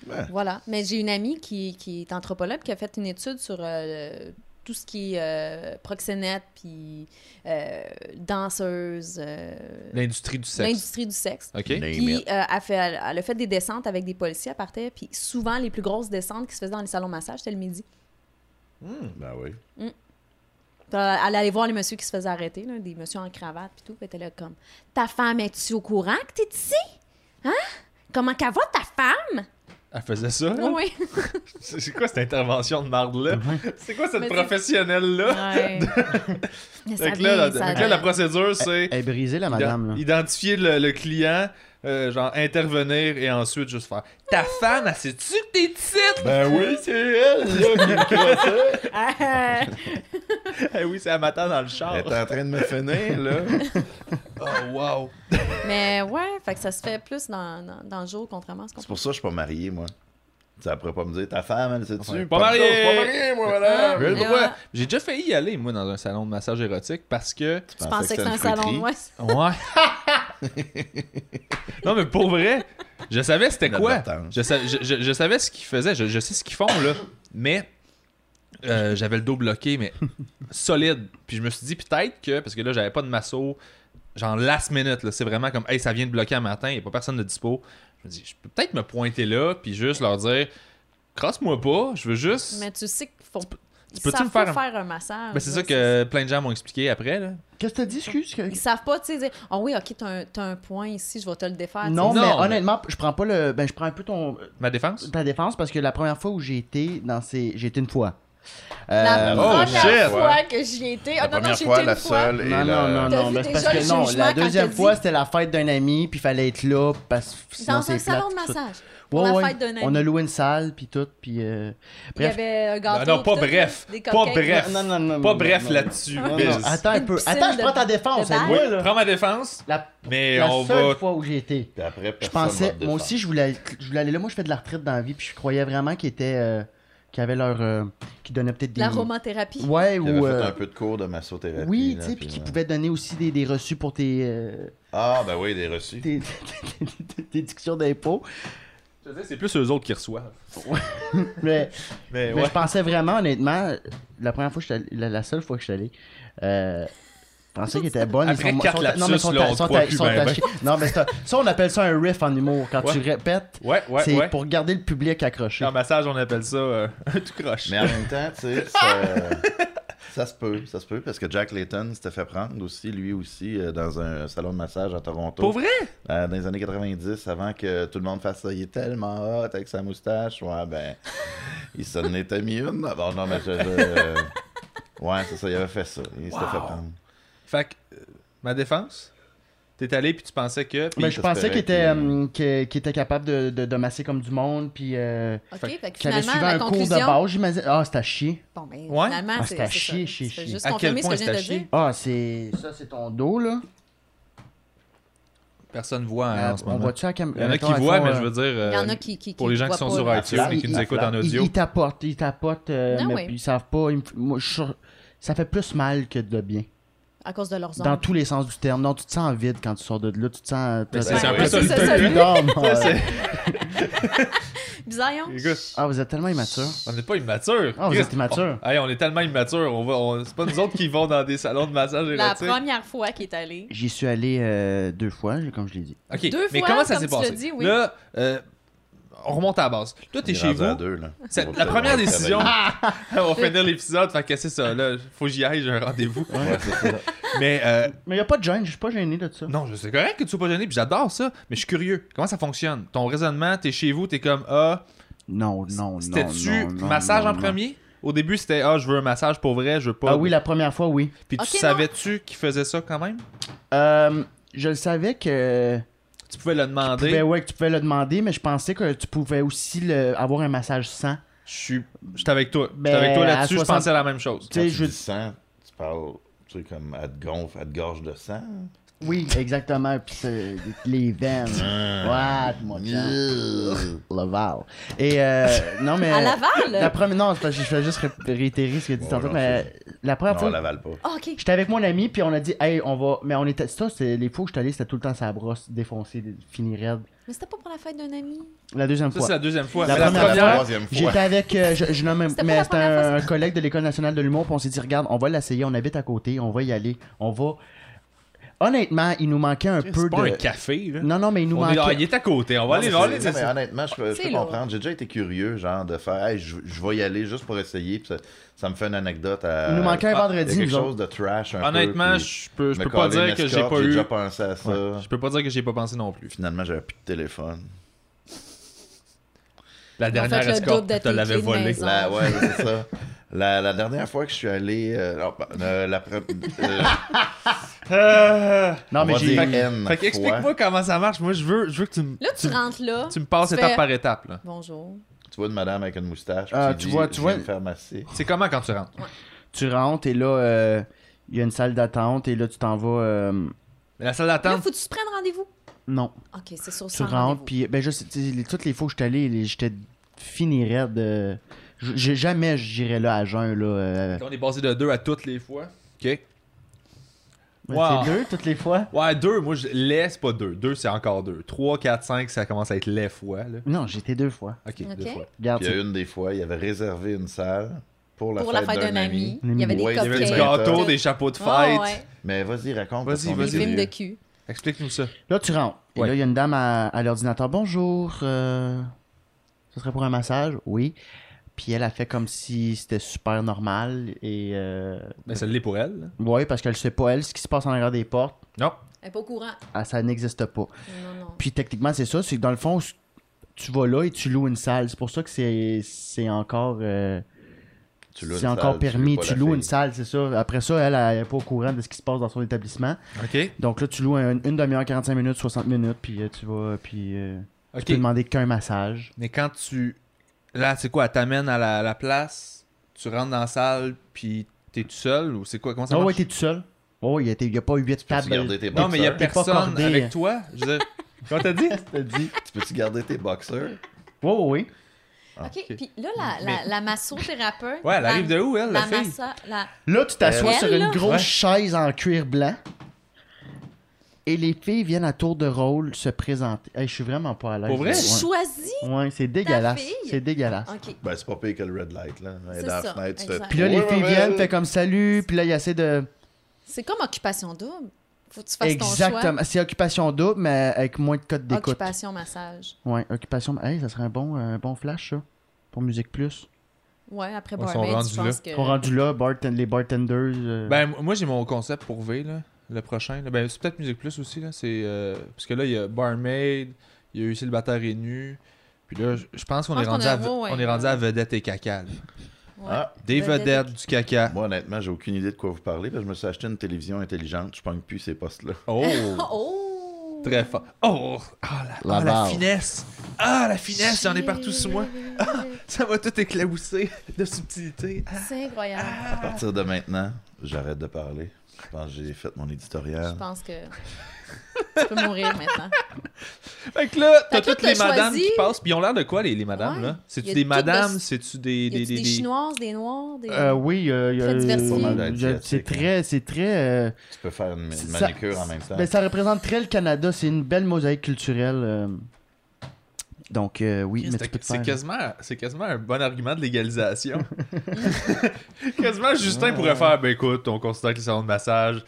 Speaker 3: c'est- Ouais.
Speaker 4: Voilà. Mais j'ai une amie qui, qui est anthropologue qui a fait une étude sur euh, tout ce qui est euh, proxénète, puis euh, danseuse, euh,
Speaker 1: L'industrie du sexe. Ah,
Speaker 4: l'industrie du sexe.
Speaker 1: OK?
Speaker 3: Name
Speaker 4: Puis
Speaker 3: it.
Speaker 4: euh, elle, fait, elle, elle a fait des descentes avec des policiers, elle partait. Puis souvent, les plus grosses descentes qui se faisaient dans les salons de massage, c'était le midi.
Speaker 3: Ben oui.
Speaker 4: Puis elle elle allait voir les messieurs qui se faisaient arrêter, là, des messieurs en cravate, puis tout. Puis elle était là comme Ta femme, es-tu au courant que t'es ici Hein Comment qu'elle va ta femme
Speaker 1: Elle faisait ça? là?
Speaker 4: Oui.
Speaker 1: (laughs) C'est c'est quoi cette intervention de marde-là? C'est quoi cette
Speaker 4: Mais c'est-
Speaker 1: professionnelle-là?
Speaker 4: (laughs) Mais ça
Speaker 1: Fait que là, la,
Speaker 4: vient, ça
Speaker 1: fait que là, la
Speaker 4: vient.
Speaker 1: procédure, c'est
Speaker 3: Eh,
Speaker 2: Elle est brisée, la madame.
Speaker 1: ident-
Speaker 2: Là.
Speaker 1: identifier le, le client, euh, genre intervenir et ensuite juste faire Ta femme, elle sait-tu que t'es titres?
Speaker 3: Ben oui, c'est elle, là, qui me croit ça.
Speaker 4: (laughs) Ah,
Speaker 1: (laughs) Eh oui, c'est à matin dans le
Speaker 2: Ah.
Speaker 1: char.
Speaker 3: Elle est en train de
Speaker 2: (laughs)
Speaker 3: me finir, là.
Speaker 1: (laughs) Oh, wow.
Speaker 4: Mais ouais, fait que ça se fait plus dans, dans, dans le jour, contrairement à ce qu'on
Speaker 3: C'est pour ça que je suis pas marié, moi. Ça pourrait pas me dire ta femme, elle sait-tu?
Speaker 1: Ouais.
Speaker 3: Pas
Speaker 1: Pas
Speaker 3: marié!
Speaker 1: marié!
Speaker 3: Pas marié, moi, madame!
Speaker 1: J'ai le
Speaker 4: Mais
Speaker 1: droit.
Speaker 4: Ah, ouais.
Speaker 1: Euh, J'ai déjà failli y aller, moi, dans un salon de massage érotique parce que.
Speaker 4: Tu pensais que c'était un salon de
Speaker 3: fruiterie?
Speaker 4: moi.
Speaker 1: Ouais. (laughs) non, mais pour vrai, je savais c'était
Speaker 3: La
Speaker 1: quoi.
Speaker 3: battante.
Speaker 1: Je, sa- je- je- je savais ce qu'ils faisaient. Je, je sais ce qu'ils font, là. Mais euh, j'avais le dos bloqué, mais solide. Puis je me suis dit, peut-être que. Parce que là, j'avais pas de masso. Genre last minute, là. C'est vraiment comme, hey, ça vient de bloquer un matin, il a pas personne de dispo. Je me dis, je peux peut-être me pointer là, puis juste leur dire, crasse-moi pas, je veux juste.
Speaker 4: Mais tu sais qu'il faut. Ils
Speaker 1: peux-tu
Speaker 4: savent
Speaker 1: me faire
Speaker 4: pas
Speaker 1: un-
Speaker 4: faire un massage.
Speaker 1: Ben, c'est
Speaker 4: là,
Speaker 1: ça que plein de gens m'ont expliqué après, là.
Speaker 2: Qu'est-ce que t'as dit, excuse? que-
Speaker 4: Ils savent pas, tu sais, dire Ah oui, ok, t'as un, t'as un point ici, je vais te le défaire. tu
Speaker 2: Non,
Speaker 4: sais.
Speaker 2: mais
Speaker 1: Non, mais-
Speaker 2: honnêtement, je prends pas le. Ben, je prends un peu ton,
Speaker 1: Ma défense?
Speaker 2: ta défense parce que la première fois où j'ai été dans ces. J'ai été une fois. Euh,
Speaker 4: La
Speaker 3: oh,
Speaker 4: première
Speaker 3: shit!
Speaker 4: fois que j'y étais. Ah non,
Speaker 3: La
Speaker 4: non,
Speaker 3: première
Speaker 4: j'y
Speaker 3: fois,
Speaker 4: étais
Speaker 3: la
Speaker 4: une fois.
Speaker 3: seule et
Speaker 2: Non,
Speaker 3: la...
Speaker 2: non,
Speaker 4: T'as
Speaker 2: non, non,
Speaker 4: vu
Speaker 2: mais c'est
Speaker 4: déjà
Speaker 2: parce que
Speaker 4: le
Speaker 2: non,
Speaker 4: jugement
Speaker 2: la
Speaker 4: quand
Speaker 2: deuxième
Speaker 4: t'as
Speaker 2: fois,
Speaker 4: dit-
Speaker 2: c'était la fête d'un ami, puis fallait être là, parce que sinon
Speaker 4: Dans un
Speaker 2: c'est
Speaker 4: salon de
Speaker 2: plate, tout ça.
Speaker 4: massage. Pour la
Speaker 2: Ouais, ouais,
Speaker 4: fête d'un ami.
Speaker 2: On a loué une salle, puis tout, puis euh,
Speaker 4: Il y
Speaker 2: bref.
Speaker 4: avait un gâteau.
Speaker 1: Non, non, pas
Speaker 4: puis tout,
Speaker 1: bref.
Speaker 4: des
Speaker 1: Pas
Speaker 4: cupcakes.
Speaker 1: bref.
Speaker 2: Non, non, non, non,
Speaker 1: Pas
Speaker 2: non,
Speaker 1: bref
Speaker 2: non, non.
Speaker 1: là-dessus.
Speaker 2: Non,
Speaker 1: Biz.
Speaker 2: non, Attends un
Speaker 4: Une
Speaker 2: peu.
Speaker 4: piscine
Speaker 2: Attends, je
Speaker 4: de-
Speaker 2: prends ta défense.
Speaker 4: de
Speaker 2: aide-moi,
Speaker 1: Oui,
Speaker 4: Ouais,
Speaker 2: Ah là.
Speaker 1: prends ma défense,
Speaker 2: La,
Speaker 1: mais
Speaker 2: la
Speaker 1: on
Speaker 2: seule
Speaker 1: va.
Speaker 2: fois où j'ai été.
Speaker 3: Puis après,
Speaker 2: Je
Speaker 3: personne va
Speaker 2: pensais,
Speaker 3: te
Speaker 2: moi
Speaker 3: défendre.
Speaker 2: aussi, je voulais, je voulais aller là. Moi, je fais de la retraite dans la vie, puis je croyais vraiment qu'il était, euh, qui avaient leur. euh, qui donnaient peut-être des.
Speaker 4: L'aromathérapie.
Speaker 2: Ouais,
Speaker 3: Il avait
Speaker 2: ou.
Speaker 3: fait
Speaker 2: euh,
Speaker 3: un peu de cours de massothérapie.
Speaker 2: Oui,
Speaker 3: là,
Speaker 2: tu sais, puis
Speaker 3: puis,
Speaker 2: qui
Speaker 3: ouais.
Speaker 2: pouvaient donner aussi des, des reçus pour tes, euh,
Speaker 3: Ah, ben oui, des reçus.
Speaker 2: tes, tes- tes- tes déductions d'impôts.
Speaker 1: Je veux dire, c'est plus eux autres qui reçoivent. (laughs)
Speaker 2: Mais,
Speaker 1: Mais
Speaker 2: mais
Speaker 1: ouais.
Speaker 2: je pensais vraiment, honnêtement, la première fois que j'étais allé- la, la seule fois que je suis allé, euh, je pensais qu'il était bonne.
Speaker 1: Après quatre lapsus, là, on te croit plus, ben, ben.
Speaker 2: tachés. Non, mais c'est un- ça, on appelle ça un riff en humour. Quand tu répètes,
Speaker 1: Ouais, ouais,
Speaker 2: c'est
Speaker 1: ouais.
Speaker 2: pour garder le public accroché.
Speaker 1: En massage, on appelle ça euh, (laughs) un tout croche.
Speaker 3: Mais en même temps, tu sais,
Speaker 2: (laughs)
Speaker 3: ça, ça se peut, ça se peut, parce que Jack Layton s'était fait prendre aussi, lui aussi, euh, dans un salon de massage à Toronto.
Speaker 1: Pour vrai?
Speaker 3: Euh, dans les années 90, avant que tout le monde fasse ça, il est tellement hot avec sa moustache. Ouais, (laughs) ben, il s'en était mis une. Bon, non, mais je. (laughs) je- euh, Ouais, c'est ça, il avait fait ça. Il s'était fait prendre.
Speaker 1: Fait que, euh, ma défense, t'es allé puis tu pensais que. puis-
Speaker 2: Mais je
Speaker 3: ça se
Speaker 2: pensais
Speaker 3: ferait
Speaker 2: qu'il était,
Speaker 3: que-
Speaker 2: euh, qu'il- qu'il était capable de, de- de masser comme du monde, puis euh,
Speaker 4: OK, fait, que
Speaker 2: qu'il avait
Speaker 4: finalement,
Speaker 2: suivi
Speaker 4: la
Speaker 2: un cours de
Speaker 4: conclusion...
Speaker 2: base, j'imagine. Ah, c'était à chier.
Speaker 4: Bon, ben,
Speaker 1: Ouais.
Speaker 4: finalement,
Speaker 2: Ah,
Speaker 4: c'est
Speaker 2: c'est à
Speaker 4: c'est
Speaker 2: chier,
Speaker 4: ça.
Speaker 2: chier,
Speaker 4: Tu fais
Speaker 2: chier.
Speaker 4: juste
Speaker 1: À quel
Speaker 4: confirmer ce
Speaker 1: point
Speaker 4: que je viens
Speaker 1: c'est
Speaker 4: de
Speaker 1: à chier?
Speaker 4: dire.
Speaker 2: Ah, c'est. Ça, c'est ton dos, là.
Speaker 1: Personne voit hein,
Speaker 2: Ah,
Speaker 1: en ce
Speaker 2: on
Speaker 1: moment.
Speaker 2: voit-tu à cam-
Speaker 1: Il y en a
Speaker 2: mettons,
Speaker 1: qui
Speaker 2: à
Speaker 1: voient,
Speaker 2: fond,
Speaker 1: mais
Speaker 2: euh,
Speaker 1: je veux dire. euh,
Speaker 4: Il y en a qui, qui,
Speaker 1: Pour les gens qui sont sur
Speaker 4: à
Speaker 1: iTunes et qui nous écoutent en audio.
Speaker 2: Ils tapotent, ils tapotent, euh,
Speaker 4: Ah
Speaker 2: mais
Speaker 4: oui.
Speaker 2: ils savent pas. ils me f- moi, je suis sûr- ça fait plus mal que de bien.
Speaker 4: À cause de leurs
Speaker 2: Dans
Speaker 4: ongles.
Speaker 2: tous les sens du terme. Non, tu te sens vide quand tu sors de là. Tu te sens. euh, t'as- Ah,
Speaker 1: c'est
Speaker 2: t'as-
Speaker 1: un peu ça,
Speaker 2: t'as-
Speaker 1: le
Speaker 2: t'as-
Speaker 1: truc.
Speaker 2: t'as plus (laughs)
Speaker 1: Ça,
Speaker 2: d'âme.
Speaker 1: c'est-
Speaker 4: Bizarre, hein?
Speaker 1: (laughs) Les gars,
Speaker 2: Ah, vous êtes tellement immature.
Speaker 1: on n'est pas immatures.
Speaker 2: Ah, vous
Speaker 1: Chris,
Speaker 2: êtes immatures.
Speaker 1: on- hey, on est tellement immatures. On va, on- c'est pas nous autres qui vont dans des salons de massage
Speaker 4: La
Speaker 1: érotique.
Speaker 4: première fois qu'il est allé.
Speaker 2: J'y suis allé euh, deux fois, comme je l'ai dit.
Speaker 1: Ok,
Speaker 4: Deux
Speaker 1: mais
Speaker 4: fois,
Speaker 1: comment ça
Speaker 4: comme
Speaker 1: s'est
Speaker 4: tu l'as
Speaker 1: passé?
Speaker 4: dit, oui.
Speaker 1: Là, euh, on remonte à la base. Là,
Speaker 3: Il
Speaker 1: t'es
Speaker 3: est
Speaker 1: chez
Speaker 3: rendu à
Speaker 1: vous.
Speaker 3: deux, là.
Speaker 1: C'est
Speaker 3: On va
Speaker 1: la
Speaker 3: te-
Speaker 1: première
Speaker 3: on va te
Speaker 1: décision.
Speaker 3: travailler.
Speaker 1: (laughs) on va finir l'épisode. Fait que c'est ça. Là, faut que j'y aille. J'ai un rendez-vous. mais euh,
Speaker 2: Mais y a pas de gêne, je suis pas gêné de ça.
Speaker 1: non, je sais correct que tu sois pas gêné. Puis j'adore ça. Mais je suis curieux. Comment ça fonctionne? Ton raisonnement, t'es chez vous, t'es comme ah,
Speaker 2: Non, non, non.
Speaker 1: c'était-tu
Speaker 2: Oh, non, non,
Speaker 1: massage
Speaker 2: non,
Speaker 1: en
Speaker 2: non.
Speaker 1: premier? Au début, c'était ah, je veux un massage pour vrai, je veux pas.
Speaker 2: Ah oui, la première fois, oui.
Speaker 1: Puis
Speaker 4: Ok,
Speaker 1: tu
Speaker 4: non.
Speaker 1: savais-tu qu'il faisait ça quand même?
Speaker 2: Euh, je le savais que.
Speaker 1: Tu pouvais le demander.
Speaker 2: Ben ouais, que tu pouvais le demander, mais je pensais que tu pouvais aussi le- avoir un massage sans.
Speaker 1: Je suis. J'étais avec toi.
Speaker 2: Ben,
Speaker 1: J'étais avec toi
Speaker 2: à
Speaker 1: là-dessus, je
Speaker 2: 60
Speaker 1: pensais à la même chose.
Speaker 2: Tu sais,
Speaker 3: Quand tu
Speaker 2: je-
Speaker 3: dis sang, tu parles, tu sais, comme à te gonfle, à te gorge de sang.
Speaker 2: Oui, exactement. Puis c'est les veines.
Speaker 1: Ah.
Speaker 2: What, mon dieu. Laval. Et euh, non, mais.
Speaker 4: À
Speaker 2: La
Speaker 4: Laval?
Speaker 2: première. Non, c'est parce que je vais juste ré- réitérer ce que dit
Speaker 3: Ouais,
Speaker 2: tantôt,
Speaker 3: non,
Speaker 2: mais la première
Speaker 3: Non, on
Speaker 2: fois.
Speaker 3: l'avale pas.
Speaker 4: Ah, OK.
Speaker 2: J'étais avec mon ami, puis on a dit, hey, on va. Mais on était. Ça, c'est les fois où j'étais allé, c'était tout le temps sa brosse défoncée, finie raide.
Speaker 4: Mais c'était pas pour la fête d'un ami?
Speaker 2: La deuxième
Speaker 1: Ça,
Speaker 2: fois.
Speaker 1: c'est la deuxième fois.
Speaker 2: La
Speaker 1: Mais
Speaker 2: première
Speaker 3: C'est la troisième fois.
Speaker 2: J'étais avec, euh, je, je nomme,
Speaker 4: C'était pas
Speaker 2: mais
Speaker 4: la
Speaker 2: c'était
Speaker 4: première fois,
Speaker 2: un, collègue de l'École nationale de l'humour, puis on s'est dit, regarde, on va l'essayer, on habite à côté, on va y aller, on va. Honnêtement, il nous manquait un peu
Speaker 1: C'est pas
Speaker 2: de.
Speaker 1: un café, là.
Speaker 2: Non, non, mais il nous
Speaker 1: On est-
Speaker 2: manquait.
Speaker 1: ah, il est à côté. On va aller.
Speaker 3: Non,
Speaker 1: on va
Speaker 3: mais
Speaker 1: aller-
Speaker 3: c'est- non, mais honnêtement, je peux, je
Speaker 4: C'est
Speaker 3: peux
Speaker 4: lourd.
Speaker 3: comprendre. J'ai déjà été curieux, genre, de faire, Hey, je, je vais y aller juste pour essayer, puis ça, ça me fait une anecdote à.
Speaker 2: Il nous manquait un
Speaker 1: Ah,
Speaker 3: il y a
Speaker 2: vendredi,
Speaker 3: quelque
Speaker 2: nous autres.
Speaker 3: chose de trash. Un
Speaker 1: Honnêtement,
Speaker 3: peu, puis
Speaker 1: je peux, je
Speaker 3: me
Speaker 1: peux pas
Speaker 3: coller une
Speaker 1: dire que j'ai
Speaker 3: escorte,
Speaker 1: pas eu.
Speaker 3: déjà pensé à ça.
Speaker 1: Je peux pas dire que j'ai pas pensé non plus.
Speaker 3: Finalement, j'avais plus de téléphone.
Speaker 1: La dernière
Speaker 4: fait, le
Speaker 1: escorte,
Speaker 4: double de
Speaker 1: tu te
Speaker 4: tes
Speaker 1: l'avais
Speaker 4: clés de
Speaker 1: volée.
Speaker 4: maison.
Speaker 3: La, ouais,
Speaker 2: (laughs)
Speaker 3: c'est ça. La, la dernière fois que je suis allé. euh, non, pas- euh, la pre- euh,
Speaker 1: Euh,
Speaker 2: (laughs) Non,
Speaker 3: on
Speaker 2: mais
Speaker 3: va
Speaker 2: j'ai.
Speaker 3: dire N
Speaker 1: Fait que
Speaker 3: fois.
Speaker 1: explique-moi comment ça marche. Moi, je veux, je veux que tu me.
Speaker 4: Là, tu rentres là.
Speaker 1: tu me passes
Speaker 4: tu
Speaker 1: étape
Speaker 4: fais-
Speaker 1: par étape, là.
Speaker 4: Bonjour.
Speaker 3: Tu vois une madame avec une moustache. puis
Speaker 2: Ah, tu
Speaker 3: dis,
Speaker 2: vois, tu
Speaker 3: je
Speaker 2: vois-
Speaker 3: viens me faire masser.
Speaker 1: C'est comment quand tu rentres?
Speaker 2: Tu rentres et là, euh, il y a une salle d'attente et là, tu t'en vas. euh,
Speaker 1: Mais la salle
Speaker 4: Là,
Speaker 1: d'attente,
Speaker 4: faut que tu prennes rendez-vous.
Speaker 2: Non,
Speaker 4: OK, c'est sur
Speaker 2: tu
Speaker 4: ça.
Speaker 2: rentres, puis. Ben, je sais, tu sais, les- toutes les fois où j'étais allé, les- j'étais fini raide. euh, j- j'ai- Jamais j'irais là à jeun, là. euh,
Speaker 1: on est passé de deux à toutes les fois. OK. Wow.
Speaker 2: C'est deux, toutes les fois.
Speaker 1: Ouais, deux, moi, je... lait, c'est pas deux. Deux, c'est encore deux. Trois, quatre, cinq, ça commence à être lait fois, là.
Speaker 2: Non, j'étais deux fois.
Speaker 1: Ok, deux
Speaker 4: Ok.
Speaker 1: fois.
Speaker 2: Regarde,
Speaker 3: Puis il y a une des fois, il avait réservé une salle pour la
Speaker 4: Pour la
Speaker 3: fête,
Speaker 4: fête d'un ami. Il y avait des
Speaker 3: Ouais, il y
Speaker 1: Il y
Speaker 4: cocktails.
Speaker 1: avait du
Speaker 3: Ok.
Speaker 1: gâteau, des chapeaux de fête.
Speaker 4: Ah, ouais.
Speaker 3: Mais vas-y, raconte.
Speaker 1: Vas-y,
Speaker 3: parce qu'on
Speaker 1: vas-y.
Speaker 3: est
Speaker 4: Des films de
Speaker 3: curieux.
Speaker 4: cul.
Speaker 1: Explique-nous ça.
Speaker 2: Là, tu rentres. Et
Speaker 1: Ouais.
Speaker 2: là, il y a une dame à, à l'ordinateur. Bonjour. euh, ce serait pour un massage? Oui. Puis elle a fait comme si c'était super normal. Et. Euh,
Speaker 1: Mais ça l'est pour elle. là.
Speaker 2: ouais, parce qu'elle sait pas, elle, ce qui se passe en arrière des portes.
Speaker 1: Non.
Speaker 4: Elle est pas au courant.
Speaker 2: ah, ça n'existe pas.
Speaker 4: Non, non.
Speaker 2: Puis techniquement, c'est ça. C'est que dans le fond, tu vas là et tu loues une salle. C'est pour ça que c'est c'est encore. euh,
Speaker 3: Tu loues une
Speaker 2: c'est encore
Speaker 3: salle, tu
Speaker 2: permis.
Speaker 3: loues pas
Speaker 2: Tu
Speaker 3: la
Speaker 2: loues
Speaker 3: fille.
Speaker 2: une salle, c'est ça. Après ça, elle, elle n'est pas au courant de ce qui se passe dans son établissement.
Speaker 1: OK.
Speaker 2: Donc là, tu loues un- une demi-heure, 45 minutes, 60 minutes, puis euh, tu vas, puis euh, tu
Speaker 1: OK.
Speaker 2: peux demander qu'un massage.
Speaker 1: Mais quand tu. Là, c'est quoi? Elle t'amène à la, la place, tu rentres dans la salle, puis t'es tout seul ou c'est quoi? Comment ça
Speaker 2: Ah ouais,
Speaker 1: marche?
Speaker 2: t'es tout seul. Oh, il n'y a, pas huit
Speaker 3: Peux-tu
Speaker 2: tables.
Speaker 3: garder tes
Speaker 1: non, mais il y a
Speaker 3: boxers?
Speaker 2: t'es pas
Speaker 1: personne
Speaker 2: cordé.
Speaker 1: avec
Speaker 2: (laughs)
Speaker 1: toi. Je veux dire, comment t'as dit?
Speaker 3: (laughs)
Speaker 2: T'as dit.
Speaker 3: Tu peux-tu garder tes boxers?
Speaker 2: Ouais, ouais, ouais.
Speaker 3: Ah,
Speaker 4: OK. Puis là, la, la, la massothérapeute.
Speaker 1: Ouais, elle
Speaker 4: la-
Speaker 1: arrive de où, elle, la,
Speaker 4: la
Speaker 1: fille?
Speaker 4: massa- la-
Speaker 2: Là, tu t'assois
Speaker 4: Elle,
Speaker 2: sur une
Speaker 4: là.
Speaker 2: grosse
Speaker 1: Ouais.
Speaker 2: chaise en cuir blanc. Et les filles viennent à tour de rôle se présenter. Hey, je suis vraiment pas à l'aise.
Speaker 1: Pour vrai?
Speaker 4: Tu
Speaker 2: Eh, Ouais,
Speaker 4: choisis.
Speaker 2: Ouais, c'est dégueulasse.
Speaker 4: fille?
Speaker 2: C'est dégueulasse.
Speaker 4: OK.
Speaker 3: Ben, c'est pas pire que le red light, là. Elle est
Speaker 4: C'est
Speaker 3: dans la
Speaker 4: ça,
Speaker 3: fenêtre, tu fais-
Speaker 4: exact.
Speaker 2: Puis là, les
Speaker 3: Ouais,
Speaker 2: filles
Speaker 3: ouais,
Speaker 2: viennent,
Speaker 3: ouais.
Speaker 2: fait comme salut. Puis là, il essaie de.
Speaker 4: C'est comme occupation double. Faut que tu fasses ton
Speaker 2: Exactement. C'est occupation double, mais avec moins de codes
Speaker 4: choix.
Speaker 2: d'écoute.
Speaker 4: Occupation massage.
Speaker 2: Ouais, occupation. Hey, ça serait un bon, euh, un bon flash, ça. Pour Musique Plus.
Speaker 4: Ouais, après
Speaker 1: Ouais, ils sont
Speaker 4: barmaid,
Speaker 1: rendus
Speaker 4: je pense que.
Speaker 2: Qu'on rendu là, barten- les bartenders. euh,
Speaker 1: Ben, moi, moi, j'ai mon concept pour V, là, le prochain. là. Ben, c'est peut-être Musique Plus aussi, là. C'est, euh, parce que là, il y a Barmaid, il y a eu Célibataire et Nu. Puis là, je- je pense qu'on
Speaker 4: Je
Speaker 1: est
Speaker 4: pense
Speaker 1: rendu,
Speaker 4: qu'on a-
Speaker 1: à, ve-
Speaker 4: ouais,
Speaker 1: on est
Speaker 4: ouais.
Speaker 1: rendu à Vedette et Caca. là.
Speaker 4: Ouais.
Speaker 3: Ah,
Speaker 1: Des
Speaker 4: Vedette et-
Speaker 1: vedettes, du caca.
Speaker 4: (laughs)
Speaker 3: moi, honnêtement, j'ai aucune idée de quoi vous parlez, parce que je me suis acheté une télévision intelligente. Je pogne plus ces postes-là.
Speaker 1: Oh!
Speaker 4: Oh!
Speaker 1: Très fort. Oh! Ah, la,
Speaker 2: La
Speaker 1: ah, la
Speaker 2: barre.
Speaker 1: finesse! Ah, la finesse! J'en ai partout sous moi. (laughs) Ça va tout éclabousser de subtilité.
Speaker 4: (laughs) C'est incroyable.
Speaker 3: À partir de maintenant, j'arrête de parler. Je pense que j'ai fait mon
Speaker 4: Je
Speaker 3: éditorial.
Speaker 4: pense que. Tu peux mourir maintenant.
Speaker 1: Fait que là, t'as
Speaker 4: Fait que là,
Speaker 1: toutes les
Speaker 4: t'as
Speaker 1: madames
Speaker 4: choisi-
Speaker 1: qui passent. Puis ils ont l'air de quoi, les, les madames,
Speaker 4: Ouais.
Speaker 1: là?
Speaker 4: Y
Speaker 1: C'est-tu
Speaker 4: a
Speaker 1: des
Speaker 4: toutes de-
Speaker 1: madames? C'est-tu des...
Speaker 4: Y a
Speaker 1: des,
Speaker 4: des,
Speaker 1: des-
Speaker 4: chinoises, des noirs, des.
Speaker 2: euh, oui, euh, il y a-
Speaker 4: Très diversifié.
Speaker 2: il y a-
Speaker 3: Pas mal
Speaker 2: c'est
Speaker 3: d'asiatiques, hein.
Speaker 2: très, c'est très. euh,
Speaker 3: Tu peux faire une, une
Speaker 2: Ça-
Speaker 3: manicure en même temps.
Speaker 2: Ben, ça représente très le Canada. C'est une belle mosaïque culturelle. euh. Donc, euh, oui, mais tu peux
Speaker 1: C'est
Speaker 2: te
Speaker 1: c'est
Speaker 2: faire...
Speaker 1: quasiment, c'est quasiment un bon argument de
Speaker 2: (laughs)
Speaker 1: légalisation. (laughs) quasiment Justin pourrait faire, ben écoute, on considère que les salons de massage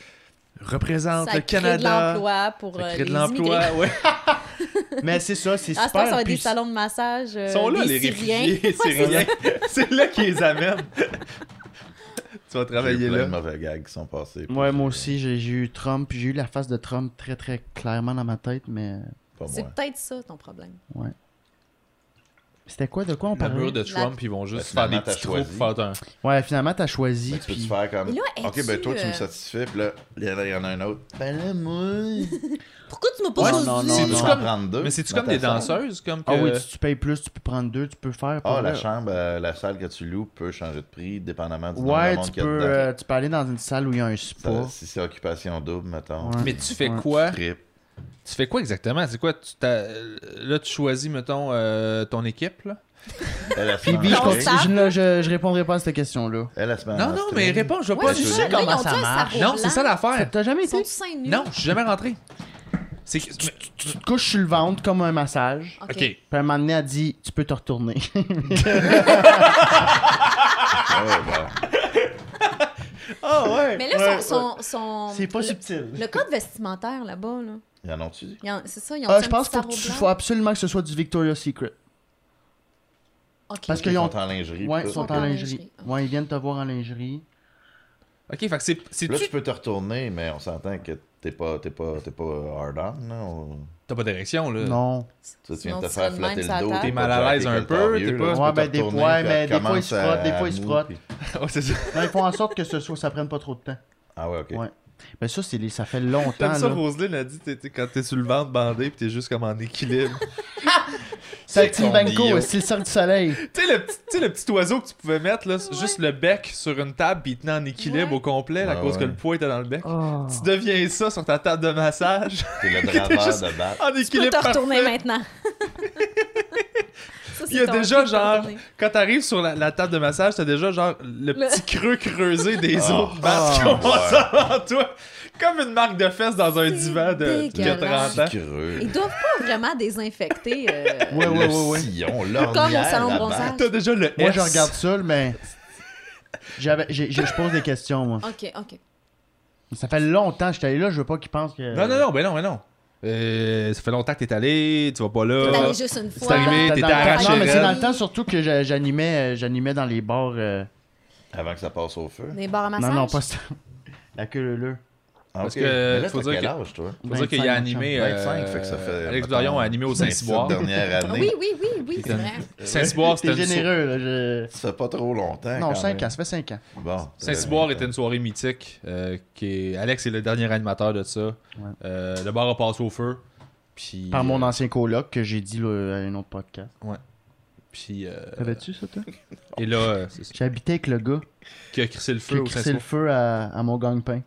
Speaker 1: représentent
Speaker 4: ça
Speaker 1: le
Speaker 4: crée de
Speaker 1: Canada.
Speaker 4: l'emploi pour
Speaker 1: ça
Speaker 4: euh,
Speaker 1: crée de
Speaker 4: les immigrés.
Speaker 1: l'emploi, ouais.
Speaker 2: euh. Mais c'est ça, c'est
Speaker 4: À ce temps, Ah, ça va
Speaker 2: super.
Speaker 4: être des
Speaker 2: puis-
Speaker 4: salons de massage. euh,
Speaker 1: Ils sont là, les
Speaker 4: des Syriens. (laughs)
Speaker 1: réfugiés syriens. (laughs) C'est là qu'ils les amènent. tu vas
Speaker 3: J'ai
Speaker 1: travailler
Speaker 3: eu plein
Speaker 1: là.
Speaker 3: de mauvais gags qui sont passés.
Speaker 2: Ouais, moi aussi, j'ai j'ai eu Trump, puis j'ai eu la face de Trump très, très clairement dans ma tête, mais euh,
Speaker 3: Pas
Speaker 4: C'est
Speaker 3: moi.
Speaker 4: peut-être ça ton problème.
Speaker 2: c'était quoi, de quoi on
Speaker 1: Le
Speaker 2: parlait?
Speaker 1: mur de Trump,
Speaker 4: La-
Speaker 1: ils vont juste
Speaker 3: Ben,
Speaker 1: faire des
Speaker 3: finalement, t'as
Speaker 1: petits trous pour
Speaker 3: choisi.
Speaker 1: faire un...
Speaker 2: Ouais, finalement, t'as
Speaker 3: Fait
Speaker 2: choisi,
Speaker 3: que Ben, tu peux
Speaker 2: puis...
Speaker 3: te faire comme.
Speaker 4: Mais là,
Speaker 3: ok,
Speaker 4: es-tu,
Speaker 3: ben toi, tu
Speaker 4: euh,
Speaker 3: me satisfais, puis là, il y en a- il y en a un autre. Ben
Speaker 2: (laughs)
Speaker 3: là, moi.
Speaker 4: Pourquoi tu m'as pas
Speaker 2: Ouais,
Speaker 4: choisi?
Speaker 2: non, non,
Speaker 1: C'est-tu
Speaker 2: non.
Speaker 1: comme-
Speaker 3: prendre deux.
Speaker 1: Mais c'est-tu
Speaker 3: dans
Speaker 1: comme
Speaker 3: ta
Speaker 1: des
Speaker 3: chambre?
Speaker 1: danseuses? Comme que...
Speaker 2: Ah oui, si tu payes plus, tu peux prendre deux, tu peux faire...
Speaker 3: Ah,
Speaker 2: pour
Speaker 3: la
Speaker 2: vrai.
Speaker 3: chambre, euh, la salle que tu loues peut changer de prix dépendamment du nombre de
Speaker 2: Ouais,
Speaker 3: monde
Speaker 2: tu
Speaker 3: qu'il y a
Speaker 2: peux,
Speaker 3: dedans.
Speaker 2: euh, tu peux aller dans une salle où il y a un
Speaker 3: Ça,
Speaker 2: spa.
Speaker 3: Si c'est occupation double, mettons.
Speaker 2: Ouais.
Speaker 1: Mais tu fais
Speaker 2: Ouais.
Speaker 1: quoi?
Speaker 3: Trip.
Speaker 1: Tu fais quoi exactement? C'est quoi? Tu t'as- Là, tu choisis, mettons, euh, ton équipe, là?
Speaker 3: Elle a se
Speaker 2: Phoebe, je,
Speaker 4: Non,
Speaker 2: continue-
Speaker 4: ça-
Speaker 2: je, là, je, je répondrai pas à cette question-là.
Speaker 3: Elle a se met
Speaker 1: Non, non, mais réponds, je vais
Speaker 4: Ouais,
Speaker 1: pas...
Speaker 4: c'est
Speaker 1: Je
Speaker 3: tu
Speaker 4: ça,
Speaker 1: sais
Speaker 4: là,
Speaker 1: comment
Speaker 4: ils
Speaker 1: ça
Speaker 4: ont-tu un
Speaker 1: marche.
Speaker 4: sarreau
Speaker 1: Non, c'est
Speaker 4: blanc?
Speaker 1: ça l'affaire.
Speaker 2: T'as jamais
Speaker 4: Ils sont
Speaker 2: été?
Speaker 4: tous seins nus.
Speaker 1: Non, je suis jamais rentré. C'est que...
Speaker 2: Tu te couches sur le ventre comme un massage.
Speaker 4: OK.
Speaker 1: OK.
Speaker 2: Puis à un moment donné, elle dit Tu peux te retourner. Ah ouais!
Speaker 4: Mais là, son, son, son-
Speaker 2: C'est pas
Speaker 4: le-
Speaker 2: subtil.
Speaker 4: Le code vestimentaire là-bas, là.
Speaker 3: Ils en ont-tu dit?
Speaker 4: Ils ont- C'est ça, ils ont
Speaker 2: Ah,
Speaker 4: un
Speaker 2: je pense
Speaker 4: petit
Speaker 2: qu'il faut,
Speaker 4: sarrau
Speaker 2: que tu-
Speaker 4: blanc.
Speaker 2: faut absolument que ce soit du Victoria's Secret.
Speaker 4: OK.
Speaker 2: parce que-
Speaker 3: Ils
Speaker 2: Ils ont-
Speaker 3: sont en lingerie.
Speaker 2: Ouais,
Speaker 3: puis
Speaker 2: ils sont
Speaker 3: tout.
Speaker 2: en lingerie.
Speaker 4: Ah.
Speaker 2: Ouais, ils viennent te voir en lingerie.
Speaker 1: OK, fait que c'est- c'est...
Speaker 3: Là,
Speaker 1: tu-
Speaker 3: tu peux te retourner, mais on s'entend que t'es pas, t'es pas, t'es pas hard on. Là. On-
Speaker 1: T'as pas d'érection, là?
Speaker 2: Non.
Speaker 3: Tu sais, tu viens
Speaker 4: Sinon,
Speaker 3: de te
Speaker 4: tu
Speaker 3: faire
Speaker 4: serais de même
Speaker 3: flotter
Speaker 4: sur la
Speaker 3: le dos.
Speaker 4: table.
Speaker 1: T'es mal à l'aise un peu, t'es pas-
Speaker 2: Ouais, ben, des fois, mais des fois, ils se frottent, des fois, ils se frottent.
Speaker 1: (laughs) Ouais, c'est ça.
Speaker 2: Non, ils font en sorte que ce soit, ça prenne pas trop de temps.
Speaker 3: Ah ouais, ok.
Speaker 2: Ouais. Mais ça, c'est les- ça fait
Speaker 1: T'aimes
Speaker 2: longtemps.
Speaker 1: ça,
Speaker 2: là.
Speaker 1: Roselyne a dit, t'es- t'es- quand t'es sur le ventre bandé pis t'es juste comme en équilibre.
Speaker 2: C'est le Team
Speaker 1: ton
Speaker 2: Banco,
Speaker 1: bio.
Speaker 2: c'est le cercle du soleil.
Speaker 1: (laughs) tu sais, le, petit- tu sais, le petit oiseau que tu pouvais mettre, là, c'est
Speaker 4: Ouais.
Speaker 1: juste le bec sur une table pis il tenait en équilibre
Speaker 4: Ouais. Ah.
Speaker 1: au complet à
Speaker 3: Ah
Speaker 1: cause que
Speaker 3: ouais.
Speaker 1: le poids était dans le bec.
Speaker 4: Oh.
Speaker 1: Tu deviens ça sur ta table de massage (laughs)
Speaker 3: T'es le
Speaker 1: T'es
Speaker 3: draveur
Speaker 1: juste-
Speaker 3: de
Speaker 1: (laughs)
Speaker 3: batte.
Speaker 1: en
Speaker 4: Tu peux
Speaker 1: équilibre.
Speaker 4: te
Speaker 1: parfait.
Speaker 4: retourner maintenant. Ça, c'est
Speaker 1: Il y a
Speaker 4: ton
Speaker 1: déjà,
Speaker 4: truc de te
Speaker 1: genre,
Speaker 4: retourner.
Speaker 1: Quand t'arrives sur la, la table de massage, t'as déjà genre le
Speaker 4: Le-
Speaker 1: petit creux creusé des
Speaker 3: Ah.
Speaker 1: autres masques
Speaker 2: Ah.
Speaker 1: qui commencent avant toi. Comme une marque de fesses dans un
Speaker 4: C'est
Speaker 1: divan de, de
Speaker 4: dégueulasse.
Speaker 1: 30 ans.
Speaker 3: Creux.
Speaker 4: Ils doivent pas vraiment désinfecter.
Speaker 2: (laughs)
Speaker 4: euh,
Speaker 2: Ouais, ouais, ouais,
Speaker 3: Le
Speaker 2: ouais.
Speaker 3: sillon,
Speaker 4: Comme au
Speaker 3: l'ornière,
Speaker 4: salon
Speaker 3: la
Speaker 4: de bronzage.
Speaker 3: batte.
Speaker 1: T'as déjà le
Speaker 2: Moi,
Speaker 1: S.
Speaker 2: je regarde ça, là, mais. J'avais, j'ai- j'ai- je pose des questions, moi.
Speaker 4: OK, OK.
Speaker 2: Ça fait longtemps que je suis allé là, je veux pas qu'ils pensent que.
Speaker 1: Non, non, non, ben non, ben non. Euh, ça fait longtemps que t'es allé, tu vas pas
Speaker 4: T'es
Speaker 1: là.
Speaker 4: allé juste une fois.
Speaker 1: C'est arrivé,
Speaker 2: C'était
Speaker 1: t'étais
Speaker 2: dans le temps-
Speaker 1: arraché.
Speaker 2: Non, mais c'est
Speaker 1: raide.
Speaker 2: dans le temps surtout que j'a- j'animais, euh, j'animais dans les bars. euh,
Speaker 3: Avant que ça passe au feu.
Speaker 4: Des bars à massage.
Speaker 2: Non, non, pas ça. (laughs) La queue leu-leu.
Speaker 3: Ah,
Speaker 1: Parce
Speaker 3: ok.
Speaker 1: que,
Speaker 3: Mais là,
Speaker 1: faut
Speaker 3: t'as
Speaker 1: dire
Speaker 3: quel
Speaker 1: que-
Speaker 3: âge, toi?
Speaker 1: Faut dire qu'il
Speaker 2: 25,
Speaker 1: a animé.
Speaker 3: 25,
Speaker 1: euh,
Speaker 3: fait que ça fait,
Speaker 1: Alex
Speaker 3: mettons,
Speaker 1: Dorion a animé au Saint-Cyboire.
Speaker 3: dernière année.
Speaker 4: Oui, oui, oui, oui, c'est vrai.
Speaker 1: Saint-Cyboire, c'était
Speaker 2: Euh, T'es
Speaker 1: une sou-
Speaker 2: généreux, là. je-
Speaker 3: Ça fait pas trop longtemps.
Speaker 2: Non,
Speaker 3: quand
Speaker 2: 5
Speaker 3: même.
Speaker 2: ans, ça fait 5 ans.
Speaker 3: Bon.
Speaker 1: Saint-Cyboire était
Speaker 3: était
Speaker 1: une soirée mythique. euh, qui est- Alex est le dernier animateur de ça.
Speaker 2: Ouais.
Speaker 1: Euh, le bar a passé au feu. Puis,
Speaker 2: Par mon
Speaker 1: euh,
Speaker 2: ancien coloc que j'ai dit là, à un autre podcast.
Speaker 1: Puis, euh,
Speaker 2: T'avais-tu ça, toi
Speaker 1: et là, euh, c'est ça,
Speaker 2: J'habitais avec le gars
Speaker 1: qui a crissé le
Speaker 2: qui
Speaker 1: feu
Speaker 2: a
Speaker 1: au
Speaker 2: crissé le
Speaker 1: Saint-Cyboire.
Speaker 2: feu à, à mon gang-pain.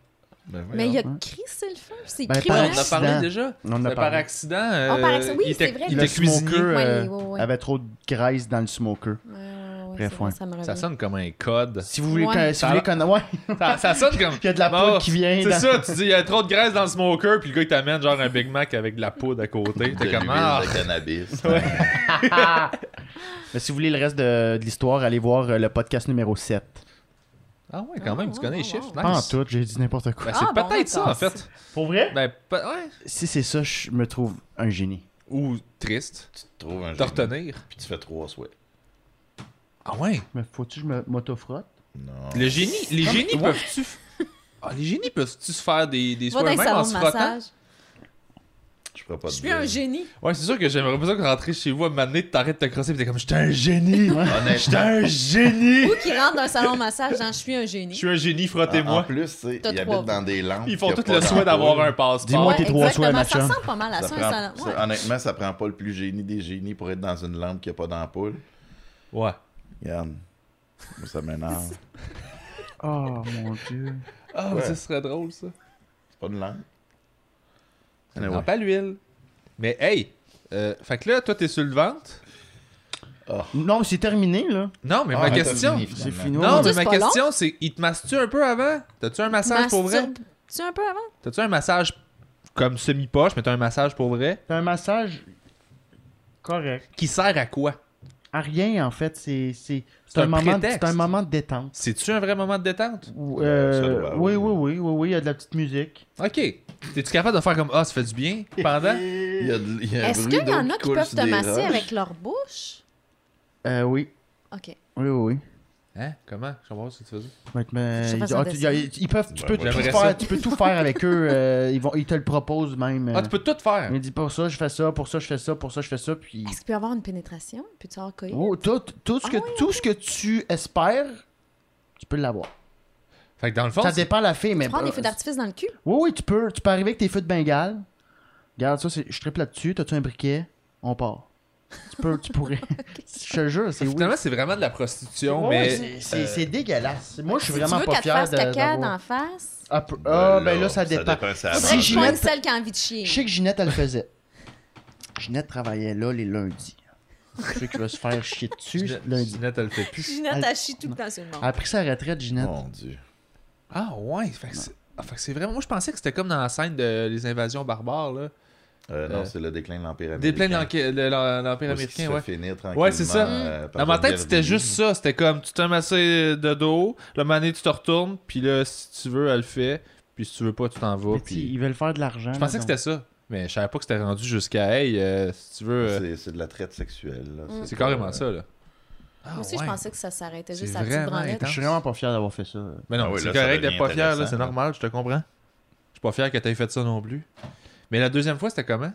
Speaker 1: Ben, voyons.
Speaker 4: Mais il a crissé le feu, c'est
Speaker 2: Ben,
Speaker 1: Ah,
Speaker 4: criminel.
Speaker 1: on en a
Speaker 2: accident.
Speaker 1: parlé déjà.
Speaker 2: On en a
Speaker 1: C'était
Speaker 2: parlé.
Speaker 1: Par accident.
Speaker 4: Ah,
Speaker 1: euh,
Speaker 4: par accident. Oui,
Speaker 1: il était-
Speaker 4: c'est vrai.
Speaker 1: Il
Speaker 2: Le
Speaker 1: était
Speaker 2: smoker
Speaker 1: cuisinier.
Speaker 2: euh,
Speaker 4: Ouais, ouais, ouais.
Speaker 2: avait trop de graisse dans le smoker.
Speaker 4: Ouais, ouais, ouais,
Speaker 2: Bref,
Speaker 4: c'est vrai,
Speaker 2: ouais.
Speaker 4: ça me
Speaker 1: Ça
Speaker 4: revient.
Speaker 1: sonne comme un code.
Speaker 2: Si vous voulez,
Speaker 4: Ouais.
Speaker 2: conna- si
Speaker 1: Ça
Speaker 2: vous voulez
Speaker 1: va.
Speaker 2: connaître. Ouais,
Speaker 1: (laughs) Ça, ça sonne comme.
Speaker 2: il y a de la
Speaker 1: Bon,
Speaker 2: poudre qui vient.
Speaker 1: C'est
Speaker 2: dans-
Speaker 1: ça, tu dis, il y a trop de graisse dans le smoker, puis le gars, il t'amène genre un Big Mac avec de la poudre à côté.
Speaker 3: De
Speaker 1: T'es
Speaker 3: l'huile
Speaker 1: comme, ah, (laughs)
Speaker 3: de cannabis.
Speaker 2: (laughs) Mais si vous voulez le reste de, de l'histoire, allez voir euh, le podcast numéro 7.
Speaker 1: Ah ouais, quand même, tu connais les chiffres. Nice.
Speaker 2: Pas en tout, j'ai dit n'importe quoi.
Speaker 1: Ben, c'est
Speaker 4: Ah, bon,
Speaker 1: peut-être ça,
Speaker 4: d'accord.
Speaker 1: en fait.
Speaker 2: Pour vrai?
Speaker 1: Ben, pe- ouais.
Speaker 2: Si c'est ça, je me trouve un génie.
Speaker 1: Ou triste.
Speaker 3: tu te trouves un
Speaker 1: Te
Speaker 3: génie,
Speaker 1: retenir.
Speaker 3: Puis tu fais trois souhaits.
Speaker 1: Ah ouais.
Speaker 2: Mais faut-tu que je me- m'autofrotte?
Speaker 3: Non.
Speaker 1: Le génie, les génies peuvent-tu. f- Ah, les génies peuvent-tu se faire des, des
Speaker 4: Va
Speaker 1: soins
Speaker 4: dans un
Speaker 1: eux-mêmes en
Speaker 4: salon
Speaker 1: se hein?
Speaker 4: de
Speaker 1: frottant?
Speaker 4: massage.
Speaker 3: Je ferais pas
Speaker 4: Je
Speaker 3: de
Speaker 4: suis un
Speaker 3: deal.
Speaker 4: génie.
Speaker 1: Ouais, c'est sûr que j'aimerais pas ça que rentrer chez vous à m'amener, t'arrêtes de te crosser, pis t'es comme, j'étais un génie. J'étais
Speaker 3: Honnêtement,
Speaker 1: un génie.
Speaker 4: Ou qui rentre dans un salon de massage, genre, je suis un
Speaker 1: Je
Speaker 4: génie.
Speaker 1: suis un génie,
Speaker 3: en, en
Speaker 1: frottez-moi.
Speaker 3: plus, tu sais,
Speaker 4: T'as
Speaker 3: ils
Speaker 4: trois
Speaker 3: habitent dans des lampes.
Speaker 1: Ils font
Speaker 3: y a
Speaker 1: tout
Speaker 3: pas
Speaker 1: le souhait
Speaker 3: d'ampoule.
Speaker 1: d'avoir un passeport.
Speaker 2: Dis-moi tes trois souhaits, ma
Speaker 4: exactement. Ça
Speaker 2: chum.
Speaker 4: ressemble pas mal à
Speaker 3: Ça
Speaker 4: ça,
Speaker 3: prend-
Speaker 4: un salon.
Speaker 3: ça-
Speaker 4: Ouais.
Speaker 3: Honnêtement, ça prend pas le plus génie des génies pour être dans une lampe qui a pas d'ampoule.
Speaker 1: Ouais.
Speaker 3: Regarde. Moi,
Speaker 4: (laughs)
Speaker 3: ça m'énerve.
Speaker 2: Oh mon dieu.
Speaker 1: Ah,
Speaker 3: Ouais.
Speaker 1: ça serait drôle, ça.
Speaker 3: C'est pas une lampe.
Speaker 1: Non,
Speaker 3: Anyway.
Speaker 1: pas l'huile. Mais hey, euh, fait que là, toi, t'es sur le ventre.
Speaker 2: Non, mais c'est terminé, là.
Speaker 1: Non, mais
Speaker 3: Ah,
Speaker 1: ma
Speaker 3: t'as
Speaker 1: question.
Speaker 3: fini,
Speaker 2: C'est
Speaker 3: finalement.
Speaker 2: fini.
Speaker 1: Non,
Speaker 4: Dieu,
Speaker 1: mais ma
Speaker 4: c'est pas
Speaker 1: question, c'est il te masse-tu un peu avant T'as-tu un massage pour vrai
Speaker 4: Tu un peu avant?
Speaker 1: T'as-tu un massage comme semi-poche, mais t'as un massage pour vrai
Speaker 2: C'est un massage correct.
Speaker 1: Qui sert à quoi
Speaker 2: À rien, en fait. C'est c'est- c'est
Speaker 1: un
Speaker 2: un, moment-
Speaker 1: prétexte.
Speaker 2: c'est un moment de détente.
Speaker 1: C'est-tu un vrai moment de détente
Speaker 2: Ou,
Speaker 3: Euh,
Speaker 2: euh,
Speaker 3: ça doit,
Speaker 2: oui, oui,
Speaker 3: oui.
Speaker 2: oui, oui, oui, il y a de la petite musique.
Speaker 1: Ok. T'es-tu capable de faire comme Ah, ça fait du bien pendant
Speaker 2: (laughs)
Speaker 3: Il y a de- il y a un
Speaker 4: Est-ce
Speaker 3: bruit
Speaker 4: qu'il y
Speaker 3: d'eau
Speaker 4: en a qui
Speaker 3: coule
Speaker 4: peuvent
Speaker 3: sur
Speaker 4: te
Speaker 3: des
Speaker 4: masser
Speaker 3: roches.
Speaker 4: avec leur bouche?
Speaker 2: Euh, oui.
Speaker 4: OK.
Speaker 2: Oui, oui, oui.
Speaker 1: Hein Comment Je comprends pas ce que tu faisais.
Speaker 2: Ouais, mais-
Speaker 4: Je sais pas si
Speaker 2: ah,
Speaker 4: on
Speaker 2: tu,
Speaker 4: fait ça.
Speaker 2: y a- ils peuvent, tu,
Speaker 3: Ben,
Speaker 2: peux
Speaker 3: moi,
Speaker 2: tout
Speaker 1: j'aimerais ça.
Speaker 2: faire, tu peux tout faire avec eux. euh, ils, vont, ils te le proposent même.
Speaker 1: Ah, tu peux tout faire.
Speaker 2: Mais dis pour ça, je fais ça, pour ça, je fais ça, pour ça, je fais ça. Puis.
Speaker 4: Est-ce qu'il peut y avoir une pénétration? Puis tu avoir coït?
Speaker 2: Oh, tout, tout, ce que,
Speaker 4: Ah oui,
Speaker 2: tout ce que tu espères, tu peux l'avoir.
Speaker 1: Fait que dans le fond,
Speaker 2: ça
Speaker 1: c'est-
Speaker 2: dépend la fille, mais.
Speaker 4: Tu prends des
Speaker 2: euh,
Speaker 4: feux d'artifice dans le cul?
Speaker 2: Oui, oui, tu peux, tu peux arriver avec tes feux de Bengale. Regarde ça, c'est- je triple là-dessus, t'as-tu un briquet? On part. Tu peux,
Speaker 4: (laughs)
Speaker 2: tu pourrais. Je te jure, c'est oui.
Speaker 1: finalement, c'est vraiment de la prostitution,
Speaker 2: Ouais,
Speaker 1: mais euh,
Speaker 2: c'est- c'est c'est dégueulasse. Moi, je suis
Speaker 4: Si
Speaker 2: vraiment
Speaker 4: tu veux
Speaker 2: pas
Speaker 4: qu'elle te
Speaker 2: fier
Speaker 4: fasse
Speaker 2: de.
Speaker 4: caca
Speaker 2: d'avoir-
Speaker 4: d'en face,
Speaker 2: Ah, peu- ah, ben là, ça
Speaker 3: ça
Speaker 2: dépend.
Speaker 3: dépend, ça
Speaker 4: faudrait que
Speaker 3: avance.
Speaker 4: je
Speaker 2: Ginette-
Speaker 4: poigne celle qui a envie de chier.
Speaker 2: Je sais que Ginette, elle le faisait. Ginette travaillait là les lundis. Je sais qu'il va se faire chier dessus lundi.
Speaker 1: Ginette, elle le fait
Speaker 2: (laughs)
Speaker 1: plus.
Speaker 4: Ginette,
Speaker 2: elle-
Speaker 4: elle chie tout le temps sur le
Speaker 2: Elle
Speaker 4: monde.
Speaker 2: a pris sa retraite, Ginette.
Speaker 3: Mon Dieu.
Speaker 1: Ah ouais, fait que c'est ah, fait que c'est vraiment. Moi, je pensais que c'était comme dans la scène de les invasions barbares là,
Speaker 3: Euh, non,
Speaker 1: Euh,
Speaker 3: c'est le déclin de l'Empire américain.
Speaker 1: des plaines de l'enqui- de l'en- l'empire
Speaker 3: Où est-ce
Speaker 1: américain,
Speaker 3: qu'il se
Speaker 1: ouais.
Speaker 3: fait finir
Speaker 1: Ouais, c'est ça.
Speaker 3: tranquillement, euh, par
Speaker 1: Dans ma
Speaker 3: une
Speaker 1: tête, c'était
Speaker 3: garderie.
Speaker 1: juste ça. C'était comme, tu t'amassais de dos, le mané, tu te retournes, puis là, si tu veux, elle le fait, puis si tu veux pas, tu t'en vas.
Speaker 2: Mais tu sais,
Speaker 1: Puis...
Speaker 2: Ils veulent faire de l'argent.
Speaker 1: Je pensais que c'était ça, mais je savais pas que c'était rendu jusqu'à, hey, euh, si tu veux, euh, Mm.
Speaker 3: C'est c'est de la traite sexuelle. là.
Speaker 1: c'est
Speaker 3: pas,
Speaker 1: carrément
Speaker 3: euh,
Speaker 1: ça, là. Ah
Speaker 4: Moi aussi,
Speaker 1: ouais.
Speaker 4: je pensais que ça s'arrêtait
Speaker 1: C'est
Speaker 4: juste à la petite
Speaker 1: vraiment
Speaker 4: branlette. hein.
Speaker 2: Je suis vraiment pas fier d'avoir fait ça.
Speaker 1: Mais non,
Speaker 3: Ah oui,
Speaker 1: c'est
Speaker 3: là, ça
Speaker 1: correct d'être
Speaker 3: devient
Speaker 1: pas fier, là,
Speaker 3: intéressant,
Speaker 1: c'est
Speaker 3: là.
Speaker 1: normal, je te comprends. Je suis pas fier que t'aies fait ça non plus. Mais la deuxième fois, c'était comment?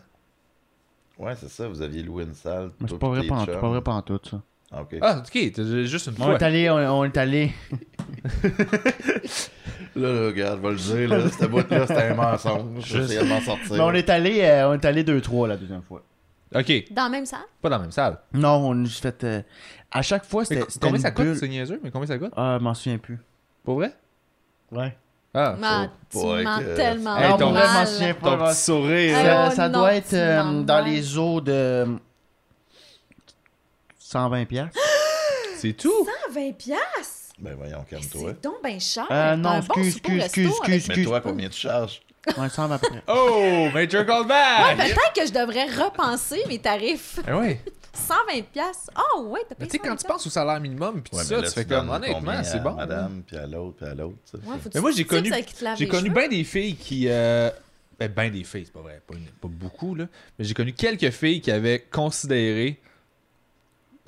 Speaker 3: Ouais, c'est ça. Vous aviez loué une salle.
Speaker 2: Mais c'est
Speaker 3: toi
Speaker 2: pas
Speaker 3: puis
Speaker 2: vrai
Speaker 3: tes
Speaker 2: pas en-
Speaker 3: chums.
Speaker 2: pas vrai pas en tout, ça.
Speaker 3: Ah, ok.
Speaker 1: Ah, ok, t'as- juste une
Speaker 2: On
Speaker 1: fois.
Speaker 2: est allé, on, on est allé.
Speaker 3: Là, là, regarde, je vais le dire, là, cette boîte-là, c'était un mensonge.
Speaker 1: Je
Speaker 3: J'essayais de m'en sortir.
Speaker 2: Mais on est allé, euh, on est allé 2-3 la deuxième fois.
Speaker 1: Ok,
Speaker 4: Dans la même salle?
Speaker 1: pas dans la même salle.
Speaker 2: Non, on nous fait. euh, à chaque fois,
Speaker 1: Mais
Speaker 2: c'était.
Speaker 1: co-
Speaker 2: c'était
Speaker 1: combien
Speaker 2: une
Speaker 1: ça coûte?
Speaker 2: bulle.
Speaker 1: C'est niaiseux, mais combien ça coûte?
Speaker 2: Ah, je m'en souviens plus.
Speaker 1: Pour vrai?
Speaker 2: Ouais.
Speaker 1: Ah.
Speaker 4: Man, tu
Speaker 3: pas
Speaker 4: mens
Speaker 3: que-
Speaker 4: tellement
Speaker 1: Hey, ton-
Speaker 2: je m'en
Speaker 4: mal.
Speaker 2: souviens
Speaker 1: Ton
Speaker 2: pas.
Speaker 1: petit sourire.
Speaker 4: Hey,
Speaker 2: Ça,
Speaker 4: oh
Speaker 2: ça
Speaker 4: non,
Speaker 2: doit être
Speaker 4: tu
Speaker 2: euh,
Speaker 4: m'en
Speaker 2: dans
Speaker 4: vas.
Speaker 2: les eaux de. 120 piastres.
Speaker 1: C'est tout?
Speaker 4: 20 piastres?
Speaker 3: Ben voyons,
Speaker 4: Mais
Speaker 3: calme-toi.
Speaker 4: C'est donc ben cher.
Speaker 2: Euh, non,
Speaker 4: Un bon
Speaker 2: excuse,
Speaker 4: souper au
Speaker 2: excuse,
Speaker 4: resto avec-
Speaker 2: excuse,
Speaker 3: Mais
Speaker 2: excuse.
Speaker 3: toi, combien tu charges?
Speaker 2: Ouais, 120 à peu près.
Speaker 1: (laughs) Oh, Major Goldman!
Speaker 4: Peut-être que je devrais repenser mes tarifs.
Speaker 1: Eh
Speaker 4: (laughs)
Speaker 1: ouais.
Speaker 4: 120 piastres. Oh ouais, t'as
Speaker 1: Mais
Speaker 4: payé
Speaker 1: tu sais, quand tu
Speaker 4: 120
Speaker 1: penses au salaire minimum, puis tout
Speaker 3: Ouais, mais
Speaker 1: ça,
Speaker 3: là,
Speaker 1: tu fais
Speaker 3: donnes
Speaker 1: comme,
Speaker 3: combien
Speaker 1: honnêtement,
Speaker 3: à
Speaker 1: c'est bon.
Speaker 3: Madame, puis à l'autre, puis à l'autre. tu sais.
Speaker 4: Ouais, faut que
Speaker 1: Mais
Speaker 4: tu-
Speaker 1: moi, j'ai
Speaker 4: tu sais
Speaker 1: connu,
Speaker 4: que ça qui te lave
Speaker 1: j'ai
Speaker 4: les
Speaker 1: connu
Speaker 4: cheveux.
Speaker 1: bien des filles qui. euh, ben, ben des filles, c'est pas vrai, pas, une- pas beaucoup, là. Mais j'ai connu quelques filles qui avaient considéré,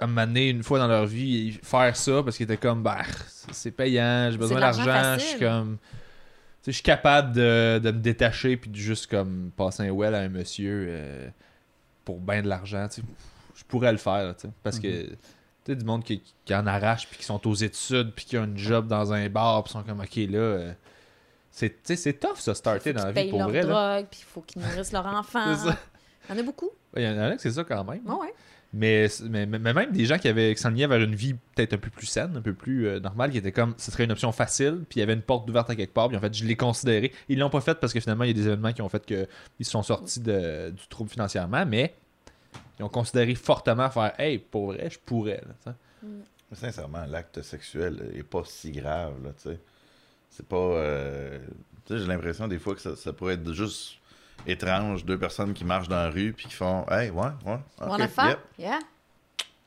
Speaker 1: à un moment donné, une fois dans leur vie, faire ça parce qu'ils étaient comme, bah, c'est- c'est payant, j'ai besoin
Speaker 4: de l'argent
Speaker 1: d'argent, je suis
Speaker 4: facile.
Speaker 1: comme. Tu sais, je suis capable de, de me détacher puis de juste comme passer un well à un monsieur euh, pour ben de l'argent, tu sais. Je pourrais le faire, tu sais. Parce que. Tu sais, du monde qui, qui en arrache, puis qui sont aux études, puis qui ont une job dans un bar, puis sont comme, OK, là, euh, c'est tu sais, c'est tough, ça, starter dans la vie, pour
Speaker 4: leur
Speaker 1: vrai. là. (laughs)
Speaker 4: drogue, puis il faut qu'ils nourrissent leur enfant.
Speaker 1: C'est ça.
Speaker 4: Il y en a beaucoup.
Speaker 1: Il y en a que c'est ça quand même.
Speaker 4: Ouais, ouais.
Speaker 1: Mais, mais, mais même des gens qui, avaient, qui s'enlignaient vers une vie peut-être un peu plus saine, un peu plus euh, normale, qui étaient comme ce serait une option facile, puis il y avait une porte ouverte à quelque part, puis en fait, je l'ai considéré. Ils l'ont pas fait parce que finalement, il y a des événements qui ont fait qu'ils sont sortis de- du trouble financièrement, mais ils ont considéré fortement faire Hey, pour vrai, je pourrais. là, tu sais.
Speaker 3: Mais sincèrement, l'acte sexuel est pas si grave, là, tu sais. C'est pas. euh, Tu sais, j'ai l'impression des fois que ça, ça pourrait être juste étrange, deux personnes qui marchent dans la rue puis qui font Hey, ouais, ouais. ok,
Speaker 4: Mon affaire?
Speaker 3: yep,
Speaker 4: Yeah.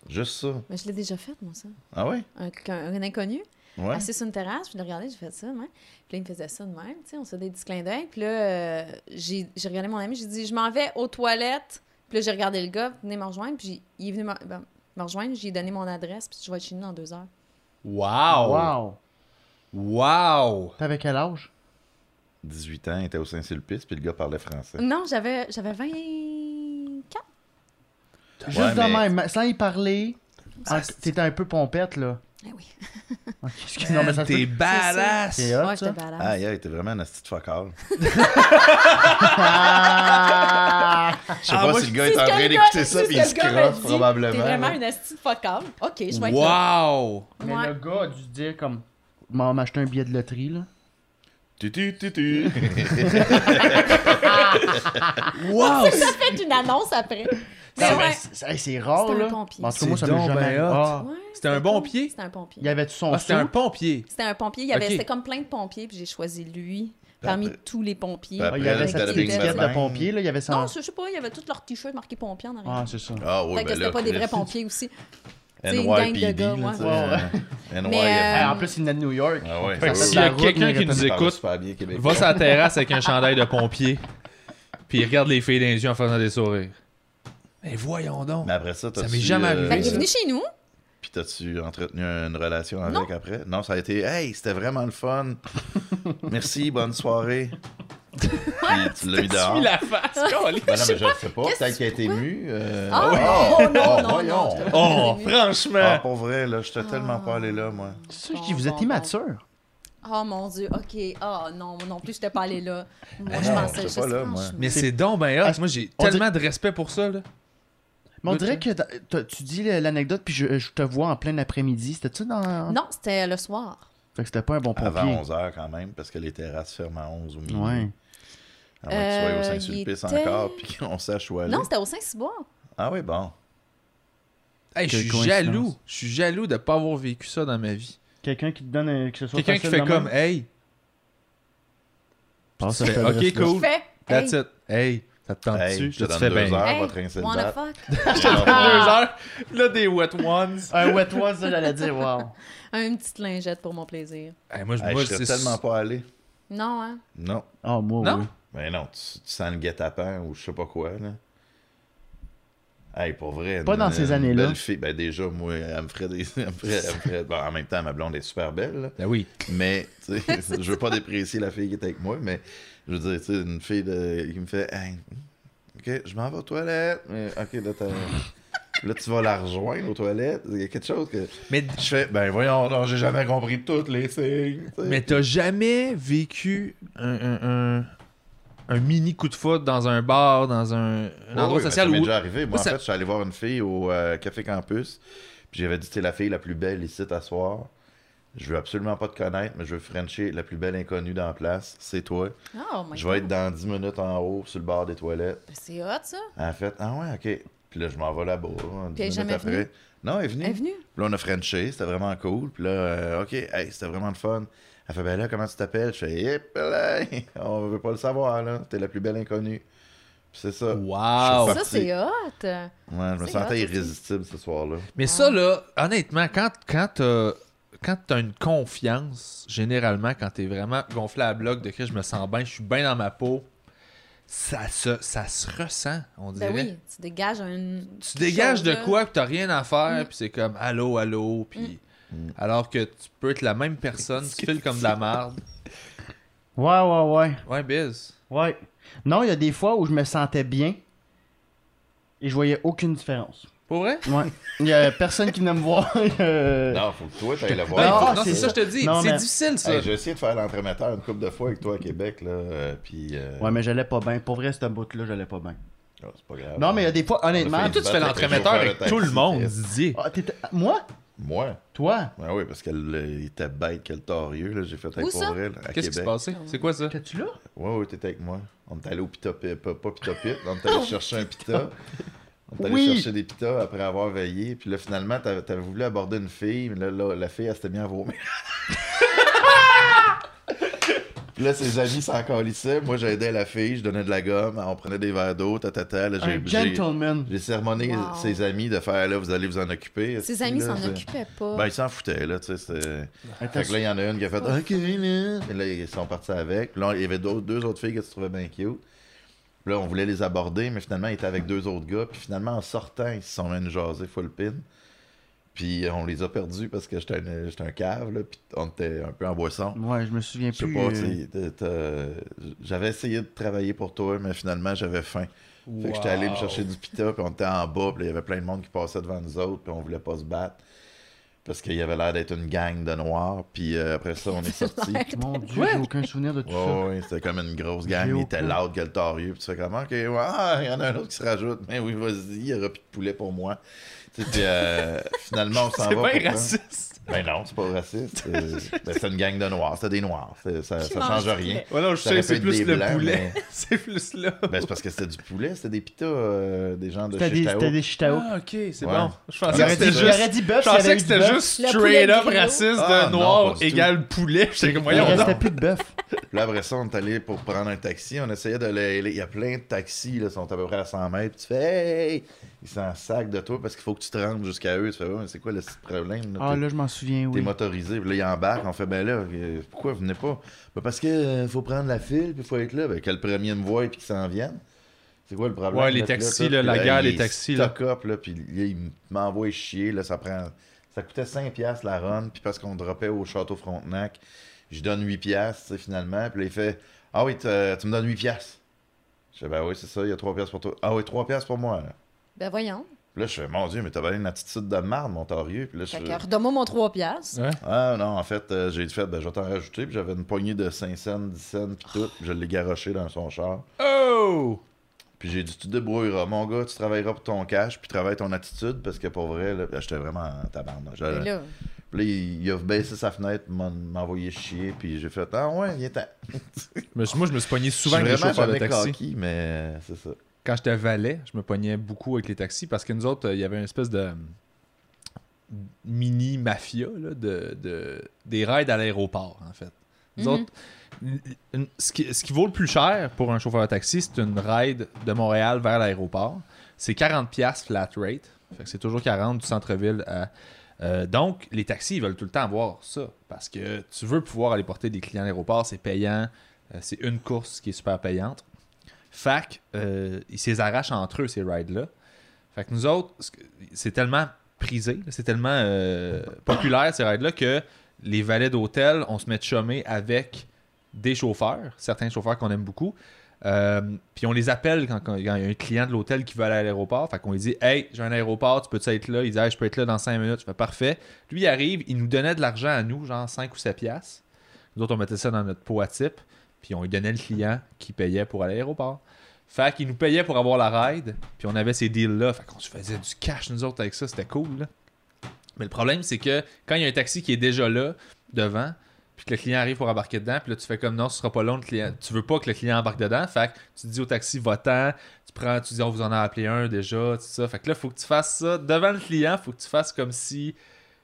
Speaker 3: Juste ça.
Speaker 4: Mais je l'ai déjà fait, moi, ça.
Speaker 3: Ah ouais?
Speaker 4: Un, un- un inconnu,
Speaker 3: Ouais.
Speaker 4: assis sur une terrasse, je l'ai regardé, j'ai fait ça, ouais. Puis là, il me faisait ça de même, tu sais, on se faisait des petits clins d'œil. Puis là, euh, j'ai j'ai regardé mon ami, j'ai dit, je m'en vais aux toilettes. Puis là, j'ai regardé le gars, venez me rejoindre. Puis il est venu me ben, me rejoindre, j'ai donné mon adresse, puis je vais être chez nous dans deux heures.
Speaker 1: Wow!
Speaker 2: Wow!
Speaker 1: Wow!
Speaker 2: T'avais quel âge?
Speaker 3: 18 ans, il était au Saint-Sulpice puis le gars parlait français.
Speaker 4: Non, j'avais j'avais 24.
Speaker 2: Juste
Speaker 3: Ouais,
Speaker 2: de
Speaker 3: mais-
Speaker 2: même, sans y parler. Ah, T'étais un peu pompette, là. (laughs)
Speaker 4: Eh oui.
Speaker 2: Ok, excuse- non, mais ça se
Speaker 1: T'es
Speaker 2: peut-
Speaker 1: badass!
Speaker 2: C'est
Speaker 4: Moi,
Speaker 2: hot,
Speaker 4: j'étais
Speaker 2: ça.
Speaker 4: badass.
Speaker 3: Ah, yeah, il était vraiment un asti
Speaker 4: (laughs)
Speaker 3: de focal.
Speaker 2: Ah!
Speaker 3: Je sais
Speaker 1: Ah,
Speaker 3: pas
Speaker 1: moi,
Speaker 3: si le
Speaker 1: je-
Speaker 3: gars
Speaker 4: C'est
Speaker 3: est
Speaker 4: ce
Speaker 3: en
Speaker 4: que
Speaker 3: train
Speaker 4: le
Speaker 3: d'écouter
Speaker 4: gars-
Speaker 3: ça
Speaker 4: c'est
Speaker 3: puis
Speaker 4: ce
Speaker 3: il se
Speaker 4: que le gars m'a
Speaker 3: crosse
Speaker 4: dit.
Speaker 3: probablement.
Speaker 4: T'es vraiment
Speaker 3: là.
Speaker 4: une astie de fuck off. OK, je vais être là.
Speaker 1: Wow!
Speaker 2: Mais
Speaker 4: Ouais.
Speaker 2: le gars a dû se dire comme. Maman m'a acheté un billet de loterie, là.
Speaker 3: Tu, tu, tu, tu.
Speaker 1: Wow!
Speaker 4: Oh, C'est que ça fait une annonce après. Mais
Speaker 2: Ah, ben,
Speaker 4: ouais.
Speaker 2: c'est- hey, c'est rare,
Speaker 4: C'était un
Speaker 2: là.
Speaker 4: pompier.
Speaker 2: Parce que moi,
Speaker 1: C'est
Speaker 2: ça m'a
Speaker 1: donc
Speaker 2: jamais.
Speaker 1: ben hot.
Speaker 2: Ah.
Speaker 4: Ouais,
Speaker 1: C'était un bon
Speaker 4: comme-
Speaker 1: pied?
Speaker 4: C'était un pompier.
Speaker 2: Il y avait tout son
Speaker 1: Ah, c'était
Speaker 2: sou?
Speaker 1: un pompier!
Speaker 4: C'était un pompier. Il y avait,
Speaker 1: Ok.
Speaker 4: C'était comme plein de pompiers, puis j'ai choisi lui parmi
Speaker 3: Après-
Speaker 4: tous les pompiers.
Speaker 3: Ben,
Speaker 2: Ah, il y avait
Speaker 4: Après,
Speaker 2: sa
Speaker 4: c'était
Speaker 2: petite
Speaker 4: le
Speaker 2: étiquette
Speaker 3: Batman.
Speaker 2: de pompier, là. Il y avait son.
Speaker 4: Non, je sais pas, il y avait tous leurs t-shirts marqués pompiers en arrière.
Speaker 2: Ah, c'est ça.
Speaker 3: Ah oui,
Speaker 4: Fait que
Speaker 3: ben
Speaker 4: c'était
Speaker 3: là,
Speaker 4: pas des
Speaker 3: Chris.
Speaker 4: vrais pompiers aussi. C'est une gang de
Speaker 3: NYPD,
Speaker 4: gars,
Speaker 3: là,
Speaker 4: ouais.
Speaker 3: tu sais,
Speaker 4: Ouais,
Speaker 3: (laughs) euh,
Speaker 4: Mais,
Speaker 3: NYPD.
Speaker 2: Hey, en plus, il venait de New York.
Speaker 3: Ah ouais,
Speaker 2: Ça
Speaker 3: fait que
Speaker 2: fait
Speaker 1: S'il
Speaker 2: de
Speaker 1: y a
Speaker 2: la route,
Speaker 1: quelqu'un
Speaker 2: mais
Speaker 1: qui nous
Speaker 3: Il parle
Speaker 1: écoute,
Speaker 3: super bien québécois.
Speaker 1: va sur la terrasse avec un chandail de pompier, puis il regarde les filles dans les yeux en faisant des sourires. Mais voyons donc!
Speaker 3: Mais après ça, t'as-tu.
Speaker 1: m'est jamais
Speaker 3: euh,
Speaker 1: arrivé,
Speaker 4: Fait que est venu chez nous.
Speaker 3: Puis t'as-tu entretenu une relation avec après? Non, ça a été Hey, c'était vraiment le (laughs) fun. Merci, bonne soirée. (laughs) Puis tu l'as eu dehors.
Speaker 1: la face,
Speaker 3: Ben non, mais je sais pas.
Speaker 4: qu'est-ce
Speaker 3: Peut-être qu'elle a été émue. euh,
Speaker 4: Ah,
Speaker 3: oh,
Speaker 4: non, non,
Speaker 3: oh,
Speaker 4: non,
Speaker 3: voyons.
Speaker 4: non, je-
Speaker 1: Oh,
Speaker 3: Ah,
Speaker 1: franchement!
Speaker 3: pour vrai, là, j'étais tellement pas allé là, moi.
Speaker 2: C'est ça, je dis, vous êtes immature.
Speaker 4: Oh mon Dieu, OK. Ah non, moi non plus, j'étais pas allée là. Moi,
Speaker 3: Ah
Speaker 4: je
Speaker 3: non,
Speaker 4: pensais
Speaker 3: j'étais
Speaker 4: juste.
Speaker 3: pas là, moi.
Speaker 4: franchement.
Speaker 1: Mais c'est donc ben hot.
Speaker 2: Ah,
Speaker 1: Moi, j'ai
Speaker 2: on dit-
Speaker 1: tellement de respect pour ça, là.
Speaker 2: Mais on
Speaker 1: Moi,
Speaker 2: dirait que t'as- t'as- tu dis l'anecdote, puis je, je te vois en plein après-midi. C'était-tu dans.
Speaker 4: Non, c'était le soir.
Speaker 2: Fait que c'était pas un bon pompier.
Speaker 3: Avant 11h quand même, parce que les terrasses ferment à 11 ou minuit.
Speaker 2: Ouais.
Speaker 3: Avant que tu sois au
Speaker 4: Euh,
Speaker 3: Saint-Sulpice
Speaker 4: il était-
Speaker 3: encore, puis (laughs) qu'on sache où aller.
Speaker 4: Non, c'était au Saint-Cyboire.
Speaker 3: Ah oui, bon.
Speaker 1: Hey, je
Speaker 2: Quelle
Speaker 1: suis
Speaker 2: coïncidence.
Speaker 1: jaloux. Je suis jaloux de pas avoir vécu ça dans ma vie.
Speaker 2: Quelqu'un qui te donne. un- Que ce soit
Speaker 1: Quelqu'un qui
Speaker 2: facile
Speaker 1: fait
Speaker 2: de
Speaker 1: comme,
Speaker 2: même.
Speaker 1: hey,
Speaker 2: Ah, ça
Speaker 1: tu fais,
Speaker 2: fait le
Speaker 1: ok,
Speaker 2: reste.
Speaker 1: cool.
Speaker 4: Fait.
Speaker 1: That's
Speaker 4: hey,
Speaker 1: it. Hey, ça te tente-tu?
Speaker 3: Hey, je te
Speaker 1: Là, tu
Speaker 3: donne
Speaker 1: fais
Speaker 3: deux
Speaker 1: ben.
Speaker 3: heures,
Speaker 4: hey,
Speaker 3: va traîner cette
Speaker 4: wanna
Speaker 3: batte.
Speaker 4: fuck?
Speaker 1: Deux heures. Là, des wet ones.
Speaker 2: Un wet was, ça, j'allais dire, wow.
Speaker 4: Une petite lingette pour mon plaisir.
Speaker 1: Hey, moi, je
Speaker 3: Hey,
Speaker 1: moi,
Speaker 3: je serais
Speaker 1: c'est-
Speaker 3: tellement pas allé.
Speaker 4: Non, hein?
Speaker 3: Non.
Speaker 2: (laughs) Ah, moi,
Speaker 1: Non?
Speaker 2: oui.
Speaker 3: Mais non, tu, tu sens le guet-apens ou je sais pas quoi, là. Hey, pour vrai.
Speaker 2: Pas
Speaker 3: une-
Speaker 2: dans ces
Speaker 3: une
Speaker 2: années-là.
Speaker 3: belle fille, ben déjà, moi, elle me ferait des. (laughs) elle me ferait- elle me ferait- bon, en même temps, ma blonde est super belle, là.
Speaker 1: Ben oui.
Speaker 3: Mais, (laughs) tu sais, je veux pas déprécier la fille qui est avec moi, mais je veux dire, tu sais, une fille de- qui me fait, hey, ok, je m'en vais aux toilettes. Mais, ok, là, t'as- là, tu vas la rejoindre aux toilettes. Il y a quelque chose que.
Speaker 1: Mais,
Speaker 3: Je fais, ben voyons, non, j'ai jamais compris toutes les signes. tu sais.
Speaker 1: mais t'as jamais vécu un, un, un- un mini coup de foot dans un bar, dans un, un
Speaker 3: Oui,
Speaker 1: endroit
Speaker 3: oui, mais
Speaker 1: social
Speaker 3: ça m'est
Speaker 1: où.
Speaker 3: déjà arrivé. Moi,
Speaker 1: Moi,
Speaker 3: en
Speaker 1: ça-
Speaker 3: fait, je suis allé voir une fille au euh, Café Campus. Puis j'avais dit, t'es la fille la plus belle ici, t'asseoir. Je veux absolument pas te connaître, mais je veux Frencher la plus belle inconnue dans la place. C'est toi.
Speaker 4: Oh my
Speaker 3: Je vais être
Speaker 4: God.
Speaker 3: dans 10 minutes en haut, sur le bord des toilettes.
Speaker 4: Ben, C'est hot, ça.
Speaker 3: En fait, ah ouais, ok. Puis là, je m'en vais là-bas. hein, 10
Speaker 4: Puis elle est
Speaker 3: minutes
Speaker 4: jamais
Speaker 3: après.
Speaker 4: venue?
Speaker 3: Non, elle est venue.
Speaker 4: Elle est venue?
Speaker 3: Puis là, on a Frenché, c'était vraiment cool. Puis là, euh, OK, hey, c'était vraiment le fun. Elle fait, ben là, comment tu t'appelles? Je fais, Hip, là, (laughs) on veut pas le savoir, là. T'es la plus belle inconnue. Puis c'est ça.
Speaker 1: Wow!
Speaker 3: Je
Speaker 4: Ça,
Speaker 3: Ah, parti.
Speaker 4: c'est hot.
Speaker 3: Ouais, je me
Speaker 4: C'est
Speaker 3: sentais
Speaker 4: hot, ça.
Speaker 3: irrésistible ce soir-là.
Speaker 1: Mais ça, là, honnêtement, quand, quand t'as. Quand t'as une confiance, généralement, quand t'es vraiment gonflé à bloc de que je me sens bien, je suis bien dans ma peau, ça se, ça se ressent, on dirait.
Speaker 4: Ben oui, tu dégages un.
Speaker 1: Tu dégages de
Speaker 4: chose,
Speaker 1: quoi, puis t'as rien à faire, puis c'est comme allô, allô, puis. Alors que tu peux être la même personne, tu files comme de la merde.
Speaker 2: Ouais, ouais, ouais.
Speaker 1: Ouais, biz.
Speaker 2: Ouais. Non, il y a des fois où je me sentais bien et je voyais aucune différence.
Speaker 1: Pour vrai?
Speaker 2: Ouais. Il y a personne qui venait me voir. (laughs) euh,
Speaker 3: Non, faut que toi, t'ailles le
Speaker 1: Ben,
Speaker 3: voir.
Speaker 1: faut-
Speaker 2: Ah,
Speaker 1: non, c'est
Speaker 2: c'est-
Speaker 1: ça, je te dis.
Speaker 2: non,
Speaker 1: C'est
Speaker 2: mais-
Speaker 1: difficile, ça.
Speaker 3: Hey, j'ai essayé de faire l'entremetteur une couple de fois avec toi à Québec, là. euh, puis. euh,
Speaker 2: Ouais, mais j'allais pas bien. Pour vrai, ce bout-là, j'allais pas bien.
Speaker 3: Ah, c'est pas grave.
Speaker 2: Non, mais il y a des fois,
Speaker 3: On a
Speaker 2: honnêtement.
Speaker 3: fait
Speaker 1: Toi, tu fais
Speaker 3: Battre
Speaker 1: l'entremetteur
Speaker 3: avec
Speaker 1: avec tout le
Speaker 3: taxi,
Speaker 1: monde,
Speaker 3: yes.
Speaker 1: Didier.
Speaker 2: Ah, t'étais- Moi
Speaker 3: Moi.
Speaker 2: Toi
Speaker 3: Ah oui, parce qu'elle euh, il était bête, quel tarieux, là, j'ai fait
Speaker 4: Où
Speaker 3: avec
Speaker 4: ça?
Speaker 3: pour elle, à
Speaker 1: Qu'est-ce qui se
Speaker 3: Québec.
Speaker 1: passait? C'est quoi ça?
Speaker 2: T'es-tu là
Speaker 3: Ouais, ouais, t'étais avec moi. On est allé au pita, Pi- pas, pas pita pit, on
Speaker 4: (laughs)
Speaker 3: est allé chercher un pita. On est allé
Speaker 2: Oui.
Speaker 3: chercher des pitas après avoir veillé. Puis là, finalement, t'avais, t'avais voulu aborder une fille, mais là, là, la fille, elle s'était bien
Speaker 4: (laughs)
Speaker 3: à vomir. Puis là, ses amis s'en calissaient. Moi, j'aidais la fille, je donnais de la gomme, on prenait des verres d'eau, tatata. Là, j'ai,
Speaker 2: Un
Speaker 3: j'ai,
Speaker 2: gentleman.
Speaker 3: j'ai sermonné
Speaker 4: Wow.
Speaker 3: ses amis de faire, là, vous allez vous en occuper.
Speaker 4: Ses amis
Speaker 3: Là,
Speaker 4: s'en
Speaker 3: c'est-
Speaker 4: occupaient pas.
Speaker 3: Ben, ils s'en foutaient, là, tu sais, c'était... Fait que
Speaker 2: Attends,
Speaker 3: là, il y en a une qui a fait OK, là. Et là, ils sont partis avec. Puis là, il y avait d'autres- deux autres filles que tu trouvais bien cute. Puis là, on voulait les aborder, mais finalement, ils étaient avec deux autres gars. Puis finalement, en sortant, ils se sont même jasés full pin. Puis on les a perdus parce que j'étais un, j'étais un cave, là. Puis on était un peu en boisson.
Speaker 2: Ouais, je me souviens
Speaker 3: Je sais
Speaker 2: plus.
Speaker 3: pas,
Speaker 2: euh,
Speaker 3: tu sais, t'as- t'as- j'avais essayé de travailler pour toi, mais finalement, j'avais faim. Fait que j'étais allé me chercher du pita, puis on était en bas, puis là, il y avait plein de monde qui passait devant nous autres, puis on voulait pas se battre. Parce qu'il y avait l'air d'être une gang de noirs, puis euh, après ça, on
Speaker 4: (laughs)
Speaker 3: est sorti.
Speaker 4: L'air d'être-
Speaker 2: Mon dieu, j'ai aucun souvenir de tout ça.
Speaker 3: Ouais, ouais, c'était comme une grosse gang,
Speaker 2: J'ai
Speaker 3: il était
Speaker 2: aucun-
Speaker 3: loud que le tarieux, puis tu fais comment, ok, ouais, ah, il y en a un autre qui se rajoute, mais oui, vas-y, il y aura plus de poulet pour moi. Tu sais, puis euh, finalement, on s'en
Speaker 1: C'est
Speaker 3: va. pour
Speaker 1: bien
Speaker 3: prendre-
Speaker 1: raciste.
Speaker 3: Ben non, c'est pas raciste. c'est ben, c'est une gang de noirs, c'était des noirs, c'est- ça,
Speaker 4: Qui
Speaker 3: ça
Speaker 4: mange
Speaker 3: change
Speaker 4: du
Speaker 3: rien.
Speaker 4: poulet.
Speaker 1: Ouais, non, je
Speaker 3: Ça
Speaker 1: sais,
Speaker 3: aurait
Speaker 1: c'est
Speaker 3: pu
Speaker 1: plus
Speaker 3: être des
Speaker 1: le
Speaker 3: blancs,
Speaker 1: poulet.
Speaker 3: mais-
Speaker 1: C'est plus là.
Speaker 3: Ben c'est parce que c'était du poulet, c'était des pitas, euh, des gens de
Speaker 2: C'était
Speaker 3: chez
Speaker 2: des,
Speaker 3: Chitao.
Speaker 2: c'était des chitaos.
Speaker 1: Ah, ok, c'est
Speaker 3: Ouais.
Speaker 1: bon. Je
Speaker 3: Ah,
Speaker 1: pensais que
Speaker 3: j'aurais
Speaker 2: J'aurais dit,
Speaker 1: c'était juste.
Speaker 2: j'aurais dit bœuf,
Speaker 1: Je
Speaker 2: s'il y avait
Speaker 1: pensais
Speaker 2: eu
Speaker 1: que
Speaker 2: du
Speaker 1: c'était
Speaker 2: bœuf.
Speaker 1: juste
Speaker 4: Le poulet
Speaker 1: straight up
Speaker 4: griot.
Speaker 1: raciste
Speaker 3: Ah,
Speaker 1: de
Speaker 3: non,
Speaker 1: noir
Speaker 3: pas du tout.
Speaker 1: égale poulet. J'étais comme,
Speaker 2: Il
Speaker 1: voyons,
Speaker 3: reste
Speaker 1: donc.
Speaker 2: restait plus de bœuf.
Speaker 3: Puis Là, après ça, on est allé pour prendre un taxi. On essayait de les... les- Il y a plein de taxis, là, ils sont à peu près à 100 mètres. Puis tu fais, hey, ils s'en sacent de toi parce qu'il faut que tu te rendes jusqu'à eux. Tu fais, ouais, mais c'est quoi le petit problème? là?
Speaker 2: Ah
Speaker 3: T'es-
Speaker 2: là, je m'en souviens,
Speaker 3: T'es
Speaker 2: oui.
Speaker 3: motorisé. Puis là, ils embarquent. On fait, ben là, euh, pourquoi vous venez pas? Ben parce que euh, faut prendre la file, puis faut être là. Ben, que le premier me voie, puis qu'ils s'en viennent. C'est quoi le problème?
Speaker 1: Ouais, les
Speaker 3: d'être là,
Speaker 1: taxis,
Speaker 3: toi?
Speaker 1: là,
Speaker 3: Puis
Speaker 1: la guerre,
Speaker 3: il
Speaker 1: les taxis, là.
Speaker 3: stock up, là, puis là, il m'envoie chier, là, ça prend... Ça coûtait 5 piastres la run, puis parce qu'on dropait au Château Frontenac, je donne 8 piastres, tu sais, finalement. Puis là, il fait, ah oui, t'as- tu me donnes 8 piastres. Je fais, ben oui, c'est ça, il y a 3 piastres pour toi. Ah oui, 3 piastres pour moi, là.
Speaker 4: Ben voyons.
Speaker 3: Puis là, je fais, mon Dieu, mais t'as bien une attitude de marde, mon tarieux. Puis là, je
Speaker 4: Fait que redonne-moi mon 3 piastres.
Speaker 3: ah non, en fait, euh, j'ai fait, ben, je vais t'en rajouter, puis j'avais une poignée de 5 cents, 10 cents, puis tout, puis je l'ai garoché dans son char.
Speaker 1: Oh!
Speaker 3: Puis j'ai dit, tu te débrouilleras, mon gars, tu travailleras pour ton cash, puis travaille ton attitude, parce que pour vrai, là, ben, j'étais vraiment en tabarnak. Je-
Speaker 4: Ben là,
Speaker 3: Puis là, il, il a baissé sa fenêtre, m'a m'a envoyé chier, puis j'ai fait, ah ouais, viens t'en.
Speaker 1: Mais moi, je me suis pogné souvent
Speaker 3: Je
Speaker 1: avec
Speaker 3: suis
Speaker 1: les
Speaker 3: vraiment
Speaker 1: chauffeurs de
Speaker 3: jamais
Speaker 1: taxi.
Speaker 3: cocky, mais c'est ça.
Speaker 1: Quand j'étais valet, je me pognais beaucoup avec les taxis parce que nous autres, euh, il y avait une espèce de mini mafia là, de, de- des rides à l'aéroport, en fait. Nous
Speaker 4: Mhm.
Speaker 1: autres, une- une- ce, qui, ce qui vaut le plus cher pour un chauffeur de taxi, c'est une ride de Montréal vers l'aéroport. C'est 40$ flat rate. Fait que c'est toujours 40 du centre-ville à. euh, donc, les taxis, ils veulent tout le temps avoir ça. Parce que tu veux pouvoir aller porter des clients à l'aéroport, c'est payant. Euh, c'est une course qui est super payante. Fac, euh, ils s'arrachent entre eux, ces rides-là. Fait que nous autres, ce que- c'est tellement prisé, c'est tellement euh, populaire, ces rides-là, que les valets d'hôtel, on se met de chômer avec des chauffeurs, certains chauffeurs qu'on aime beaucoup. Euh, puis on les appelle quand quand il y a un client de l'hôtel qui veut aller à l'aéroport. Fait qu'on lui dit Hey, j'ai un aéroport, tu peux être là Il dit Hey, Je peux être là dans 5 minutes. Je fais Parfait. Lui, il arrive, il nous donnait de l'argent à nous, genre 5 ou 7 piastres. Nous autres, on mettait ça dans notre pot à type. Puis on lui donnait le client qui payait pour aller à l'aéroport. Fait qu'il nous payait pour avoir la ride. Puis on avait ces deals-là. Fait qu'on se faisait du cash, nous autres, avec ça. C'était cool. là. Mais le problème, c'est que quand il y a un taxi qui est déjà là, devant, puis que le client arrive pour embarquer dedans, puis là, tu fais comme non, ce sera pas long, le client. Tu veux pas que le client embarque dedans. Fait que tu dis au taxi, va-t'en. Tu prends, tu dis, on vous en a appelé un déjà, tout ça. Fait que là, faut que tu fasses ça devant le client. Faut que tu fasses comme si.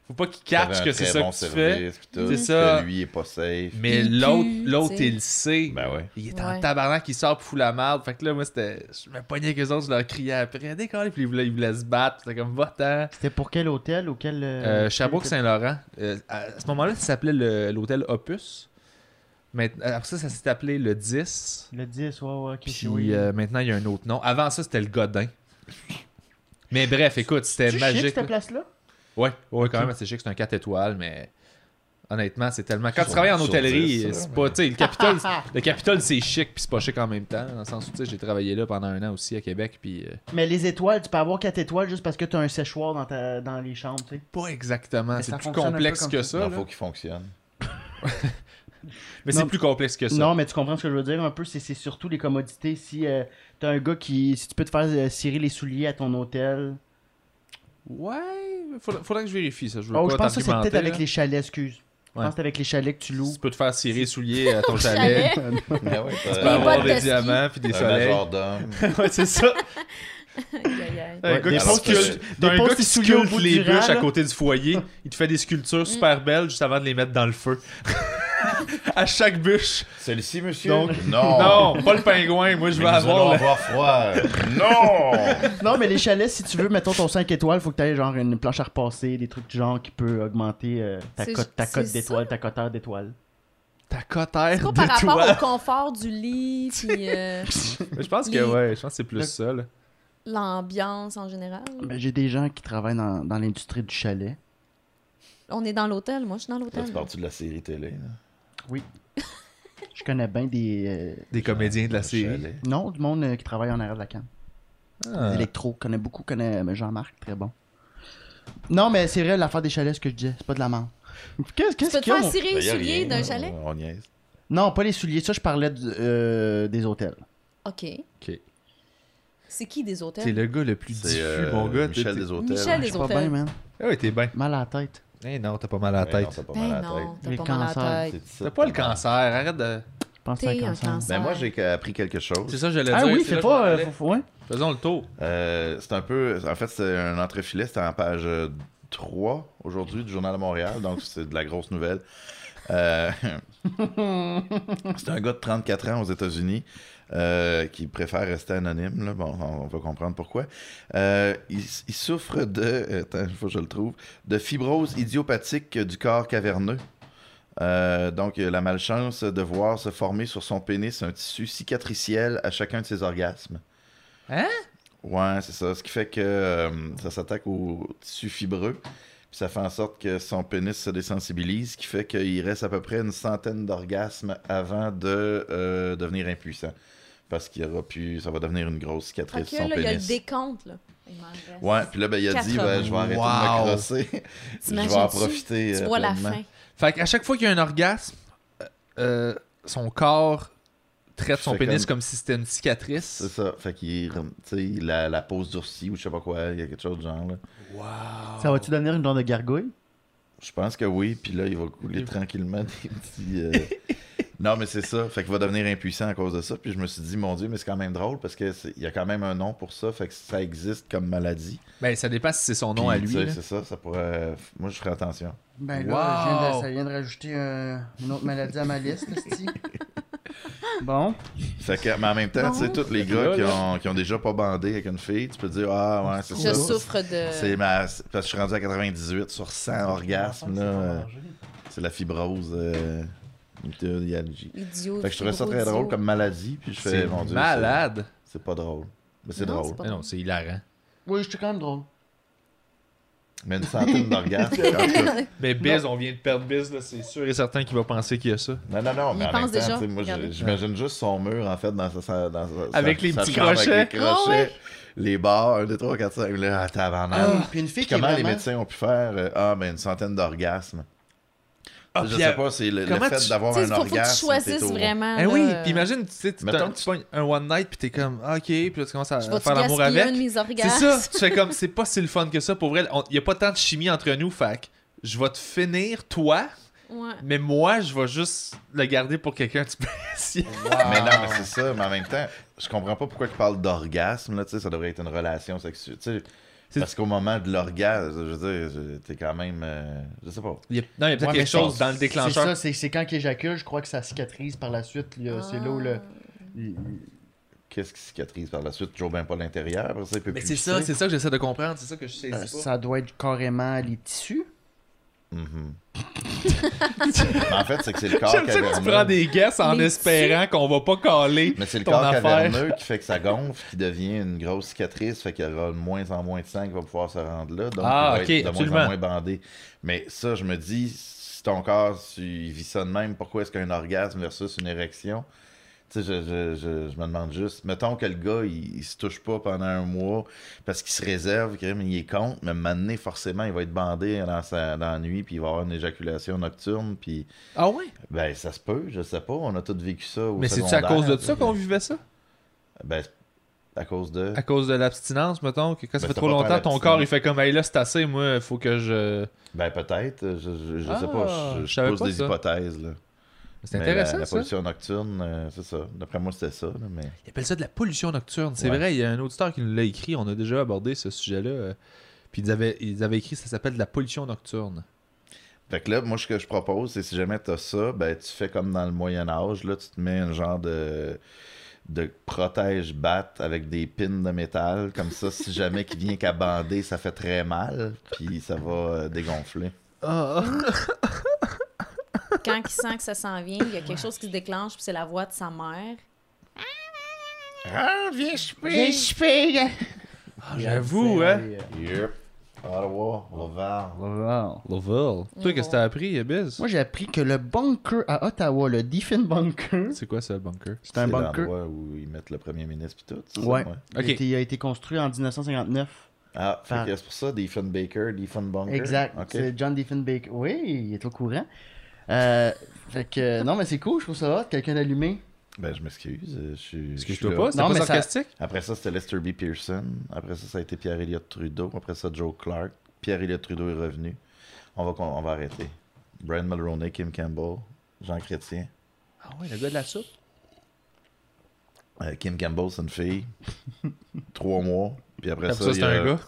Speaker 1: Faut pas qu'il
Speaker 3: J'avais
Speaker 1: catch
Speaker 3: un
Speaker 1: que c'est
Speaker 3: très
Speaker 1: ça
Speaker 3: bon
Speaker 1: que tu fais.
Speaker 3: service, puis tout,
Speaker 1: C'est
Speaker 3: que
Speaker 1: ça.
Speaker 3: lui, il est pas safe.
Speaker 1: Mais
Speaker 4: Il
Speaker 1: l'autre,
Speaker 4: pue,
Speaker 1: l'autre,
Speaker 4: tu sais.
Speaker 1: il le sait.
Speaker 3: Ben ouais.
Speaker 1: Il est en
Speaker 4: Ouais.
Speaker 1: tabarnak, il sort pour foutre la merde. Fait que là, moi, c'était. Je me pognais avec eux autres, je leur criais après. Décollez, puis ils voulaient, ils voulaient se battre. C'était comme, va-t'en.
Speaker 2: C'était pour quel hôtel ou quel.
Speaker 1: Euh, (laughs) Sherbrooke-Saint-Laurent. euh, à ce moment-là, ça s'appelait le- l'hôtel Opus. Mais après ça, ça s'est appelé le 10.
Speaker 2: Le 10, ouais, ouais, ok,
Speaker 1: Puis
Speaker 2: oui.
Speaker 1: euh, maintenant, il y a un autre nom. Avant ça, c'était le Godin. Mais bref, écoute, c'était
Speaker 2: Tu chies,
Speaker 1: magique.
Speaker 2: cette
Speaker 1: là.
Speaker 2: place-là
Speaker 1: Ouais, ouais, quand même, c'est chic, c'est un 4 étoiles, mais honnêtement, c'est tellement. Quand
Speaker 3: Sur-
Speaker 1: tu travailles en
Speaker 3: sur
Speaker 1: hôtellerie,
Speaker 3: 10,
Speaker 1: c'est
Speaker 3: là,
Speaker 1: pas. Tu sais, le Capitole,
Speaker 2: Ah,
Speaker 1: le Capitole, c'est chic, puis c'est pas chic en même temps. Dans le sens où, tu sais, j'ai travaillé là pendant un an aussi à Québec, puis. euh,
Speaker 2: Mais les étoiles, tu peux avoir 4 étoiles juste parce que t'as un séchoir dans, ta... dans les chambres, tu sais.
Speaker 1: pas exactement.
Speaker 2: Mais
Speaker 1: C'est
Speaker 2: ça
Speaker 1: plus
Speaker 2: fonctionne un peu
Speaker 1: complexe
Speaker 2: comme
Speaker 1: (laughs) que
Speaker 2: ça.
Speaker 1: ça.
Speaker 3: Il
Speaker 1: là.
Speaker 3: faut qu'il fonctionne.
Speaker 1: Mais c'est
Speaker 2: Non.
Speaker 1: plus complexe que ça.
Speaker 2: Non, mais tu comprends ce que je veux dire un peu. C'est c'est surtout les commodités. Si euh, t'as un gars qui. Si tu peux te faire euh, cirer les souliers à ton hôtel.
Speaker 1: Ouais, faudrait, faudrait que je vérifie ça. Je veux
Speaker 2: Oh,
Speaker 1: pas
Speaker 2: je pense que c'est
Speaker 1: t'argumenter,
Speaker 2: peut-être avec
Speaker 1: là.
Speaker 2: les chalets, excuse. Je
Speaker 1: Ouais.
Speaker 2: pense que c'est avec les chalets que tu loues.
Speaker 1: Tu peux te faire cirer les souliers à
Speaker 4: (laughs)
Speaker 1: ton
Speaker 4: Au
Speaker 1: chalet.
Speaker 4: chalet.
Speaker 3: Ah ouais,
Speaker 1: Tu
Speaker 4: Des
Speaker 1: peux avoir
Speaker 4: bottes de
Speaker 1: des
Speaker 4: ski.
Speaker 1: diamants puis des
Speaker 3: un
Speaker 1: soleils.
Speaker 3: majordome.
Speaker 1: ouais, c'est ça.
Speaker 4: Aïe, aïe,
Speaker 3: (laughs)
Speaker 4: aïe.
Speaker 1: Un gars
Speaker 2: des
Speaker 1: qui
Speaker 3: postes qui-
Speaker 1: sculpte-
Speaker 2: des
Speaker 1: T'as un
Speaker 2: postes
Speaker 1: gars
Speaker 2: qui
Speaker 1: qui
Speaker 2: souillent au
Speaker 1: sculpte
Speaker 2: bout
Speaker 1: les
Speaker 2: du rang,
Speaker 1: bûches à
Speaker 2: là.
Speaker 1: côté du foyer. Il te fait des sculptures super belles juste avant de les mettre dans le feu. (laughs) à chaque bûche.
Speaker 3: Celle-ci, monsieur?
Speaker 1: Donc-
Speaker 3: non.
Speaker 1: (laughs) Non, pas le pingouin. Moi, je
Speaker 3: Oh.
Speaker 1: vais
Speaker 3: Mais nous allons
Speaker 1: avoir le...
Speaker 3: avoir froid.
Speaker 1: (laughs)
Speaker 3: non!
Speaker 2: (laughs) Non, mais les chalets, si tu veux, mettons ton 5 étoiles, faut que t'aies genre une planche à repasser, des trucs du genre qui peut augmenter euh, ta
Speaker 4: C'est-
Speaker 2: cote ta
Speaker 4: c'est
Speaker 2: cote
Speaker 4: ça.
Speaker 2: d'étoiles, ta coteur d'étoiles.
Speaker 1: ta
Speaker 4: C'est
Speaker 1: cotère
Speaker 4: pas
Speaker 1: de
Speaker 4: par rapport
Speaker 1: toi.
Speaker 4: au confort du lit, puis
Speaker 3: (laughs)
Speaker 4: euh,
Speaker 1: Je pense
Speaker 4: Les-
Speaker 1: que ouais, je pense que c'est plus ça. là.
Speaker 4: l'ambiance en général.
Speaker 2: Ben, j'ai des gens qui travaillent dans, dans l'industrie du chalet.
Speaker 4: On est dans l'hôtel, moi je suis dans
Speaker 3: Là,
Speaker 4: l'hôtel.
Speaker 3: tu parles de la série télé? là?
Speaker 2: Je connais bien des. euh,
Speaker 1: Des comédiens de la
Speaker 3: Le
Speaker 1: série.
Speaker 3: chalet.
Speaker 2: non, du monde euh, qui travaille en arrière de la canne.
Speaker 1: Ah.
Speaker 2: Électro, connais beaucoup, connais euh, Jean-Marc, très bon. Non, mais c'est vrai, l'affaire des chalets, ce que je disais, c'est pas de la merde. Qu'est-ce
Speaker 4: Tu
Speaker 2: qu'est-ce
Speaker 4: peux te
Speaker 2: qu'il y a?
Speaker 4: faire
Speaker 2: mon-
Speaker 4: cirer
Speaker 3: Ben,
Speaker 4: les
Speaker 3: y a
Speaker 4: souliers
Speaker 3: rien,
Speaker 4: d'un
Speaker 3: on-
Speaker 4: chalet?
Speaker 3: On niaise.
Speaker 2: Non, pas les souliers, ça, je parlais du- euh, des hôtels.
Speaker 4: OK.
Speaker 1: Ok.
Speaker 4: C'est qui des
Speaker 1: T'es
Speaker 4: hôtels?
Speaker 1: le gars le plus
Speaker 3: C'est
Speaker 1: diffus,
Speaker 3: euh,
Speaker 1: mon gars. T'es-
Speaker 3: Michel
Speaker 1: t'es-
Speaker 3: des Hôtels.
Speaker 4: Michel
Speaker 2: Je
Speaker 4: des
Speaker 2: suis pas
Speaker 4: hôtels.
Speaker 2: bien, man.
Speaker 1: Ah ouais, t'es bien.
Speaker 2: Mal à la tête.
Speaker 1: Eh non, t'as pas mal à la
Speaker 3: Ben non,
Speaker 1: tête.
Speaker 3: T'as pas mal à
Speaker 4: Ben
Speaker 3: la tête.
Speaker 4: non, t'as
Speaker 2: Les
Speaker 4: pas mal à la
Speaker 2: cancers.
Speaker 4: tête.
Speaker 1: T'as pas le cancer, arrête de.
Speaker 2: Je pense à un
Speaker 4: T'es un
Speaker 2: cancer.
Speaker 4: cancer.
Speaker 3: Ben moi, j'ai appris quelque chose.
Speaker 1: C'est ça, je l'ai
Speaker 2: Ah
Speaker 1: dire.
Speaker 2: oui,
Speaker 1: c'est
Speaker 2: fais
Speaker 1: là
Speaker 2: pas.
Speaker 1: que
Speaker 2: euh,
Speaker 1: je m'en allais.
Speaker 2: faut- ouais.
Speaker 1: Faisons le tour.
Speaker 3: Euh, c'est un peu. En fait, c'est un entrefilet, c'était en page euh, 3 aujourd'hui du Journal de
Speaker 1: (laughs)
Speaker 3: Montréal, donc c'est de la grosse nouvelle. Euh, (laughs) c'est un gars de 34 ans aux États-Unis euh, qui préfère rester anonyme. Là. Bon, on, on va comprendre pourquoi. Euh, il, il souffre de. euh, Attends, il faut que je le trouve. De fibrose idiopathique du corps caverneux. Euh, donc, la malchance de voir se former sur son pénis un tissu cicatriciel à chacun de ses orgasmes.
Speaker 4: Hein?
Speaker 3: Ouais, c'est ça. Ce qui fait que euh, ça s'attaque au tissu fibreux. Puis ça fait en sorte que son pénis se désensibilise, ce qui fait qu'il reste à peu près une centaine d'orgasmes avant de euh, devenir impuissant. Parce qu'il y aura plus. Ça va devenir une grosse
Speaker 4: Fait
Speaker 3: cicatrice,
Speaker 4: que
Speaker 3: son
Speaker 4: là, il y a le
Speaker 3: pénis.
Speaker 4: décompte, là. Il m'en reste.
Speaker 3: Ouais, puis là, ben, il a dit, ben, je vais arrêter de
Speaker 1: Wow.
Speaker 3: me crosser. (laughs) je vais en
Speaker 4: T'imagines-tu?
Speaker 3: profiter.
Speaker 4: Tu
Speaker 3: euh,
Speaker 4: vois la
Speaker 3: pleinement.
Speaker 4: fin.
Speaker 1: Fait qu'à chaque fois qu'il y a un orgasme, euh, euh, son corps traite son
Speaker 3: Fait
Speaker 1: pénis
Speaker 3: comme-
Speaker 1: comme si c'était une
Speaker 3: C'est
Speaker 1: cicatrice.
Speaker 3: ça. Fait qu'il. Tu sais, la, la pose durcie ou je sais pas quoi, il y a quelque chose de genre, là.
Speaker 1: Wow.
Speaker 2: Ça va-tu devenir une genre de gargouille?
Speaker 3: Je pense que oui, puis là, il va couler
Speaker 4: (laughs)
Speaker 3: tranquillement des petits. euh, non, mais c'est ça. Fait qu'il va devenir impuissant à cause de ça. Puis je me suis dit, mon Dieu, mais c'est quand même drôle parce qu'il y a quand même un nom pour ça. Fait que ça existe comme maladie.
Speaker 1: Ben, ça dépend si c'est son nom
Speaker 3: Puis,
Speaker 1: à lui.
Speaker 3: tu sais,
Speaker 1: là.
Speaker 3: C'est ça, ça pourrait. Moi, je ferais attention.
Speaker 1: là,
Speaker 2: Ben
Speaker 1: je viens de- Wow!
Speaker 2: ça
Speaker 1: ça
Speaker 2: vient de rajouter une autre maladie à ma liste, Bon.
Speaker 3: Fait que, mais en même
Speaker 4: Ah
Speaker 3: temps, tu sais, tous les gars qui ont, qui ont déjà pas bandé avec une fille, tu peux dire, ah ouais, c'est
Speaker 4: Je
Speaker 3: ça.
Speaker 4: souffre de...
Speaker 3: C'est ma... c'est- Parce que je suis rendu à 98 sur 100 orgasmes, là. euh, C'est la fibrose. euh, myalgie.
Speaker 4: Idiot.
Speaker 3: Fait que je trouvais ça très
Speaker 4: fibrosio.
Speaker 3: drôle comme maladie, puis je fais,
Speaker 1: C'est
Speaker 3: mon Dieu. c'est-
Speaker 1: malade.
Speaker 3: C'est pas drôle. Mais c'est
Speaker 4: Non,
Speaker 3: drôle.
Speaker 4: c'est pas
Speaker 1: Mais non,
Speaker 4: drôle.
Speaker 1: c'est hilarant.
Speaker 2: Oui, j'étais quand même drôle.
Speaker 3: Mais une
Speaker 4: (laughs)
Speaker 3: centaine d'orgasmes. en tout cas.
Speaker 1: Mais Biz, on vient de perdre Biz, là, c'est sûr et certain qu'il va penser qu'il y a ça.
Speaker 3: Non, non, non,
Speaker 4: Il
Speaker 3: mais en
Speaker 4: pense
Speaker 3: même temps,
Speaker 4: déjà,
Speaker 3: tu sais, moi, je-
Speaker 4: regardez.
Speaker 3: j'imagine juste son mur, en fait, dans sa... sa- dans sa-
Speaker 1: Avec
Speaker 3: sa-
Speaker 1: les
Speaker 3: sa
Speaker 1: petits
Speaker 3: chambre Avec
Speaker 1: crochets.
Speaker 3: les crochets,
Speaker 4: Ah
Speaker 3: les bars, 1, 2, 3, 4, 5, là, ah, tabarnak.
Speaker 2: puis une fille
Speaker 3: Puis
Speaker 2: qui est
Speaker 3: comment les
Speaker 2: vraiment-
Speaker 3: médecins ont pu faire, euh, ah, ben, une centaine d'orgasmes.
Speaker 1: Ah,
Speaker 3: je
Speaker 1: puis,
Speaker 3: sais
Speaker 1: euh,
Speaker 3: pas, c'est le, le
Speaker 1: comment
Speaker 3: fait
Speaker 1: tu-
Speaker 3: d'avoir
Speaker 4: Tu sais,
Speaker 3: un
Speaker 4: faut, faut que
Speaker 3: orgasme. hein.
Speaker 4: tu choisisses
Speaker 3: t'es au-
Speaker 4: vraiment.
Speaker 1: Eh oui,
Speaker 4: là,
Speaker 1: puis imagine, tu sais, tu
Speaker 3: Mettons
Speaker 1: t'as-
Speaker 3: que
Speaker 1: tu pognes un one night, puis t'es comme, ah, ok, puis là, tu commences à
Speaker 4: Je vais-tu
Speaker 1: faire l'amour
Speaker 4: euh, gaspiller
Speaker 1: avec.
Speaker 4: un de mes
Speaker 1: C'est
Speaker 4: orgasmes?
Speaker 1: ça, tu fais comme, c'est pas si le fun que ça. Pour vrai, il n'y a pas tant de chimie entre nous, fait que je vais te finir, toi,
Speaker 4: Ouais.
Speaker 1: mais moi, je vais juste le garder pour quelqu'un spécial.
Speaker 3: Mais non,
Speaker 1: Ah.
Speaker 3: mais c'est ça, mais en même temps, je comprends pas pourquoi tu parles d'orgasme, là, tu sais, ça devrait être une relation sexuelle, tu sais.
Speaker 1: C'est-
Speaker 3: Parce qu'au moment de l'orgasme, je veux dire, je- t'es quand même. euh, je sais pas.
Speaker 1: Il (laughs) y a- Non, il y a peut-être
Speaker 2: Ouais, mais
Speaker 1: quelque
Speaker 2: je
Speaker 1: chose
Speaker 2: pense-
Speaker 1: dans le
Speaker 2: C'est ça,
Speaker 1: déclencheur.
Speaker 2: c'est- c'est quand il éjacule, je crois que ça cicatrise par la suite.
Speaker 4: Ah.
Speaker 2: là, C'est là où le.
Speaker 3: Qu'est-ce qui cicatrise par la suite? Toujours bien pas l'intérieur, après ça, il peut
Speaker 1: Mais
Speaker 3: plus
Speaker 1: c'est ça,
Speaker 3: pisser.
Speaker 1: c'est ça que j'essaie de comprendre, c'est Ben, ça que je sais
Speaker 2: euh,
Speaker 1: pas.
Speaker 2: ça doit être carrément les tissus.
Speaker 3: Mhm. Mm-hmm. (laughs) en fait, c'est
Speaker 1: (laughs)
Speaker 3: que c'est le corps
Speaker 1: (laughs) J'aime ça que tu prends
Speaker 3: caverneux.
Speaker 1: des guesses en
Speaker 4: Les
Speaker 1: espérant qu'on va pas caler
Speaker 3: Mais c'est le
Speaker 1: ton
Speaker 3: corps
Speaker 1: affaire.
Speaker 3: caverneux qui fait que ça gonfle, qui devient une grosse cicatrice, fait qu'il y aura de moins en moins de sang qui va pouvoir se rendre là. Donc,
Speaker 1: Ah,
Speaker 3: il va
Speaker 1: ok,
Speaker 3: être de moins
Speaker 1: absolument.
Speaker 3: en moins bandé. Mais ça, je me dis, si ton corps, tu vis ça de même, pourquoi est-ce qu'un orgasme versus une érection, Tu sais, je, je, je, je me demande juste, mettons que le gars, il, il se touche pas pendant un mois parce qu'il se réserve, crime, il est contre, mais maintenant, forcément, il va être bandé dans, sa, dans la nuit, puis il va avoir une éjaculation nocturne, puis
Speaker 7: Ah ouais?
Speaker 3: ben ça se peut, je sais pas, on a tous vécu ça. Au
Speaker 1: Mais c'est-tu à
Speaker 3: secondaire,
Speaker 1: cause de
Speaker 3: tu
Speaker 1: ça
Speaker 3: sais,
Speaker 1: qu'on vivait ça?
Speaker 3: Ben, à cause de.
Speaker 1: À cause de l'abstinence, mettons, que quand ça
Speaker 3: Ben,
Speaker 1: fait
Speaker 3: t'as
Speaker 1: trop
Speaker 3: pas
Speaker 1: longtemps,
Speaker 3: tant
Speaker 1: ton
Speaker 3: l'abstinence.
Speaker 1: corps, il fait comme, hey là, c'est assez, moi, faut que je.
Speaker 3: Ben peut-être, je, je, je
Speaker 1: Ah,
Speaker 3: sais pas, je,
Speaker 1: je savais
Speaker 3: pose
Speaker 1: pas
Speaker 3: des
Speaker 1: ça.
Speaker 3: hypothèses. Là.
Speaker 1: C'est
Speaker 3: Mais la-
Speaker 1: intéressant,
Speaker 3: la,
Speaker 1: ça.
Speaker 3: pollution nocturne, euh, c'est ça. D'après moi, c'était ça. là, mais...
Speaker 1: Ils appellent ça de la pollution nocturne. C'est
Speaker 3: Ouais.
Speaker 1: vrai, il y a un auditeur qui nous l'a écrit, on a déjà abordé ce sujet-là. euh, Puis ils avaient, ils avaient écrit, ça s'appelle de la pollution nocturne.
Speaker 3: Fait que là, moi, ce que je propose, c'est si jamais t'as ça, ben tu fais comme dans le Moyen Âge, là, tu te mets un genre de de protège batte avec des pins de métal comme ça si jamais qu'il vient qu'à bander ça fait très mal puis ça va euh, dégonfler
Speaker 1: Ah,
Speaker 4: Euh, Quand il sent que ça s'en vient, il y a quelque chose qui se déclenche, puis c'est la voix de sa mère.
Speaker 3: ah viens choper
Speaker 2: Les cheveux!
Speaker 1: J'avoue, hein?
Speaker 3: yep Ottawa Laval
Speaker 1: Lovell. Toi, qu'est-ce que t'as appris, Biz?
Speaker 2: euh, Moi, j'ai appris que le bunker à Ottawa, le Diffin Bunker,
Speaker 1: C'est quoi ça, bunker?
Speaker 2: c'est un
Speaker 3: C'est
Speaker 2: bunker.
Speaker 3: l'endroit où ils mettent le premier ministre puis tout c'est ça,
Speaker 2: Ouais. Il, a
Speaker 1: Ok.
Speaker 2: été- il a été construit en 1959.
Speaker 3: ah fait
Speaker 2: Par-
Speaker 3: que c'est pour ça Defun Baker Defun Bunker
Speaker 2: Exact.
Speaker 3: Ok.
Speaker 2: C'est John Diffin Baker. Oui, il est au courant. Euh, fait que, non, mais c'est cool, je trouve ça hot, quelqu'un d'allumé.
Speaker 3: ben je m'excuse euh, je suis je suis
Speaker 1: Excuse-toi
Speaker 3: là.
Speaker 1: pas, c'est
Speaker 2: Non,
Speaker 1: pas
Speaker 2: mais ça-
Speaker 1: sarcastique?
Speaker 3: Après ça, c'était Lester B. Pearson. Après ça, ça a été pierre Elliott Trudeau. Après ça, Joe Clark. pierre Elliott Trudeau est revenu. On va, con- on va arrêter. Brian Mulroney, Kim Campbell, Jean Chrétien.
Speaker 1: Ah ouais, le gars de la soupe.
Speaker 3: Euh, Kim Campbell, c'est
Speaker 2: (laughs)
Speaker 3: une fille. Trois mois. Puis après,
Speaker 1: Après
Speaker 3: ça,
Speaker 1: ça, c'est
Speaker 3: il a- euh,
Speaker 1: un gars.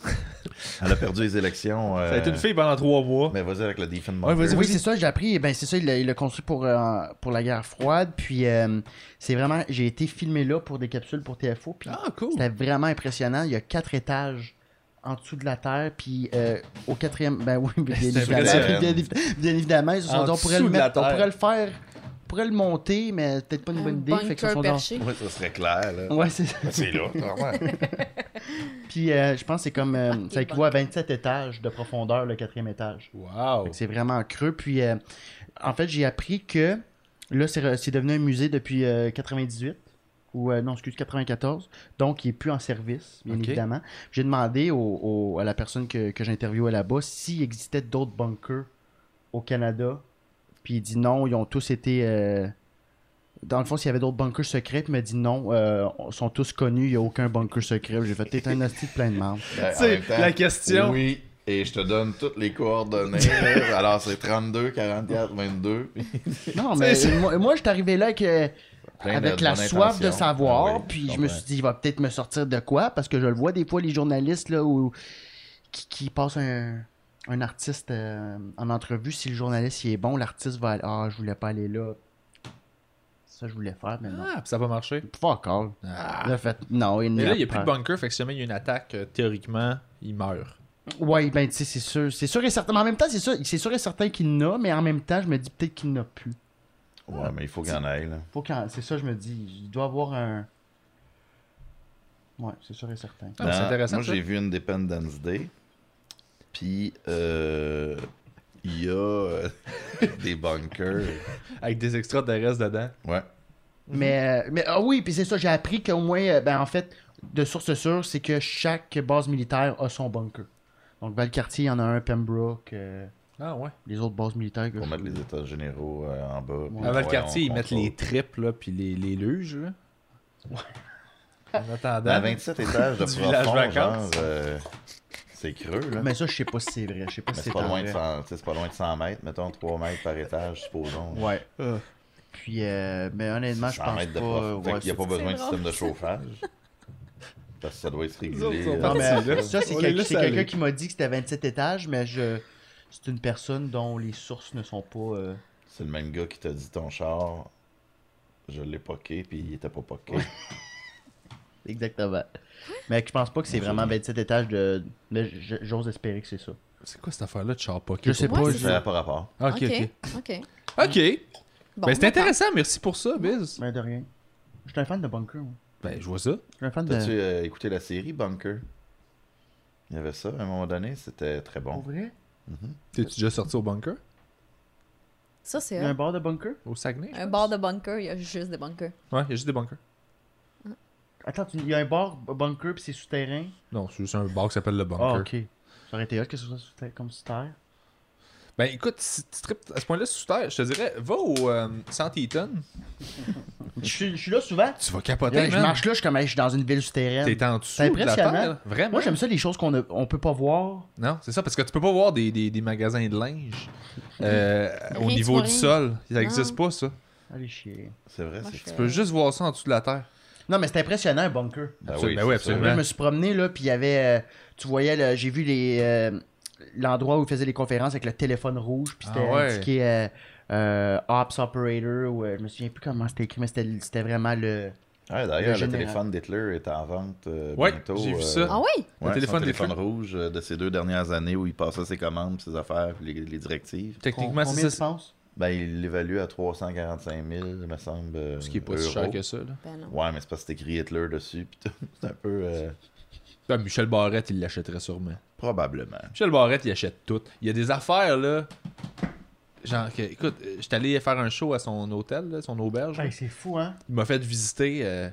Speaker 3: elle a perdu les élections.
Speaker 1: Ça a été
Speaker 3: euh,
Speaker 1: une fille pendant trois mois.
Speaker 3: Mais vas-y avec le Defend
Speaker 1: Ouais, vas-y,
Speaker 2: Oui, c'est ça, j'ai appris. Ben, c'est ça, il l'a- il l'a construit pour, euh, pour la guerre froide. Puis, euh, c'est vraiment. J'ai été filmé là pour des capsules pour TFO. Puis,
Speaker 1: Ah, cool.
Speaker 2: C'était vraiment impressionnant. Il y a quatre étages en dessous de la terre, puis euh, au quatrième, ben oui, bien
Speaker 1: (laughs) C'est
Speaker 2: évidemment,
Speaker 1: impressionnant.
Speaker 2: bien, évi- bien évidemment, ils se sont
Speaker 1: En
Speaker 2: dit, on pourrait
Speaker 1: dessous
Speaker 2: le
Speaker 1: de la
Speaker 2: mettre, on
Speaker 1: terre.
Speaker 2: pourrait le faire, on pourrait le monter, mais peut-être pas une bonne idée.
Speaker 4: Un
Speaker 2: fait qu'ils se
Speaker 4: bunker
Speaker 2: sont dit,
Speaker 4: perché.
Speaker 3: Ouais, ça serait clair.
Speaker 1: (laughs)
Speaker 3: Là.
Speaker 2: ouais, c'est ça.
Speaker 3: C'est là, clairement.
Speaker 2: Puis euh, je pense que c'est comme, euh,
Speaker 4: Ah, il
Speaker 2: ça
Speaker 4: est
Speaker 2: équivaut à 27 étages de profondeur le quatrième étage.
Speaker 1: Wow.
Speaker 2: Fait que C'est vraiment creux. Puis euh, en fait, j'ai appris que là, c'est re- c'est devenu un musée depuis euh, 98. Ou euh, non, excuse, 94. Donc, il n'est plus en service, bien
Speaker 1: Ok.
Speaker 2: évidemment. J'ai demandé au- au- à la personne que, que j'interviewais là-bas s'il existait d'autres bunkers au Canada. Puis il dit non, ils ont tous été. euh, Dans le fond, s'il y avait d'autres bunkers secrets, puis il m'a dit non, euh, ils sont tous connus, il n'y a aucun bunker secret. J'ai fait, t'es un hostie de plein
Speaker 1: (laughs)
Speaker 2: de membres.
Speaker 3: Ben, en
Speaker 1: C'est
Speaker 3: même temps,
Speaker 1: la question.
Speaker 3: Oui. Et je te donne toutes les coordonnées. là. Alors, c'est 32, 44, 22. puis
Speaker 2: Non, mais
Speaker 1: C'est-
Speaker 2: moi, moi, je suis arrivé là que.
Speaker 3: plein de
Speaker 2: avec la
Speaker 3: bonnes
Speaker 2: soif de
Speaker 3: intentions.
Speaker 2: savoir,
Speaker 3: Ah oui,
Speaker 2: puis je
Speaker 3: comprends.
Speaker 2: me suis dit, il va peut-être me sortir de quoi, parce que je le vois des fois, les journalistes là, où, qui, qui passent un, un artiste euh, en entrevue, si le journaliste il est bon, l'artiste va aller, ah, je voulais pas aller là. Ça, je voulais faire, mais non.
Speaker 1: Ah, puis ça va marcher.
Speaker 2: Fuck all.
Speaker 1: Ah.
Speaker 2: Le fait, non, il
Speaker 1: Mais là, il n'y a plus
Speaker 2: pas.
Speaker 1: de bunker, fait que si jamais il y a une attaque, euh, théoriquement, il meurt.
Speaker 2: Ouais, ben, tu sais, c'est sûr. C'est sûr et certain. Mais en même temps, c'est sûr, c'est sûr et certain qu'il n'a, mais en même temps, je me dis peut-être qu'il n'a plus.
Speaker 3: Ouais, mais il faut qu'il y en ait, là.
Speaker 2: Faut qu'en- C'est ça, je me dis. Il doit avoir un. Ouais, c'est sûr et certain.
Speaker 1: Ah, mais c'est
Speaker 3: Dans-
Speaker 1: intéressant,
Speaker 3: Moi,
Speaker 1: ça.
Speaker 3: j'ai vu Independence Day. Puis, euh, il y a euh, (laughs) des bunkers.
Speaker 1: Avec des extraterrestres dedans.
Speaker 3: Ouais.
Speaker 2: Mais, euh, mais ah oui, puis c'est ça, j'ai appris qu'au moins, euh, ben, en fait, de source sûre, c'est que chaque base militaire a son bunker. Donc, Valcartier, il y en a un, Pembroke, euh,
Speaker 1: Ah ouais.
Speaker 2: les autres bases militaires. que
Speaker 3: Pour
Speaker 2: je-
Speaker 3: mettre les états généraux euh, en bas. puis
Speaker 1: Avant le
Speaker 3: ouais,
Speaker 1: quartier,
Speaker 3: on
Speaker 1: Ah, ils mettent
Speaker 3: contrôle.
Speaker 1: les tripes, là, puis les, les luges, là. En attendant.
Speaker 3: À 27
Speaker 1: (laughs)
Speaker 3: Ben, étages de
Speaker 1: Du village
Speaker 3: profond, genre,
Speaker 1: vacances.
Speaker 3: euh, c'est creux, là.
Speaker 2: Mais ça, je sais pas si c'est vrai. Je sais pas
Speaker 3: Mais
Speaker 2: si
Speaker 3: c'est
Speaker 2: c'est
Speaker 3: pas, loin
Speaker 2: vrai.
Speaker 3: de 100 tu sais, c'est pas loin de 100 mètres, mettons 3 mètres par étage, supposons.
Speaker 2: Ouais. Puis, euh, mais honnêtement, je
Speaker 3: 100
Speaker 2: pense
Speaker 3: mètres
Speaker 2: pas.
Speaker 3: de profond.
Speaker 2: euh,
Speaker 3: Fait
Speaker 2: ouais,
Speaker 3: qu'il n'y a pas
Speaker 2: c'est-
Speaker 3: besoin de
Speaker 4: C'est
Speaker 3: système
Speaker 4: (laughs)
Speaker 3: de chauffage. Parce que ça doit être
Speaker 1: autres
Speaker 3: régulé.
Speaker 1: sont
Speaker 3: euh,
Speaker 2: Non, mais,
Speaker 1: partis, là.
Speaker 2: ça, c'est
Speaker 1: On
Speaker 2: quel-
Speaker 1: les laisse
Speaker 2: c'est quelqu'un
Speaker 1: aller.
Speaker 2: qui m'a dit que c'était 27 étages, mais je... c'est une personne dont les sources ne sont pas. euh,
Speaker 3: C'est le même gars qui t'a dit ton char, je l'ai poqué, puis il était pas poqué.
Speaker 2: Exactement. Mais je pense pas que c'est vraiment 27 étages de. Mais j- j'ose espérer que c'est ça.
Speaker 1: C'est quoi cette affaire-là de charpoquet?
Speaker 2: Je sais
Speaker 4: Ouais,
Speaker 2: pas.
Speaker 4: c'est
Speaker 2: je-
Speaker 3: Ça n'a pas rapport.
Speaker 1: Ah, Ok, ok. Ok.
Speaker 4: OK. Bon,
Speaker 1: ben, c'est
Speaker 4: d'accord.
Speaker 1: intéressant, merci pour ça, Biz.
Speaker 2: Mais Ben, de rien. Je suis un fan de Bunker. moi.
Speaker 1: Ben, je vois ça.
Speaker 2: Je suis un fan de.
Speaker 3: T'as-tu euh, écouté la série Bunker? Il y avait ça à un moment donné, c'était très
Speaker 2: Pour
Speaker 3: bon.
Speaker 2: vrai?
Speaker 1: T'es-tu déjà sorti au bunker?
Speaker 4: Ça, c'est
Speaker 2: Il y a un
Speaker 4: un,
Speaker 2: bar de bunker?
Speaker 1: Au Saguenay? je pense.
Speaker 4: bar de bunker, il y a juste des bunkers.
Speaker 1: Ouais, il y a juste des bunkers.
Speaker 2: Attends, tu- il y a un bar b- bunker puis c'est souterrain.
Speaker 1: Non, c'est juste un bar qui s'appelle le
Speaker 2: Ah,
Speaker 1: bunker.
Speaker 2: ok. Ça aurait été hot que ce soit souterrain, comme souterrain.
Speaker 1: Ben écoute, si tu tripes à ce point-là sous terre, je te dirais, va au euh, Santiton.
Speaker 2: Je suis je suis là souvent.
Speaker 1: Tu vas capoter,
Speaker 2: Là,
Speaker 1: man.
Speaker 2: je marche là, je suis comme, hey, je suis dans une ville souterraine.
Speaker 1: T'es en dessous
Speaker 2: C'est
Speaker 1: de la terre.
Speaker 2: impressionnant.
Speaker 1: là. Vraiment.
Speaker 2: Moi, j'aime ça, les choses qu'on ne on peut pas voir.
Speaker 1: Non, c'est ça, parce que tu peux pas voir des, des, des magasins de linge euh, au niveau
Speaker 4: Rien, tu vois
Speaker 1: du
Speaker 4: rien.
Speaker 1: sol. Ça n'existe pas, ça.
Speaker 2: Allez chier.
Speaker 3: C'est vrai,
Speaker 4: Moi,
Speaker 3: c'est
Speaker 4: je fais-
Speaker 1: Tu peux juste voir ça en dessous de la terre.
Speaker 2: Non, mais c'est impressionnant, un bunker.
Speaker 3: Ah
Speaker 1: Ben oui,
Speaker 3: c'est ça.
Speaker 1: absolument.
Speaker 2: Moi, je me suis promené, là, puis il y avait. euh, tu voyais, là, j'ai vu les euh, l'endroit où ils faisaient les conférences avec le téléphone rouge, puis c'était
Speaker 1: Ah ouais.
Speaker 2: indiqué euh, euh, Ops Operator, ou euh, je me souviens plus comment c'était écrit, mais c'était c'était vraiment le.
Speaker 3: Ouais,
Speaker 2: Le
Speaker 3: D'ailleurs, le,
Speaker 2: général.
Speaker 3: téléphone d'Hitler est en vente euh,
Speaker 1: Ouais,
Speaker 3: bientôt.
Speaker 1: j'ai vu
Speaker 3: euh,
Speaker 1: ça.
Speaker 4: Ah oui?
Speaker 1: Le
Speaker 3: ouais,
Speaker 1: téléphone
Speaker 3: son téléphone
Speaker 1: d'Hitler.
Speaker 3: rouge euh, de ces deux dernières années où il passait ses commandes, ses affaires, puis les, les directives.
Speaker 1: Techniquement,
Speaker 2: Com-
Speaker 1: c'est
Speaker 2: combien tu
Speaker 1: ça.
Speaker 2: penses
Speaker 3: Ben, il l'évalue à 345 000, il me semble. euh,
Speaker 1: Ce qui est pas si
Speaker 3: euros.
Speaker 1: cher que ça. Là.
Speaker 4: Ben non.
Speaker 3: Ouais, mais c'est parce que c'est écrit Hitler dessus, puis tout. (laughs) C'est un peu. euh,
Speaker 1: Ah, Michel Barrette, il l'achèterait sûrement.
Speaker 3: probablement.
Speaker 1: Michel Barrette, il achète tout. Il y a des affaires, là. Genre, que, écoute, euh, j'étais allé faire un show à son hôtel, là, son auberge.
Speaker 2: Hey, C'est fou, hein
Speaker 1: Il m'a fait visiter. euh,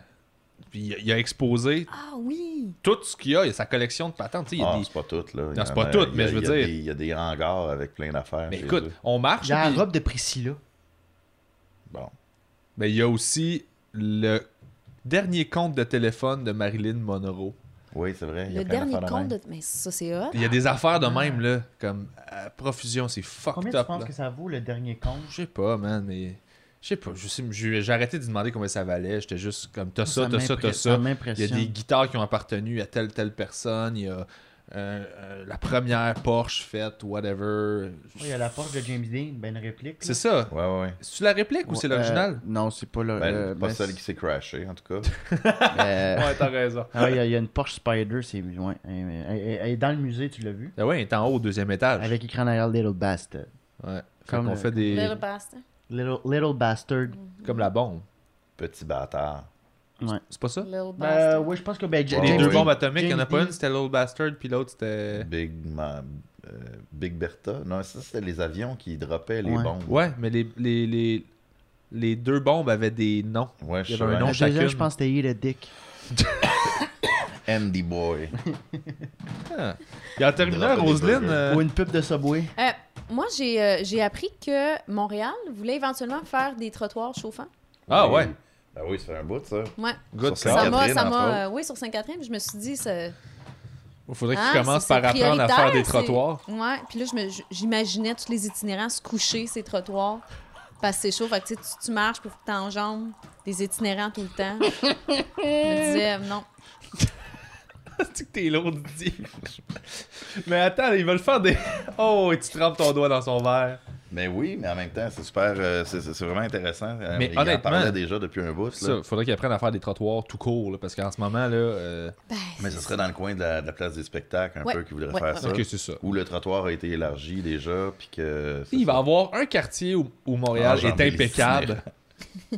Speaker 1: puis il a- il a exposé
Speaker 4: Ah oui!
Speaker 1: tout ce qu'il y a. Il y a sa collection de patentes. tu sais, Il y a
Speaker 3: Ah,
Speaker 1: des-
Speaker 3: c'est pas tout, là. Il y
Speaker 1: c'est
Speaker 3: en
Speaker 1: pas
Speaker 3: a-
Speaker 1: tout,
Speaker 3: il y a-
Speaker 1: mais je veux
Speaker 3: il y a
Speaker 1: dire-
Speaker 3: des- Il y a des hangars avec plein d'affaires.
Speaker 1: Mais
Speaker 3: chez
Speaker 1: écoute,
Speaker 3: eux.
Speaker 1: on marche.
Speaker 2: J'ai la
Speaker 1: puis-
Speaker 2: robe de Priscilla.
Speaker 3: Bon.
Speaker 1: Mais il y a aussi le dernier compte de téléphone de Marilyn Monroe.
Speaker 3: Oui, c'est vrai. il y a
Speaker 4: Le
Speaker 3: plein
Speaker 4: dernier
Speaker 3: d'affaires
Speaker 4: compte
Speaker 3: même.
Speaker 4: de. Mais ça, c'est hot.
Speaker 1: Il y a des affaires de même, là, comme à profusion, c'est fucked
Speaker 2: Combien
Speaker 1: up.
Speaker 2: tu penses
Speaker 1: là.
Speaker 2: que ça vaut le dernier compte
Speaker 1: Je sais pas, man, mais. Je sais pas, je sais- j'ai j'ai arrêté de demander combien ça valait. J'étais juste comme t'as ça, t'as ça, t'as
Speaker 2: m'impressionne-
Speaker 1: ça.
Speaker 2: Ça
Speaker 1: Il y a
Speaker 2: m'impressionne.
Speaker 1: des guitares qui ont appartenu à telle, telle personne. Il y a euh, euh, la première Porsche faite, whatever.
Speaker 2: Ouais, Il y a la porte de James Dean, ben une réplique.
Speaker 1: C'est ça.
Speaker 3: Ouais, ouais, ouais.
Speaker 1: C'est-tu la réplique ou c'est l'original?
Speaker 2: euh, Non, c'est pas le.
Speaker 3: Ben,
Speaker 2: euh,
Speaker 3: pas
Speaker 2: ben,
Speaker 3: celle qui s'est crashée, en tout cas.
Speaker 1: (laughs)
Speaker 2: euh,
Speaker 1: Ouais, t'as raison.
Speaker 2: Ah ouais, il y, a- il y a une Porsche Spider, c'est. Ouais, elle, elle- elle- elle est dans le musée, tu l'as vu.
Speaker 1: Ah ouais, il est en haut au deuxième étage.
Speaker 2: Avec écran derrière Little Bastard.
Speaker 1: Ouais. Fait
Speaker 2: Comme
Speaker 1: qu'on
Speaker 2: le-
Speaker 1: fait des.
Speaker 4: Little Bastard.
Speaker 2: Little, little Bastard.
Speaker 4: Mm,
Speaker 1: Comme la bombe.
Speaker 3: Petit bâtard.
Speaker 1: C'est pas ça?
Speaker 4: Little
Speaker 2: Ben,
Speaker 4: Bastard.
Speaker 2: oui, je pense que. Ben, J-
Speaker 3: Les
Speaker 1: Les
Speaker 2: James
Speaker 1: deux
Speaker 3: oui.
Speaker 2: Dean-
Speaker 1: bombes atomiques, il y en a
Speaker 2: James
Speaker 1: pas
Speaker 2: Dean.
Speaker 1: une, c'était Little Bastard, puis l'autre c'était.
Speaker 3: Big, Ma- euh, Big Bertha. Non, ça, c'était les avions qui droppaient les
Speaker 2: Ouais.
Speaker 3: bombes.
Speaker 1: Ouais, mais les, les, les, les deux bombes avaient des noms.
Speaker 3: Ouais, je
Speaker 1: Il y
Speaker 3: suis
Speaker 1: avait un
Speaker 3: un
Speaker 1: nom.
Speaker 2: La deuxième,
Speaker 1: chacune.
Speaker 2: je pense que c'était Eat a Dick.
Speaker 3: Andy Boy.
Speaker 1: Et en terminant,
Speaker 3: Drop des
Speaker 1: Roselyne,
Speaker 3: burgers.
Speaker 1: euh,
Speaker 2: Ou une pub de Subway.
Speaker 4: Euh, moi, j'ai euh, j'ai appris que Montréal voulait éventuellement faire des trottoirs chauffants.
Speaker 1: Ah ouais.
Speaker 3: Ah oui, ça fait un bout, ça.
Speaker 4: Ouais.
Speaker 1: good
Speaker 3: Sur
Speaker 4: Ça
Speaker 1: call.
Speaker 4: m'a,
Speaker 3: Saint-Catherine,
Speaker 4: ça
Speaker 3: entre autres.
Speaker 4: m'a, euh, oui, sur Sainte-Catherine, puis je me suis dit, ça,
Speaker 1: Il faudrait que tu
Speaker 4: Ah,
Speaker 1: commences
Speaker 4: c'est-
Speaker 1: par
Speaker 4: c'est
Speaker 1: apprendre à faire des
Speaker 4: prioritaire, c'est- (laughs)
Speaker 1: trottoirs.
Speaker 4: Ouais, puis là, je me- j- j'imaginais tous les itinérants se coucher ces trottoirs parce que c'est chaud. Fait que tu, sais, tu- tu marches pour que tu enjambes des itinérants tout le temps. je me disais, non.
Speaker 1: tu que t'es lourd dit. mais attends, ils veulent faire des. Oh, et tu trempes ton doigt dans son verre.
Speaker 3: Mais Ben oui, mais en même temps, c'est super. euh, c'est- c'est c'est vraiment intéressant. Euh,
Speaker 1: Mais
Speaker 3: il en
Speaker 1: honnêtement-
Speaker 3: parlait déjà depuis un bout. là.
Speaker 1: Ça, faudrait qu'ils apprennent à faire des trottoirs tout court, là, parce qu'en ce moment, là. euh,
Speaker 4: Ben,
Speaker 3: Mais ce serait dans le coin de la, de la place des spectacles, un
Speaker 4: Ouais.
Speaker 3: peu, qu'ils voudraient
Speaker 4: Ouais,
Speaker 3: faire
Speaker 4: ouais,
Speaker 3: ça.
Speaker 1: Ok, c'est ça.
Speaker 3: Où le trottoir a été élargi déjà, puis que. c'est
Speaker 1: Il va
Speaker 3: ça.
Speaker 1: avoir un quartier où, où Montréal
Speaker 3: Ah, j'en
Speaker 1: est
Speaker 3: ai les
Speaker 1: impeccable.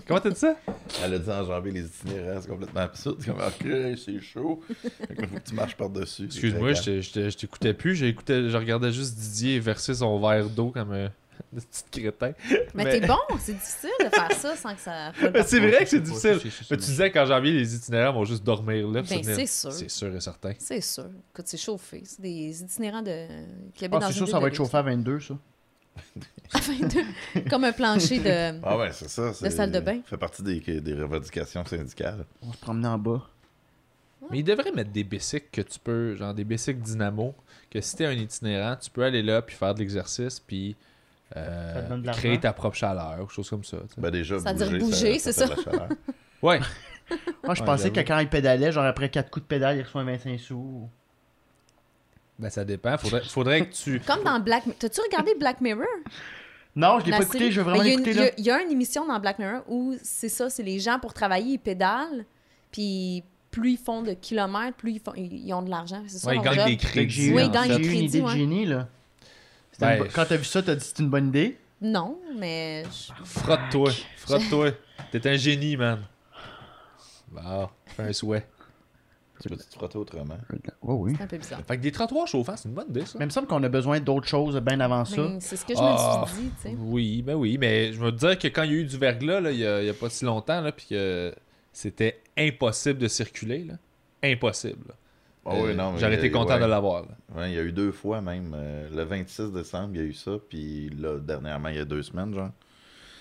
Speaker 1: Comment t'as dit ça?
Speaker 3: Elle a dit enjamber les itinérants, c'est complètement absurde. C'est Comme, ok, c'est chaud. Fait que faut que tu marches par-dessus.
Speaker 1: Excuse-moi, je
Speaker 3: C'est
Speaker 1: t'ai- je t'ai- je t'écoutais plus, j'écoutais, je regardais juste Didier verser son verre d'eau comme (laughs) un un petit crétin.
Speaker 4: mais, t'es bon, c'est difficile de faire ça sans que ça.
Speaker 1: Mais (laughs) c'est vrai que c'est
Speaker 2: Ouais,
Speaker 1: difficile.
Speaker 2: c'est- c'est- c'est-
Speaker 1: Mais tu
Speaker 4: Ah,
Speaker 1: disais qu'en janvier, les itinérants vont juste dormir là. puis
Speaker 4: Ben,
Speaker 1: se tenir-
Speaker 4: c'est sûr.
Speaker 1: C'est sûr et certain.
Speaker 4: C'est sûr. Écoute, c'est chauffé. C'est des itinérants de... qui habitent dans
Speaker 2: Ah, c'est
Speaker 4: une
Speaker 2: sûr,
Speaker 4: ville
Speaker 2: ça va
Speaker 4: de (laughs)
Speaker 2: être chauffé à 22, ça.
Speaker 4: Comme un plancher de.
Speaker 3: (laughs) Ah ouais, c'est ça. c'est-
Speaker 4: salle de bain.
Speaker 3: fait partie des, que- des revendications syndicales.
Speaker 2: On se promenait en bas.
Speaker 1: Mais ils devraient mettre des bicycles que tu peux, genre des bicycles dynamo, que si t'es un itinérant, tu peux aller là puis faire de l'exercice puis euh,
Speaker 2: Ça te donne de l'argent.
Speaker 1: créer ta propre chaleur ou chose comme ça. tu sais.
Speaker 3: Ben déjà,
Speaker 4: Ça veut dire bouger, c'est
Speaker 3: fait de la chaleur.
Speaker 1: Ouais.
Speaker 2: Moi, Ah, je
Speaker 1: Ouais,
Speaker 2: pensais que
Speaker 1: j'avoue.
Speaker 2: quand il pédalait, genre après 4 coups de pédale, il reçoit un 25 sous.
Speaker 1: ben ça dépend. Faudrait, faudrait que tu.
Speaker 4: Comme dans Black Mirror. T'as-tu regardé Black Mirror?
Speaker 2: Non, je l'ai
Speaker 4: La
Speaker 2: pas écouté,
Speaker 4: série?
Speaker 2: je veux vraiment
Speaker 4: Ben, il y a une-
Speaker 2: l'écouter,
Speaker 4: il y
Speaker 2: là.
Speaker 4: a- Il y, a une émission dans Black Mirror où c'est ça, c'est les gens pour travailler, ils pédalent, puis plus ils font de kilomètres, plus ils, font- ils ils ont de l'argent. C'est ça
Speaker 1: Ouais, ils
Speaker 4: leur
Speaker 1: gagnent
Speaker 4: job.
Speaker 1: des
Speaker 2: Fait que
Speaker 1: crédits.
Speaker 2: J'ai eu
Speaker 4: Oui,
Speaker 1: en
Speaker 4: dans
Speaker 1: fait.
Speaker 4: les
Speaker 2: j'ai eu une
Speaker 4: crédits,
Speaker 2: idée de
Speaker 4: ouais.
Speaker 2: génie, là. C'était une
Speaker 1: Ben,
Speaker 2: bo- Quand t'as vu ça, t'as dit c'est une bonne idée.
Speaker 4: Non, mais je-
Speaker 1: Frotte-toi. Frotte-toi. T'es un génie, man. Bah, fais un souhait.
Speaker 3: Tu peux te frotter autrement.
Speaker 1: Euh, oh,
Speaker 2: Ouais, oui.
Speaker 4: C'est un peu bizarre.
Speaker 1: Fait que des trottoirs chauffants, c'est une bonne idée, ça.
Speaker 2: Mais il me semble qu'on a besoin d'autres choses bien avant ça.
Speaker 4: Ben, c'est ce que je
Speaker 1: Ah.
Speaker 4: me suis dit, tu sais.
Speaker 1: Oui, ben oui, mais je veux te dire que quand il y a eu du verglas, là, il n'y a, il y a pas si longtemps, là, puis que c'était impossible de circuler, là. Impossible. là.
Speaker 3: Ah oui,
Speaker 1: Euh,
Speaker 3: non, mais
Speaker 1: J'aurais
Speaker 3: il y a-
Speaker 1: été content
Speaker 3: ouais.
Speaker 1: de l'avoir. là.
Speaker 3: Ouais, il y a eu deux fois même. euh, le 26 décembre, il y a eu ça. Puis là, dernièrement, il y a deux semaines, genre.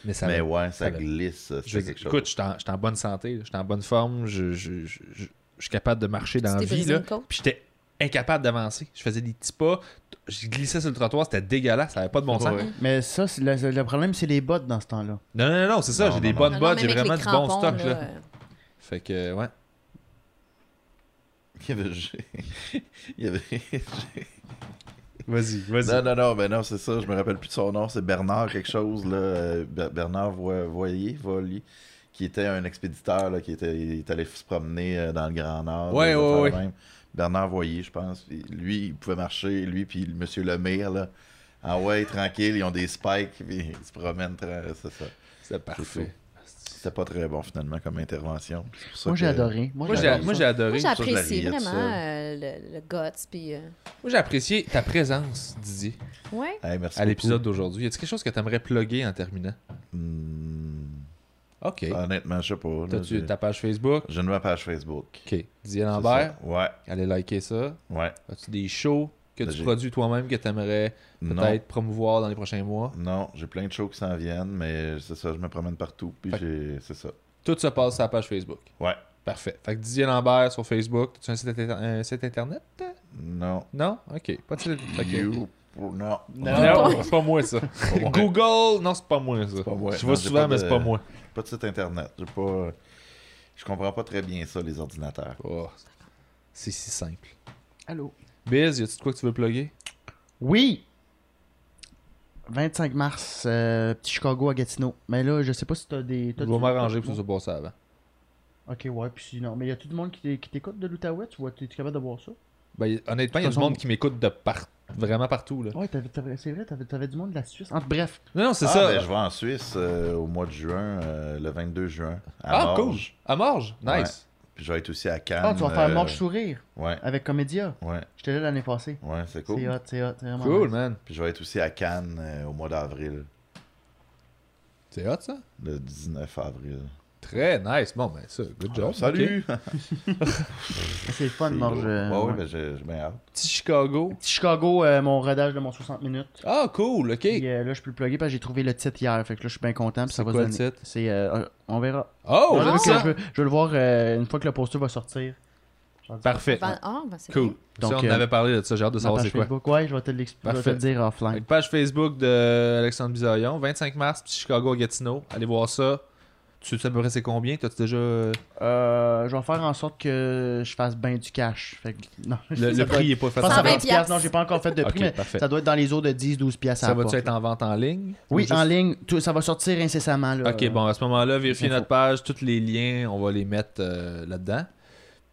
Speaker 1: Mais ça
Speaker 3: mais
Speaker 1: m'a-
Speaker 3: ouais,
Speaker 1: ça
Speaker 3: ça
Speaker 1: va.
Speaker 3: glisse. ça,
Speaker 1: je
Speaker 3: C'est
Speaker 1: veux dire,
Speaker 3: quelque chose.
Speaker 1: écoute, je suis en- je suis en bonne santé, là, je suis en bonne forme, je, je- je- je- je suis capable de marcher dans la
Speaker 4: t'es
Speaker 1: vie,
Speaker 4: brisé
Speaker 1: là,
Speaker 4: une côte?
Speaker 1: puis j'étais incapable d'avancer. Je faisais des petits pas, je glissais sur le trottoir, c'était dégueulasse, ça n'avait pas de bon sens.
Speaker 3: Ouais. (laughs)
Speaker 2: Mais ça, c'est- le, le problème, c'est les bottes dans ce temps-là.
Speaker 1: Non, non, non, c'est ça,
Speaker 3: Non,
Speaker 1: j'ai
Speaker 3: non,
Speaker 1: des
Speaker 3: non.
Speaker 1: bonnes
Speaker 4: Non, non,
Speaker 1: bottes,
Speaker 4: mais
Speaker 1: j'ai
Speaker 4: avec les
Speaker 1: vraiment du bon
Speaker 4: crampons,
Speaker 1: stock, là.
Speaker 4: là, euh,
Speaker 1: Fait que, ouais.
Speaker 3: Il y avait. (laughs) il y avait-
Speaker 1: Vas-y, vas-y.
Speaker 3: Non, non, non, ben non, c'est ça, je me rappelle plus de son nom, c'est Bernard quelque chose, là, euh, Ber- Bernard Vo- Voyer, Voyer, qui était un expéditeur, là, qui était, il est allé se promener euh, dans le Grand Nord.
Speaker 1: Ouais,
Speaker 3: des
Speaker 1: ouais,
Speaker 3: affaires
Speaker 1: ouais.
Speaker 3: de même. Bernard Voyer, je pense, puis lui, il pouvait marcher, lui, puis le monsieur Lemire, là, ah ouais, tranquille, ils ont des spikes, puis ils se promènent, tra- c'est ça.
Speaker 1: C'est parfait.
Speaker 3: C'était pas très bon, finalement, comme intervention. C'est pour ça
Speaker 2: Moi, j'ai
Speaker 3: que-
Speaker 2: adoré. Moi,
Speaker 1: Moi,
Speaker 3: j'ai-
Speaker 1: j'ai moi, j'ai
Speaker 4: Moi,
Speaker 1: adoré.
Speaker 4: j'ai
Speaker 3: ça, je la
Speaker 4: apprécié
Speaker 3: riais tout
Speaker 4: vraiment
Speaker 3: seul.
Speaker 4: euh, le, le guts, puis... euh,
Speaker 1: Moi, j'ai apprécié ta présence, Didier,
Speaker 4: Ouais.
Speaker 3: Hey, merci
Speaker 1: à
Speaker 3: beaucoup.
Speaker 1: l'épisode d'aujourd'hui. Y a-t-il quelque chose que t'aimerais plugger en terminant?
Speaker 3: Hmm,
Speaker 1: OK.
Speaker 3: honnêtement, je sais pas. là,
Speaker 1: T'as-tu
Speaker 3: j'ai-
Speaker 1: ta page Facebook?
Speaker 3: J'ai une page Facebook.
Speaker 1: OK. Didier
Speaker 3: C'est
Speaker 1: Lambert,
Speaker 3: ça. Ouais,
Speaker 1: allez liker ça.
Speaker 3: ouais.
Speaker 1: As-tu des shows que
Speaker 3: Ben,
Speaker 1: tu
Speaker 3: j'ai-
Speaker 1: produis toi-même que t'aimerais
Speaker 3: Non.
Speaker 1: peut-être promouvoir dans les prochains mois?
Speaker 3: Non, j'ai plein de shows qui s'en viennent, mais c'est ça, je me promène partout, puis
Speaker 1: Fait-
Speaker 3: j'ai... c'est ça.
Speaker 1: Tout se passe sur la page Facebook.
Speaker 3: Ouais.
Speaker 1: Parfait. Fait que Didier Lambert sur Facebook, tu as un site, inter- un site internet?
Speaker 3: Non.
Speaker 1: Non? OK. Pas de site internet.
Speaker 3: You- Non.
Speaker 1: Non, c'est pas moi ça.
Speaker 3: pas moi.
Speaker 1: Google, non, c'est pas moi ça.
Speaker 3: pas moi.
Speaker 1: Je
Speaker 3: Non,
Speaker 1: vois
Speaker 3: j'ai
Speaker 1: souvent,
Speaker 3: pas
Speaker 1: mais
Speaker 3: de-
Speaker 1: c'est pas moi.
Speaker 3: Pas de site internet. J'ai pas... Je comprends pas très bien ça, les ordinateurs.
Speaker 1: Oh, c'est si simple.
Speaker 2: Allô?
Speaker 1: Biz, y a-tu de quoi que tu veux plugger?
Speaker 2: Oui! 25 mars, euh, petit Chicago à Gatineau. Mais là, je sais pas si t'as des.
Speaker 1: Je
Speaker 2: t'as
Speaker 1: vais
Speaker 2: du-
Speaker 1: m'arranger pour que ça passe avant.
Speaker 2: Ok, ouais, puis sinon. Mais y a tout le monde qui t'é- qui t'écoute de l'Outaouais? Tu vois, t'es t'es capable de voir ça?
Speaker 1: Ben, y- honnêtement, il y a
Speaker 2: De toute
Speaker 1: du
Speaker 2: façon-
Speaker 1: monde qui m'écoute de par... vraiment partout. Là.
Speaker 2: Ouais, t'avais- t'avais- c'est vrai, t'avais, t'avais du monde de la Suisse. Ah, bref,
Speaker 1: Non, non, c'est
Speaker 3: ah,
Speaker 1: ça.
Speaker 3: ben, je vais en Suisse euh, au mois de juin, euh, le 22 juin,
Speaker 1: ah,
Speaker 3: à
Speaker 1: cool.
Speaker 3: Morges.
Speaker 1: À Morges, nice.
Speaker 3: Puis je vais être aussi à Cannes.
Speaker 2: ah, tu vas faire
Speaker 3: euh,
Speaker 2: Morge Sourire
Speaker 3: Ouais,
Speaker 2: avec Comédia.
Speaker 3: ouais,
Speaker 2: J'étais là l'année passée.
Speaker 3: ouais, c'est cool.
Speaker 2: C'est hot, c'est hot, c'est vraiment
Speaker 1: Cool,
Speaker 2: nice.
Speaker 1: man.
Speaker 3: Puis je vais être aussi à Cannes euh, au mois d'avril,
Speaker 1: C'est hot, ça?
Speaker 3: le 19 avril.
Speaker 1: Très nice. Bon, ben ça, good job.
Speaker 3: Salut!
Speaker 2: C'est le fun,
Speaker 3: C'est
Speaker 2: Morge.
Speaker 3: lourd.
Speaker 2: euh,
Speaker 3: Ouais, ouais,
Speaker 2: ouais.
Speaker 3: ben, j'ai j'ai bien hâte.
Speaker 1: Ok. Petit Chicago.
Speaker 2: Petit Chicago, euh, mon rodage de mon 60 minutes.
Speaker 1: Ah, cool, OK.
Speaker 2: Puis, euh, là, je peux le plugger parce que j'ai trouvé le titre hier. Fait que là, je suis bien content. puis
Speaker 1: C'est
Speaker 2: ça va
Speaker 1: quoi
Speaker 2: se
Speaker 1: le
Speaker 2: donner.
Speaker 1: titre?
Speaker 2: C'est. euh, on verra.
Speaker 1: Oh,
Speaker 2: Non,
Speaker 1: j'aime
Speaker 2: non,
Speaker 1: ça.
Speaker 2: je, veux, je veux le voir euh, une fois que le poster va sortir.
Speaker 1: Parfait.
Speaker 4: Ben, Ah, ben, c'est
Speaker 1: Cool.
Speaker 2: Donc,
Speaker 1: ça, on
Speaker 2: euh,
Speaker 1: avait parlé de ça, j'ai hâte de
Speaker 2: Ma
Speaker 1: savoir
Speaker 2: page
Speaker 1: c'est quoi.
Speaker 2: Facebook, ouais, je vais te l'ex- je vais te
Speaker 1: Parfait.
Speaker 2: le dire
Speaker 1: Fait
Speaker 2: offline.
Speaker 1: que page Facebook de Alexandre Bisaillon, 25 mars, petit Chicago à Gatineau. Allez voir ça. Tu sais à peu près c'est combien? T'as-tu déjà euh,
Speaker 2: Euh, je vais faire en sorte que je fasse bien du cash. Fait que- non,
Speaker 1: le,
Speaker 2: ça
Speaker 1: le
Speaker 2: doit
Speaker 1: prix
Speaker 2: être-
Speaker 1: est pas
Speaker 2: je
Speaker 1: fait
Speaker 2: pense que ça va être
Speaker 4: 120
Speaker 2: piastres. Non, j'ai pas encore fait de prix,
Speaker 1: Ok,
Speaker 2: mais
Speaker 1: parfait.
Speaker 2: ça doit être dans les eaux de 10-12 piastres. à
Speaker 1: Ça
Speaker 2: la
Speaker 1: va-tu
Speaker 2: porte.
Speaker 1: être en vente en ligne?
Speaker 2: Oui,
Speaker 1: Ou juste-
Speaker 2: en ligne. tout- ça va sortir incessamment. Là,
Speaker 1: Ok, bon, à ce moment-là, vérifiez
Speaker 2: Info.
Speaker 1: notre page, tous les liens, on va les mettre euh, là-dedans.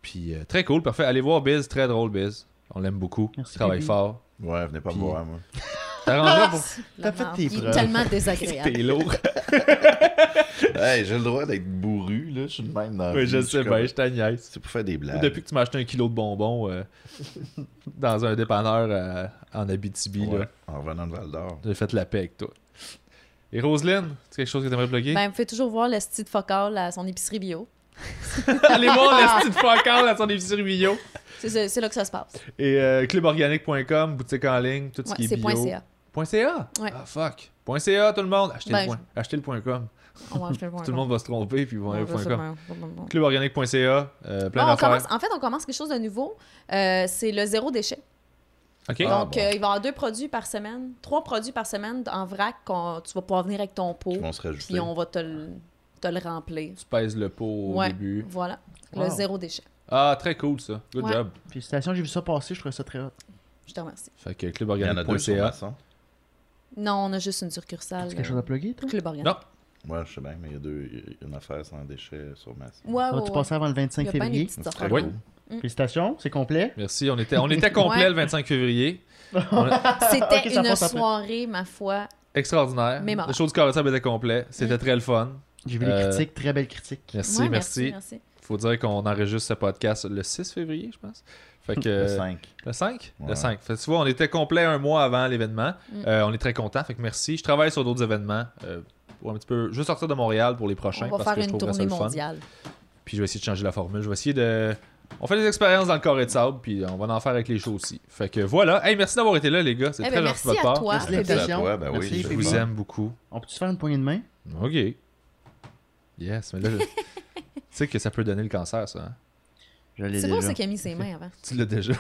Speaker 1: Puis euh, très cool, parfait. Allez voir Biz, très drôle Biz. On l'aime beaucoup.
Speaker 2: Merci,
Speaker 1: il travaille
Speaker 2: baby. (laughs)
Speaker 1: fort.
Speaker 3: Ouais, venez pas
Speaker 1: Puis-
Speaker 3: me voir, moi.
Speaker 1: T'arrangeras pour.
Speaker 4: bon.
Speaker 2: T'as fait tes
Speaker 4: Il est
Speaker 2: preuves. (laughs)
Speaker 4: tellement désagréable.
Speaker 1: (laughs) T'es lourd.
Speaker 3: Hey, j'ai le droit d'être bourru, là. Je suis le même
Speaker 2: Ah,
Speaker 3: dans la
Speaker 1: Oui, je
Speaker 3: vie,
Speaker 1: sais
Speaker 3: suis
Speaker 1: bien,
Speaker 3: comme-
Speaker 1: je t'agnaise.
Speaker 3: C'est pour faire des blagues.
Speaker 1: Depuis que tu m'as acheté un kilo de bonbons
Speaker 3: (laughs)
Speaker 1: euh, dans un dépanneur euh, en Abitibi,
Speaker 3: Ouais,
Speaker 1: là,
Speaker 3: En revenant de Val d'Or.
Speaker 1: j'ai fait la paix avec toi. Et Roselyne, c'est quelque chose que t'aimerais plugger?
Speaker 4: Ben, vous pouvez toujours voir le style de focal à son épicerie bio.
Speaker 1: (laughs) Allez voir le style focal à son épicerie bio.
Speaker 4: C'est- C'est c'est là que ça se passe.
Speaker 1: Et euh, cluborganique.com, boutique en ligne, tout ce
Speaker 4: Ouais,
Speaker 1: qui est
Speaker 4: c'est
Speaker 1: bio.
Speaker 4: point .ca.
Speaker 1: Point .ca?
Speaker 4: Ouais.
Speaker 1: Ah, fuck. Point .ca, tout le monde. Achetez
Speaker 4: Ben,
Speaker 1: le point. Achetez le point .com.
Speaker 4: On va acheter le point
Speaker 1: (laughs) Tout le monde va se tromper, puis ils vont
Speaker 4: com.
Speaker 1: aller au
Speaker 4: On va
Speaker 1: point
Speaker 4: se-
Speaker 1: .com.
Speaker 4: Bon,
Speaker 1: Cluborganique.ca, euh, plein
Speaker 4: ben, Ah, on
Speaker 1: d'affaires.
Speaker 4: commence, en fait, on commence quelque chose de nouveau. Euh, c'est le zéro déchet.
Speaker 1: OK?
Speaker 3: Ah,
Speaker 4: Donc,
Speaker 3: bon.
Speaker 4: euh, il va y avoir deux produits par semaine, trois produits par semaine en vrac qu'on tu vas pouvoir venir avec ton pot,
Speaker 3: Ils vont se rajouter.
Speaker 4: puis on va te le, te le remplir.
Speaker 1: Tu pèses le pot au
Speaker 4: Ouais.
Speaker 1: début.
Speaker 4: Voilà,
Speaker 2: Wow.
Speaker 4: le zéro déchet.
Speaker 1: Ah, très cool, ça. Good
Speaker 4: Ouais.
Speaker 1: job.
Speaker 2: Félicitations, j'ai vu ça passer, je trouvais ça très hot.
Speaker 4: Ah, Je te remercie.
Speaker 1: Fait que
Speaker 3: Il y en a deux sur
Speaker 1: cluborganique.ca.
Speaker 3: Masson.
Speaker 4: Non, on a juste une
Speaker 2: T'as
Speaker 4: succursale.
Speaker 2: quelque chose à plugger, toi?
Speaker 4: euh, Club Organ.
Speaker 1: Non.
Speaker 3: Ouais, je sais bien, mais il y a deux. il y a une affaire sans déchets sur Masson.
Speaker 4: Ouais, Ah, ouais,
Speaker 2: Vas-tu
Speaker 4: ouais.
Speaker 2: passer avant le
Speaker 4: Il
Speaker 2: 25
Speaker 4: y a plein de
Speaker 2: février?
Speaker 4: petites
Speaker 3: Très
Speaker 4: affaires.
Speaker 1: Oui.
Speaker 3: cool.
Speaker 2: Félicitations, c'est complet.
Speaker 1: Merci. On était, on était complet
Speaker 4: Ouais.
Speaker 1: le 25 février. On a- (laughs)
Speaker 4: C'était
Speaker 2: Ok, ça
Speaker 4: une
Speaker 2: passe après.
Speaker 4: soirée, ma foi.
Speaker 1: Extraordinaire.
Speaker 4: Mémorable.
Speaker 1: Le show du carré était complet. C'était
Speaker 4: Mm.
Speaker 1: très le fun.
Speaker 2: J'ai vu
Speaker 1: Euh,
Speaker 2: les critiques, très belles critiques.
Speaker 1: Merci,
Speaker 4: Ouais,
Speaker 1: merci.
Speaker 4: merci.
Speaker 1: Faut dire qu'on enregistre ce podcast le 6 février, je pense. Fait que,
Speaker 3: Le 5.
Speaker 1: Le 5?
Speaker 3: Ouais.
Speaker 1: Le 5. Fait, que tu vois, on était complet un mois avant l'événement.
Speaker 4: Mm.
Speaker 1: Euh, on est très content. Fait que merci. Je travaille sur d'autres événements. euh, pour un petit peu. Je vais sortir de Montréal pour les prochains
Speaker 4: On va
Speaker 1: parce que
Speaker 4: faire
Speaker 1: je
Speaker 4: une
Speaker 1: trouverais ça
Speaker 4: tournée
Speaker 1: le fun.
Speaker 4: mondiale.
Speaker 1: Puis je vais essayer de changer la formule. Je vais essayer de. On fait des expériences dans le corps et de sable, puis on va en faire avec les shows aussi. Fait que voilà. Hey, merci d'avoir été là, les gars. C'est
Speaker 4: Eh
Speaker 1: très
Speaker 4: ben,
Speaker 1: gentil de
Speaker 4: merci
Speaker 1: votre
Speaker 4: à
Speaker 1: part.
Speaker 4: toi.
Speaker 2: Merci,
Speaker 4: Bébé.
Speaker 2: Félicitations.
Speaker 3: Ouais, ben oui.
Speaker 2: Merci,
Speaker 3: c'est
Speaker 1: Je
Speaker 3: le
Speaker 1: vous
Speaker 3: fun.
Speaker 1: aime beaucoup.
Speaker 2: On peut-tu faire une poignée de main?
Speaker 1: OK. Yes, mais
Speaker 4: (laughs)
Speaker 1: là, je- tu sais que ça peut donner le cancer, ça. hein?
Speaker 2: Je l'ai
Speaker 4: C'est beau,
Speaker 2: déjà.
Speaker 4: ça, qu'il a mis ses mains avant.
Speaker 2: (laughs)
Speaker 1: Tu l'as déjà.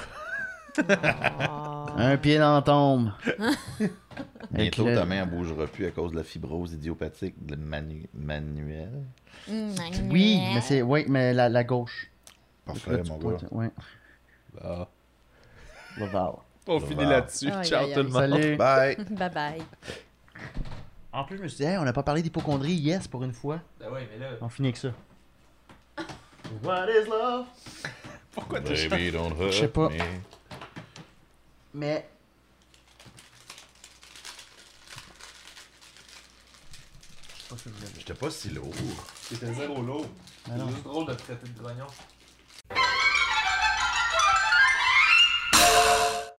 Speaker 4: Oh.
Speaker 2: Un pied dans la (laughs) tombe. Avec
Speaker 3: Bientôt,
Speaker 2: le-
Speaker 3: ta main ne bougera plus à cause de la fibrose idiopathique de Manu... Manuel.
Speaker 4: Mm,
Speaker 2: Oui,
Speaker 4: ouais.
Speaker 2: mais c'est. Oui, mais la, la gauche.
Speaker 3: Parfait, mon gars.
Speaker 2: Oui.
Speaker 1: Ah.
Speaker 2: Le Val.
Speaker 1: On finit là-dessus.
Speaker 4: Aïe,
Speaker 1: Ciao
Speaker 4: aïe,
Speaker 1: tout le
Speaker 4: aïe.
Speaker 1: monde. (laughs)
Speaker 2: Salut.
Speaker 3: Bye!
Speaker 4: Bye bye.
Speaker 2: En plus, je me suis dit, hey, on n'a pas parlé d'hypocondrie. Yes, pour une fois.
Speaker 1: Ben
Speaker 2: On finit avec ça. What is love?
Speaker 1: Pourquoi t'as
Speaker 3: Baby, don't hurt
Speaker 2: Je sais pas.
Speaker 3: me.
Speaker 2: Mais.
Speaker 3: J'étais pas si lourd.
Speaker 1: C'était zéro lourd.
Speaker 2: Ah non.
Speaker 4: Ah
Speaker 1: drôle de traiter de grognon.